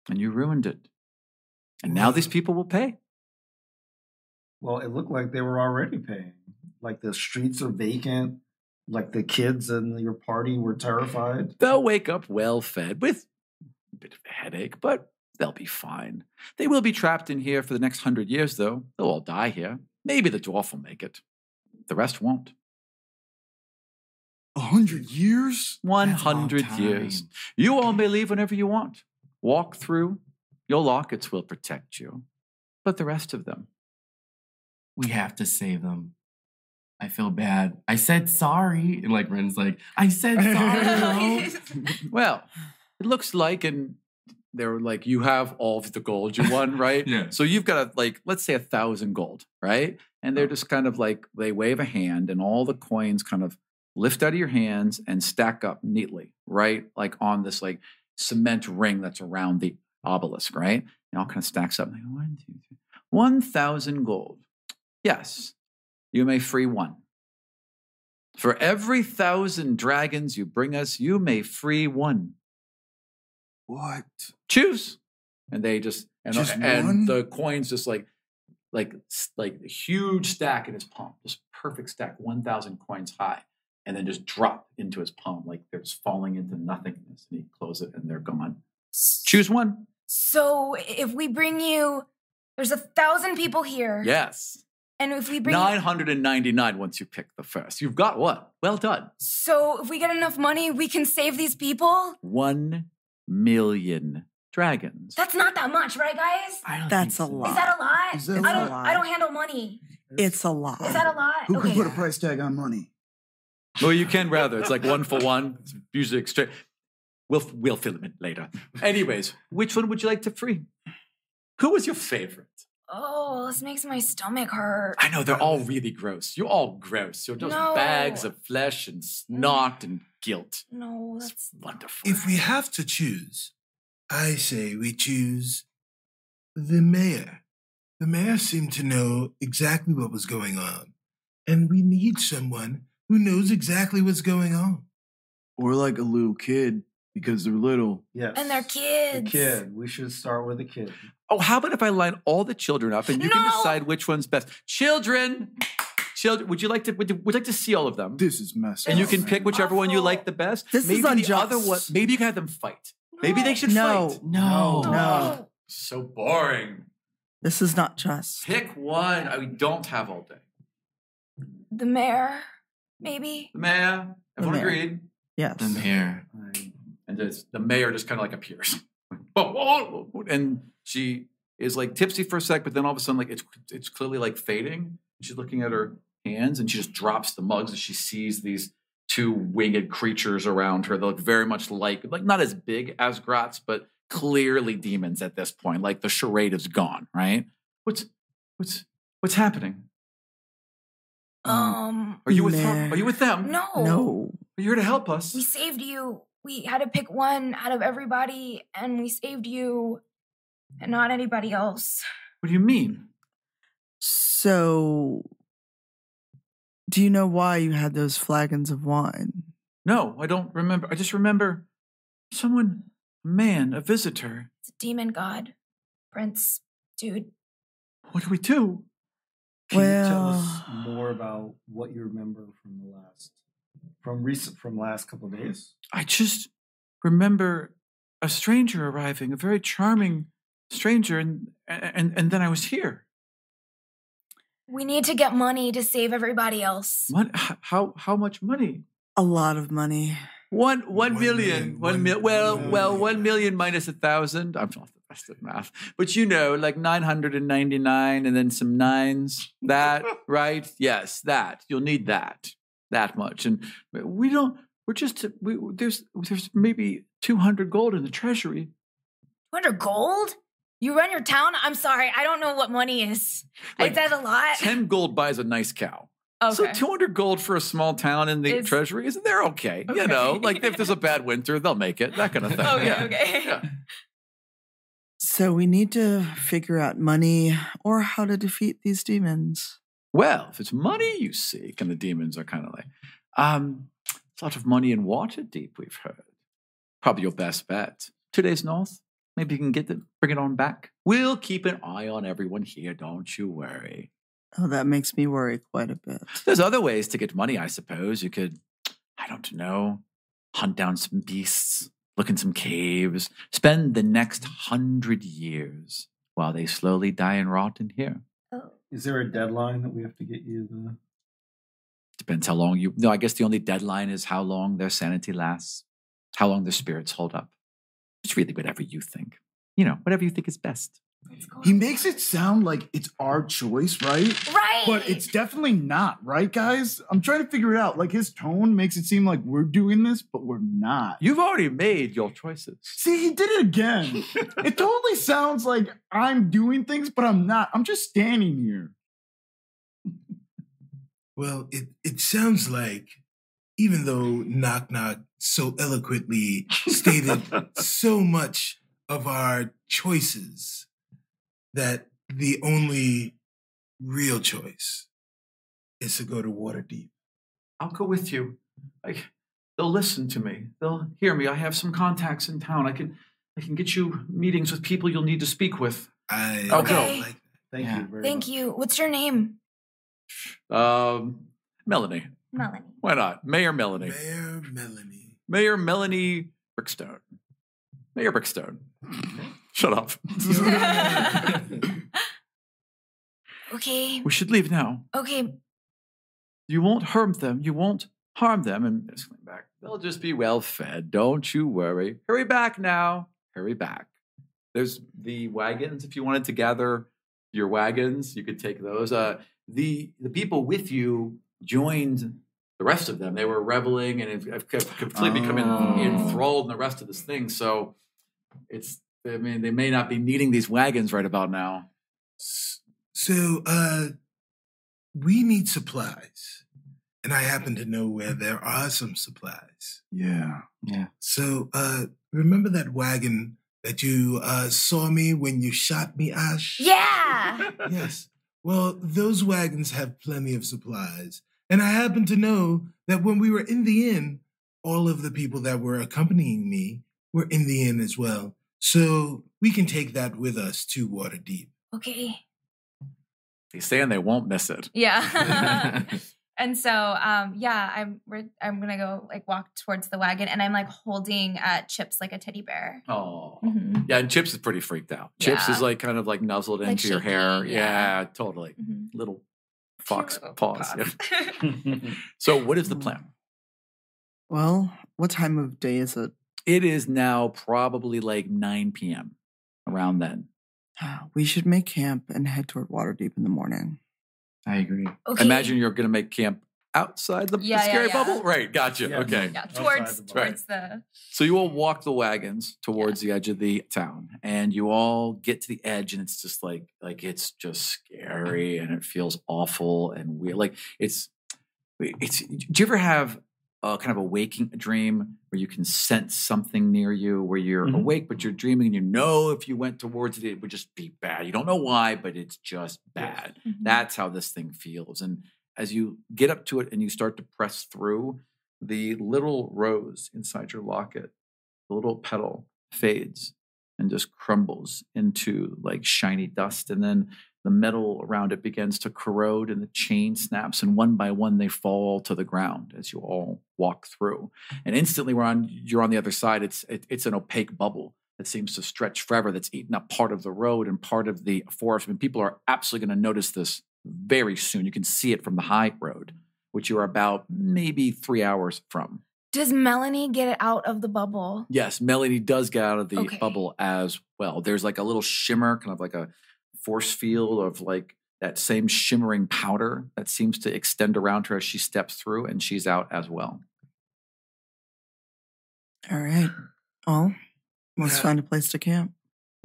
Speaker 8: and you ruined it. And now these people will pay.
Speaker 7: Well, it looked like they were already paying. Like the streets are vacant. Like the kids in your party were terrified.
Speaker 8: They'll wake up well fed with a bit of a headache, but they'll be fine. They will be trapped in here for the next hundred years, though. They'll all die here. Maybe the dwarf will make it. The rest won't.
Speaker 5: A hundred years? That's a long
Speaker 8: 100 years.
Speaker 5: time.
Speaker 8: You all may leave whenever you want. Walk through. Your lockets will protect you. But the rest of them,
Speaker 3: We have to save them. I feel bad. I said sorry. And like Ren's like, I said sorry. bro."
Speaker 8: well, it looks like, and they're like, you have all of the gold you won, right?
Speaker 3: Yeah.
Speaker 8: So you've got like, let's say a thousand gold, right? And they're just kind of like, they wave a hand and all the coins kind of lift out of your hands and stack up neatly, right? Like on this like cement ring that's around the obelisk, right? It all kind of stacks up. Like, one, two, three. 1,000 gold. Yes, you may free one. For every thousand dragons you bring us, you may free one.
Speaker 5: What?
Speaker 8: Choose. And they just and,
Speaker 5: Just
Speaker 8: and
Speaker 5: one?
Speaker 8: the coins just like like s- like a huge stack in his palm, just perfect stack, one thousand coins high, and then just drop into his palm like they're just falling into nothingness. And he closes it and they're gone. Choose one.
Speaker 9: So if we bring you, there's a thousand people here.
Speaker 8: Yes.
Speaker 9: And if we bring you-
Speaker 8: Nine hundred and ninety nine. Once you pick the first, you've got one. Well done.
Speaker 9: so if we get enough money, we can save these people.
Speaker 8: One million dragons.
Speaker 9: That's not that much, right, guys?
Speaker 3: I don't
Speaker 14: That's
Speaker 3: think
Speaker 14: a
Speaker 3: so.
Speaker 14: lot.
Speaker 9: Is that a lot?
Speaker 5: Is that a
Speaker 9: I don't.
Speaker 14: lot?
Speaker 9: I don't handle money.
Speaker 14: It's a lot.
Speaker 9: Is that a lot?
Speaker 5: Who
Speaker 9: okay.
Speaker 5: can put a price tag on money?
Speaker 8: Well, you can rather. It's like one for one. It's usually exchange. We'll we'll fill them in later. Anyways, which one would you like to free? Who was your favorite?
Speaker 9: oh, this makes my stomach hurt.
Speaker 8: I know they're all really gross. You're all gross. You're just
Speaker 9: No.
Speaker 8: bags of flesh and snot and guilt.
Speaker 9: No,
Speaker 8: It's
Speaker 9: that's
Speaker 8: wonderful.
Speaker 4: If we have to choose, I say we choose the mayor. The mayor seemed to know exactly what was going on, and we need someone who knows exactly what's going on.
Speaker 5: Or like a little kid because they're little.
Speaker 7: Yes.
Speaker 9: and they're
Speaker 7: The
Speaker 9: kids.
Speaker 7: kid. We should start with the kid.
Speaker 8: oh, how about if I line all the children up and you can
Speaker 9: No.
Speaker 8: decide which one's best? Children, children. Would you like to? Would you, would you like to see all of them?
Speaker 5: This is messed
Speaker 8: and you
Speaker 5: up,
Speaker 8: can
Speaker 5: man.
Speaker 8: pick whichever one you
Speaker 9: awful.
Speaker 8: like the best.
Speaker 14: This is
Speaker 8: maybe the other
Speaker 14: unjust.
Speaker 8: one. Maybe you can have them fight. Maybe they should
Speaker 14: No.
Speaker 8: fight.
Speaker 3: No.
Speaker 14: No. No.
Speaker 8: So boring.
Speaker 14: This is not just.
Speaker 8: Pick one. I don't have all day.
Speaker 9: The mayor, maybe.
Speaker 8: The mayor. Everyone
Speaker 14: mayor.
Speaker 8: agreed.
Speaker 14: Yes.
Speaker 3: The mayor.
Speaker 7: I-
Speaker 8: And just, the mayor just kind of like appears. Oh, and she is like tipsy for a sec, but then all of a sudden, like it's it's clearly like fading. She's looking at her hands and she just drops the mugs and she sees these two winged creatures around her. They look very much like like not as big as Gratz, but clearly demons at this point. Like the charade is gone, right? What's what's what's happening?
Speaker 9: Um.
Speaker 8: Mm. Are you with her?
Speaker 14: Mayor.
Speaker 8: Are you with them?
Speaker 9: No.
Speaker 14: No.
Speaker 8: You're here to help us.
Speaker 9: We saved you. We had to pick one out of everybody, and we saved you, and not anybody else.
Speaker 8: What do you mean?
Speaker 14: So, do you know why you had those flagons of wine?
Speaker 8: No, I don't remember. I just remember someone, a man, a visitor,
Speaker 13: It's a demon god, Prince, dude.
Speaker 5: What do we do?
Speaker 7: Can you tell us more about what you remember from the last, from recent, from last couple of days?
Speaker 8: I just remember a stranger arriving, a very charming stranger, and and and then I was here.
Speaker 13: We need to get money to save everybody else.
Speaker 8: What? How how much money?
Speaker 14: A lot of money.
Speaker 8: One one million. One mil. Well, well, one million minus a thousand. I'm not the best at math, but you know, like nine hundred and ninety nine, and then some nines. That right? Yes, that you'll need that that much, and we don't. We're just we, there's there's maybe two hundred gold in the treasury.
Speaker 13: Under gold? You run your town? I'm sorry, I don't know what money is.
Speaker 8: Like,
Speaker 13: is that a lot?
Speaker 8: Ten gold buys a nice cow. So
Speaker 13: Okay.
Speaker 8: 200 gold for a small town in the
Speaker 13: Is-
Speaker 8: treasury is they're okay. You
Speaker 13: Okay.
Speaker 8: know, like if there's a bad winter, they'll make it. That kind of thing.
Speaker 13: okay,
Speaker 8: yeah.
Speaker 13: okay.
Speaker 14: So we need to figure out money or how to defeat these demons.
Speaker 8: Well, if it's money you seek, and the demons are kind of like, um, it's a lot of money in water deep, we've heard. Probably your best bet. Two days north, maybe you can get them, bring it on back. We'll keep an eye on everyone here, don't you worry.
Speaker 14: Oh, that makes me worry quite a bit.
Speaker 8: There's other ways to get money, I suppose. You could, I don't know, hunt down some beasts, look in some caves, spend the next hundred years while they slowly die and rot in here.
Speaker 7: Is there a deadline that we have to get you the?
Speaker 8: Depends how long you. No, I guess the only deadline is how long their sanity lasts, how long their spirits hold up. It's really whatever you think. You know, whatever you think is best.
Speaker 5: He makes it sound like it's our choice, right?
Speaker 13: Right.
Speaker 5: But it's definitely not, right, guys? I'm trying to figure it out. Like his tone makes it seem like we're doing this, but we're not.
Speaker 8: You've already made your choices.
Speaker 5: See, he did it again. it totally sounds like I'm doing things, but I'm not. I'm just standing here.
Speaker 4: Well, it, it sounds like, even though Knock Knock so eloquently stated so much of our choices, that the only real choice is to go to Waterdeep.
Speaker 8: I'll go with you. Like they'll listen to me. They'll hear me. I have some contacts in town. I can I can get you meetings with people you'll need to speak with.
Speaker 4: I
Speaker 8: I'll
Speaker 13: Okay.
Speaker 7: Thank
Speaker 5: Yeah.
Speaker 7: you. Very
Speaker 13: Thank
Speaker 7: much.
Speaker 13: you. What's your name?
Speaker 8: go. Um Melanie.
Speaker 13: Melanie.
Speaker 8: Why not? Mayor Melanie.
Speaker 4: Mayor Melanie.
Speaker 8: Mayor Melanie Brickstone. Mayor Brickstone. Shut up.
Speaker 13: Okay.
Speaker 8: we should leave now.
Speaker 13: Okay.
Speaker 8: You won't harm them. You won't harm them. And just lean back. They'll just be well fed. Don't you worry. Hurry back now. Hurry back. There's the wagons. If you wanted to gather your wagons, you could take those. Uh, the the people with you joined the rest of them. They were reveling and have, have kept- completely become
Speaker 5: Oh.
Speaker 8: en- enthralled in the rest of this thing. So it's. I mean, they may not be needing these wagons right about now.
Speaker 4: S- So, uh, we need supplies, and I happen to know where there are some supplies.
Speaker 5: Yeah.
Speaker 4: So, uh, remember that wagon that you uh, saw me when you shot me, Ash?
Speaker 13: Yeah.
Speaker 4: Yes. Well, those wagons have plenty of supplies, and I happen to know that when we were in the inn, all of the people that were accompanying me were in the inn as well. So we can take that with us to Waterdeep.
Speaker 13: Okay.
Speaker 8: They saying they won't miss it.
Speaker 9: Yeah. and so um yeah, I'm we're, I'm going to go like walk towards the wagon and I'm like holding uh chips like a teddy bear.
Speaker 8: Oh.
Speaker 9: Mhm.
Speaker 8: Yeah, and Chips is pretty freaked out. Chips is
Speaker 9: Yeah.
Speaker 8: like kind of like nuzzled
Speaker 9: Like
Speaker 8: into your hair.
Speaker 9: shaky,
Speaker 8: Yeah,
Speaker 9: yeah.
Speaker 8: totally.
Speaker 9: Mhm.
Speaker 8: Little fox
Speaker 9: Cute little
Speaker 8: paws. yeah.
Speaker 9: paws.
Speaker 8: So, what is the plan?
Speaker 14: Well, what time of day Mm-hmm. is it?
Speaker 8: It is now probably like 9 p.m. around then.
Speaker 14: We should make camp and head toward Waterdeep in the morning.
Speaker 3: I agree.
Speaker 13: Okay.
Speaker 8: Imagine you're going to make camp outside the, the
Speaker 9: Yeah, yeah,
Speaker 8: scary
Speaker 9: yeah.
Speaker 8: bubble. Right, gotcha.
Speaker 7: Yeah.
Speaker 8: Okay.
Speaker 9: Yeah,
Speaker 7: Outside
Speaker 9: towards
Speaker 7: the box.
Speaker 9: towards the
Speaker 8: So, you all walk the wagons towards the edge of the town and you all get to the edge and it's just like, like it's just scary and it feels awful and weird. Like, it's it's do you ever have a kind of a waking dream where you can sense something near you where you're
Speaker 7: Mhm.
Speaker 8: awake but you're dreaming and you know if you went towards it it would just be bad you don't know why but it's just bad that's how this thing feels and as you get up to it and you start to press through the little rose inside your locket the little petal fades and just crumbles into like shiny dust. And then the metal around it begins to corrode and the chain snaps. And one by one, they fall to the ground as you all walk through. And instantly, we're on, you're on the other side. It's, it, it's an opaque bubble that seems to stretch forever, that's eaten up part of the road and part of the forest. And people are absolutely going to notice this very soon. You can see it from the high road, which you are about maybe three hours from.
Speaker 9: Does Melanie get it out of the bubble?
Speaker 8: Yes, Melanie does get out of the
Speaker 9: Okay.
Speaker 8: bubble as well. There's like a little shimmer, kind of like a force field of like that same shimmering powder that seems to extend around her as she steps through, and she's out as well.
Speaker 14: All right. Well, let's
Speaker 4: Yeah.
Speaker 14: find a place to camp.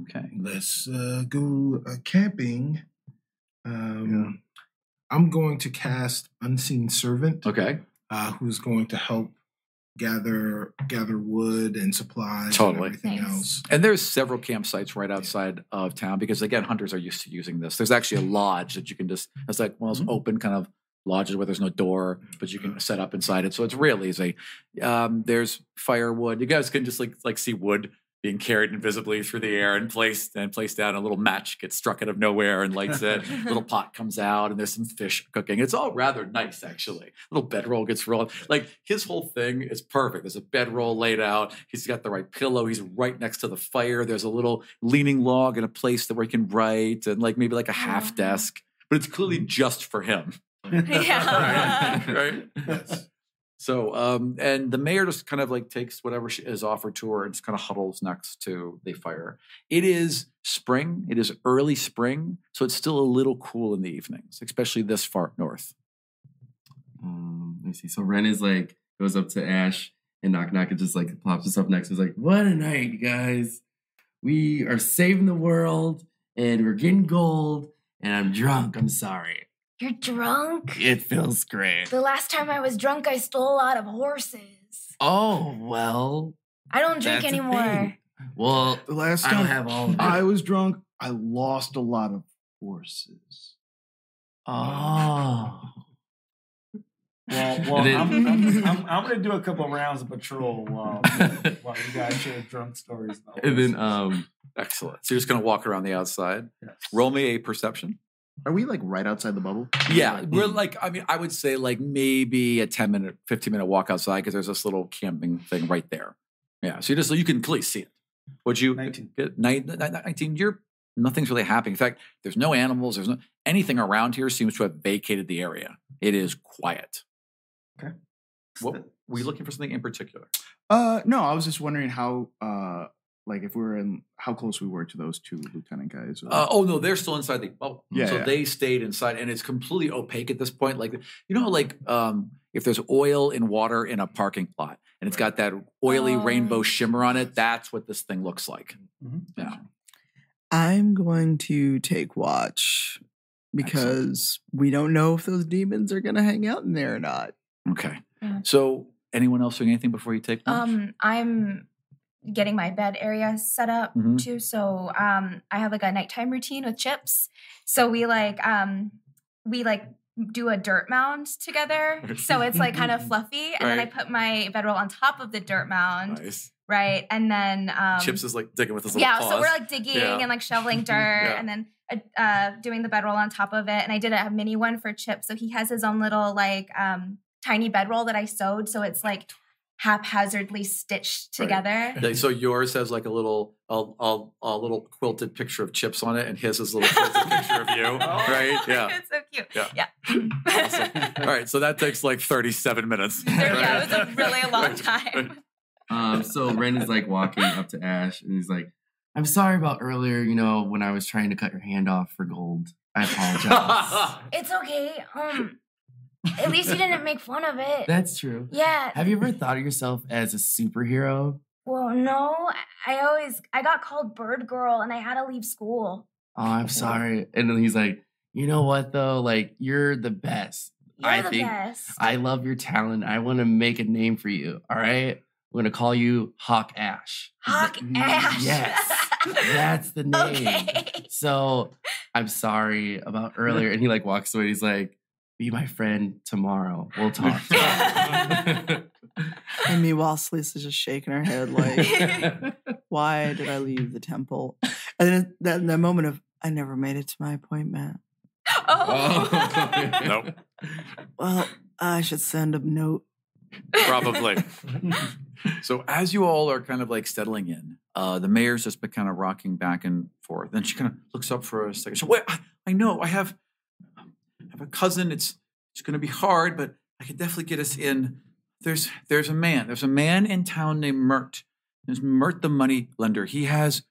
Speaker 8: Okay.
Speaker 4: Let's uh, go uh, camping. Um, I'm going to cast Unseen Servant,
Speaker 8: Okay.
Speaker 4: uh, who's going to help gather gather wood and supplies
Speaker 8: Totally.
Speaker 4: and everything
Speaker 9: Nice.
Speaker 4: else.
Speaker 8: And there's several campsites right outside of town because again, hunters are used to using this. There's actually a lodge that you can just it's like one of those open kind of lodges where there's no door, but you can set up inside it. So it's real easy. Um, there's firewood. You guys can just like like see wood being carried invisibly through the air and placed and placed down. A little match gets struck out of nowhere and lights it. A little pot comes out and there's some fish cooking. It's all rather nice actually. A little bedroll gets rolled. Like his whole thing is perfect. There's a bedroll laid out. He's got the right pillow. He's right next to the fire. There's a little leaning log and a place that where he can write and like maybe like a half desk. But it's clearly just for him.
Speaker 9: Yeah.
Speaker 8: right.
Speaker 4: Yes.
Speaker 8: So, um, and the mayor just kind of like takes whatever she is offered to her and just kind of huddles next to the fire. It is spring. It is early spring, so it's still a little cool in the evenings, especially this far north.
Speaker 3: Um, let me see. So Ren is like goes up to Ash and knock knock and just like pops us up next. He's like, "What a night, you guys! We are saving the world and we're getting gold. And I'm drunk. I'm sorry.
Speaker 13: You're drunk?
Speaker 3: It feels great.
Speaker 13: The last time I was drunk, I stole out of horses.
Speaker 3: Oh well,
Speaker 13: I don't drink
Speaker 3: that's a
Speaker 13: anymore.
Speaker 3: thing. Well,
Speaker 5: The last
Speaker 3: I don't have all of it.
Speaker 5: I was drunk. I lost a lot of horses. Um,
Speaker 3: oh,
Speaker 7: Well, well
Speaker 3: And then-
Speaker 7: I'm, I'm, I'm, I'm going to do a couple rounds of patrol while, while you guys share drunk stories. about
Speaker 3: and then
Speaker 7: horses.
Speaker 3: um,
Speaker 8: Excellent. So you're just going to walk around the outside.
Speaker 7: Yes.
Speaker 8: Roll me a perception.
Speaker 5: Are we like right outside the bubble?
Speaker 8: Yeah, we're like, I mean, I would say like maybe a 10 minute, 15 minute walk outside because there's this little camping thing right there. Yeah, so you just, you can clearly see it. Would you?
Speaker 7: 19.
Speaker 8: Good. Nine- nine- nine- 19, you're, nothing's really happening. In fact, there's no animals, there's no, anything around here seems to have vacated the area. It is quiet.
Speaker 7: Okay.
Speaker 8: What, were you looking for something in particular?
Speaker 5: Uh, no, I was just wondering how, uh, like if we were in how close we were to those two lieutenant guys. or-
Speaker 8: Uh, oh no, they're still inside the bubble.
Speaker 5: Yeah,
Speaker 8: so
Speaker 5: yeah.
Speaker 8: they stayed inside, and it's completely opaque at this point. Like you know, like um, if there's oil in water in a parking lot, and it's got that oily
Speaker 9: Oh.
Speaker 8: rainbow shimmer on it, that's what this thing looks like.
Speaker 7: Mhm.
Speaker 8: Yeah.
Speaker 14: Mm-hmm. I'm going to take watch because we don't know if those demons are going to hang out in there or not.
Speaker 8: Okay.
Speaker 9: Yeah.
Speaker 8: So anyone else doing anything before you take? lunch?
Speaker 9: Um, I'm getting my bed area set up
Speaker 8: Mhm.
Speaker 9: too. So um, I have like a nighttime routine with Chips. So we like um, we like do a dirt mound together. So it's like kind of fluffy, and then I
Speaker 8: Right.
Speaker 9: put my bedroll on top of the dirt mound,
Speaker 8: nice.
Speaker 9: right? And then um,
Speaker 8: Chips is like digging with his little
Speaker 9: yeah,
Speaker 8: paws.
Speaker 9: so we're like digging
Speaker 8: Yeah.
Speaker 9: and like shoveling dirt
Speaker 8: Yeah.
Speaker 9: and then uh, uh, doing the bedroll on top of it. And I did a mini one for Chip. So he has his own little like um, tiny bedroll that I sewed. So it's like haphazardly stitched
Speaker 8: Right.
Speaker 9: together.
Speaker 8: Yeah, so yours has like a little a, a, a little quilted picture of chips on it, and his is a little quilted picture of you, right? Yeah.
Speaker 9: it's so cute.
Speaker 8: Yeah.
Speaker 9: Yeah.
Speaker 8: Awesome. All right, so that takes like 37 minutes.
Speaker 9: There- yeah, it was a
Speaker 8: Right.
Speaker 9: really a long
Speaker 8: Right.
Speaker 9: time.
Speaker 3: um, so Ren is like walking up to Ash and he's like, "I'm sorry about earlier. You know when I was trying to cut your hand off for gold. I apologize.
Speaker 13: It's okay. Um, at least you didn't make fun of it.
Speaker 3: That's true.
Speaker 13: yeah.
Speaker 3: Have you ever thought of yourself as a superhero?
Speaker 13: Well, no, I always I got called Bird Girl, and I had to leave school.
Speaker 3: Oh, I'm sorry. And then he's like, you know what though? Like, you're the best.
Speaker 13: You're
Speaker 3: I
Speaker 13: the
Speaker 3: think-
Speaker 13: best.
Speaker 3: I love your talent. I want to make a name for you. All right. I'm gonna call you Hawk Ash. He's like,
Speaker 13: Hawk Ash.
Speaker 3: Yes. That's the name.
Speaker 13: Okay.
Speaker 3: So I'm sorry about earlier. And he like walks away. He's like, be my friend tomorrow. We'll talk.
Speaker 14: And meanwhile, Slisa's just shaking her head like, Why did I leave the temple? And then that, that moment of, I never made it to my appointment.
Speaker 9: Oh.
Speaker 8: nope.
Speaker 14: Well, I should send a note.
Speaker 8: Probably. so as you all are kind of like settling in, uh, the mayor's just been kind of rocking back and forth. And she kind of looks up for a second. So wait, I, I know I have, I have a cousin. It's it's going to be hard, but I could definitely get us in. There's there's a man. There's a man in town named Mert. There's Mert the money lender. He has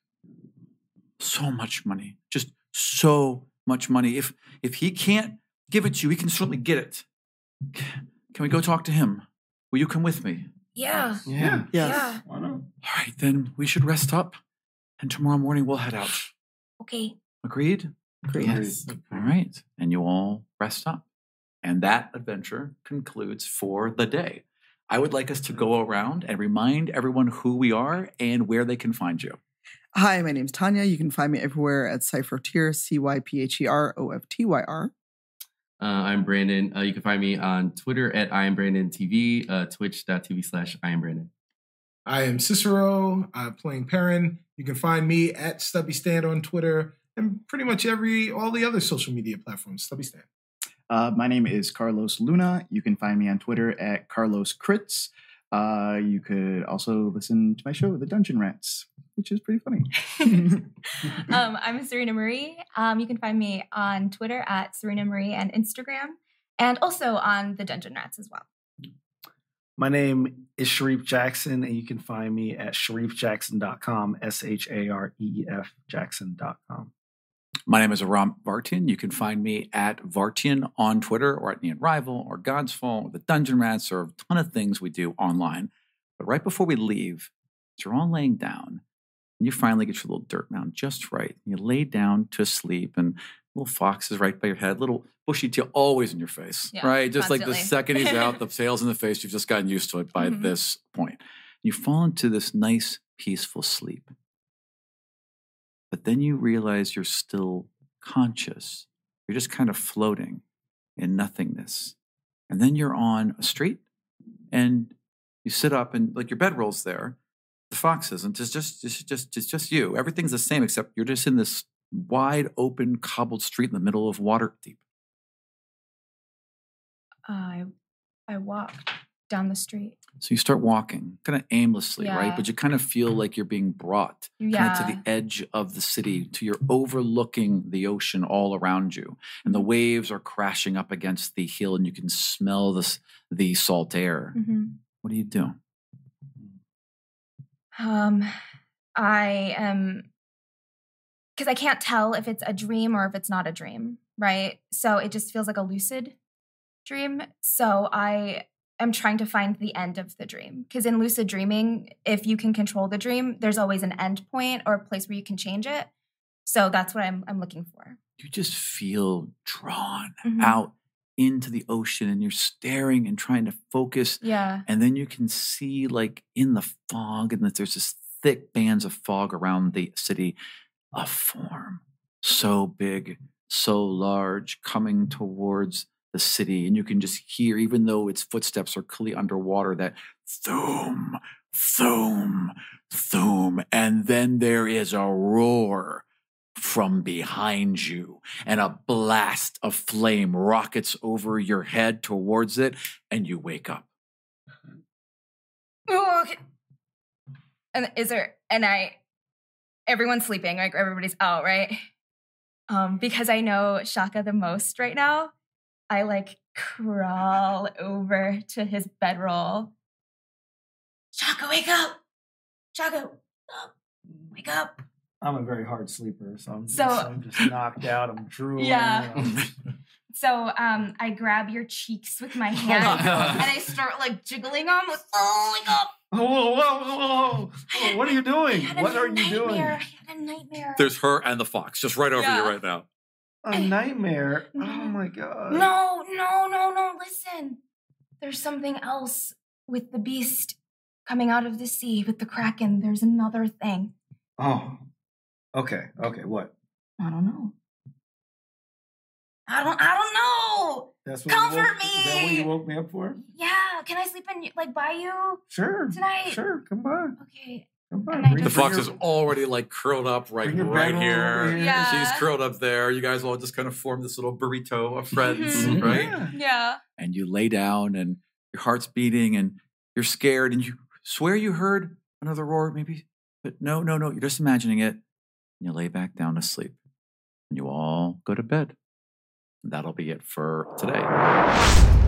Speaker 8: so much money, just so much money. If if he can't give it to you, he can certainly get it. Can we go talk to him? Will you come with me?
Speaker 9: Yeah.
Speaker 8: Yeah.
Speaker 14: Yes.
Speaker 9: Yeah.
Speaker 7: Why not?
Speaker 8: All right, then we should rest up, and tomorrow morning we'll head out.
Speaker 9: Okay.
Speaker 8: Agreed?
Speaker 14: Great.
Speaker 3: Yes.
Speaker 8: All right. And you all rest up. And that adventure concludes for the day. I would like us to go around and remind everyone who we are and where they can find you.
Speaker 14: Hi, my name's Tanya. You can find me everywhere at Cyphertier, C Y P H E R O F T Y R.
Speaker 3: Uh, I'm Brandon. Uh, you can find me on Twitter at I am Brandon TV, uh, twitch.tv slash I am Brandon.
Speaker 4: I am Cicero. I'm playing Perrin. You can find me at Stubby Stand on Twitter and pretty much every all the other social media platforms. Stubby Stand.
Speaker 5: Uh, my name is Carlos Luna. You can find me on Twitter at Carlos Critz. Uh, you could also listen to my show, The Dungeon Rats, which is pretty funny.
Speaker 9: um, I'm Serena Marie. Um, you can find me on Twitter at Serena Marie and Instagram, and also on the Dungeon Rats as well.
Speaker 7: My name is Sharif Jackson, and you can find me at sharifjackson.com, S H A R E E F Jackson.com.
Speaker 8: My name is Aram Vartian. You can find me at Vartian on Twitter or at Neon Rival or God's Fall or the Dungeon Rats or a ton of things we do online. But right before we leave, as you're all laying down and you finally get your little dirt mound just right. And you lay down to sleep and little fox is right by your head, little bushy tail always in your face,
Speaker 9: Yeah,
Speaker 8: right? Just like the
Speaker 9: constantly.
Speaker 8: second he's out, the tail's in the face. You've just gotten used to it by
Speaker 9: Mhm.
Speaker 8: this point. You fall into this nice, peaceful sleep. But then you realize you're still conscious. You're just kind of floating in nothingness. And then you're on a street and you sit up and like your bedroll's there. The fox isn't. It's just it's just it's just you. Everything's the same except you're just in this wide open cobbled street in the middle of water deep.
Speaker 9: I I walked down the street.
Speaker 8: So you start walking kind of aimlessly, right?
Speaker 9: Yeah.
Speaker 8: But you kind of feel like you're being brought
Speaker 9: Yeah.
Speaker 8: kind of to the edge of the city, to you're overlooking the ocean all around you, and the waves are crashing up against the hill, and you can smell this the salt air.
Speaker 9: hmm
Speaker 8: What do you do?
Speaker 9: Um, I am because I can't tell if it's a dream or if it's not a dream, right? So it just feels like a lucid dream. So I am trying to find the end of the dream because in lucid dreaming, if you can control the dream, there's always an end point or a place where you can change it. So that's what I'm I'm looking for.
Speaker 8: you just feel drawn
Speaker 9: Mhm.
Speaker 8: out into the ocean and you're staring and trying to focus
Speaker 9: Yeah.
Speaker 8: and then you can see like in the fog and that there's this thick bands of fog around the city a form so big so large coming towards the city and you can just hear even though its footsteps are clearly underwater that thoom thoom thoom and then there is a roar from behind you and a blast of flame rockets over your head towards it and you wake up
Speaker 9: Ooh, Oh, okay. And is there and I everyone's sleeping, like everybody's out, right? Um, because I know Shaka the most right now, I like crawl over to his bedroll. Shaka, wake up! Shaka, wake up!
Speaker 7: I'm a very hard sleeper, so I'm just,
Speaker 9: So-
Speaker 7: I'm just knocked out. I'm drooling.
Speaker 9: Yeah.
Speaker 7: I'm just-
Speaker 9: So um, I grab your cheeks with my
Speaker 8: Oh my
Speaker 9: hand
Speaker 8: God.
Speaker 9: and I start like jiggling them. Like, oh, wake up!
Speaker 7: Whoa, whoa, whoa, whoa, whoa. What are you
Speaker 9: I
Speaker 7: doing?
Speaker 9: had a
Speaker 7: What are you
Speaker 9: nightmare.
Speaker 7: doing?
Speaker 9: I had a nightmare.
Speaker 8: There's her and the fox just right over you
Speaker 9: Yeah.
Speaker 8: right now.
Speaker 7: A nightmare? Oh
Speaker 9: No.
Speaker 7: my god.
Speaker 9: Mm-hmm. No, no, no, no, listen. There's something else with the beast coming out of the sea with the kraken. There's another thing.
Speaker 7: Oh. Okay, okay, what?
Speaker 9: I don't know. I don't I don't know.
Speaker 7: That's what you
Speaker 9: Comfort
Speaker 7: woke- Is that what
Speaker 9: me!
Speaker 7: you woke me up for?
Speaker 9: Yeah, can I sleep in y- like by you
Speaker 7: Sure.
Speaker 9: tonight?
Speaker 7: Sure, come by.
Speaker 9: Okay.
Speaker 8: The fox is already like curled up right
Speaker 4: Bring your
Speaker 8: right
Speaker 4: bag over
Speaker 8: here.
Speaker 4: here.
Speaker 9: Yeah.
Speaker 8: She's curled up there. You guys all just kind of form this little burrito of
Speaker 9: Mm-hmm.
Speaker 8: friends,
Speaker 7: Mhm.
Speaker 8: right?
Speaker 4: Mm-hmm.
Speaker 9: Yeah.
Speaker 8: And you lay down and your heart's beating and you're scared and you swear you heard another roar, maybe, but no, no, no, you're just imagining it. And you lay back down to sleep. And you all go to bed. And that'll be it for today.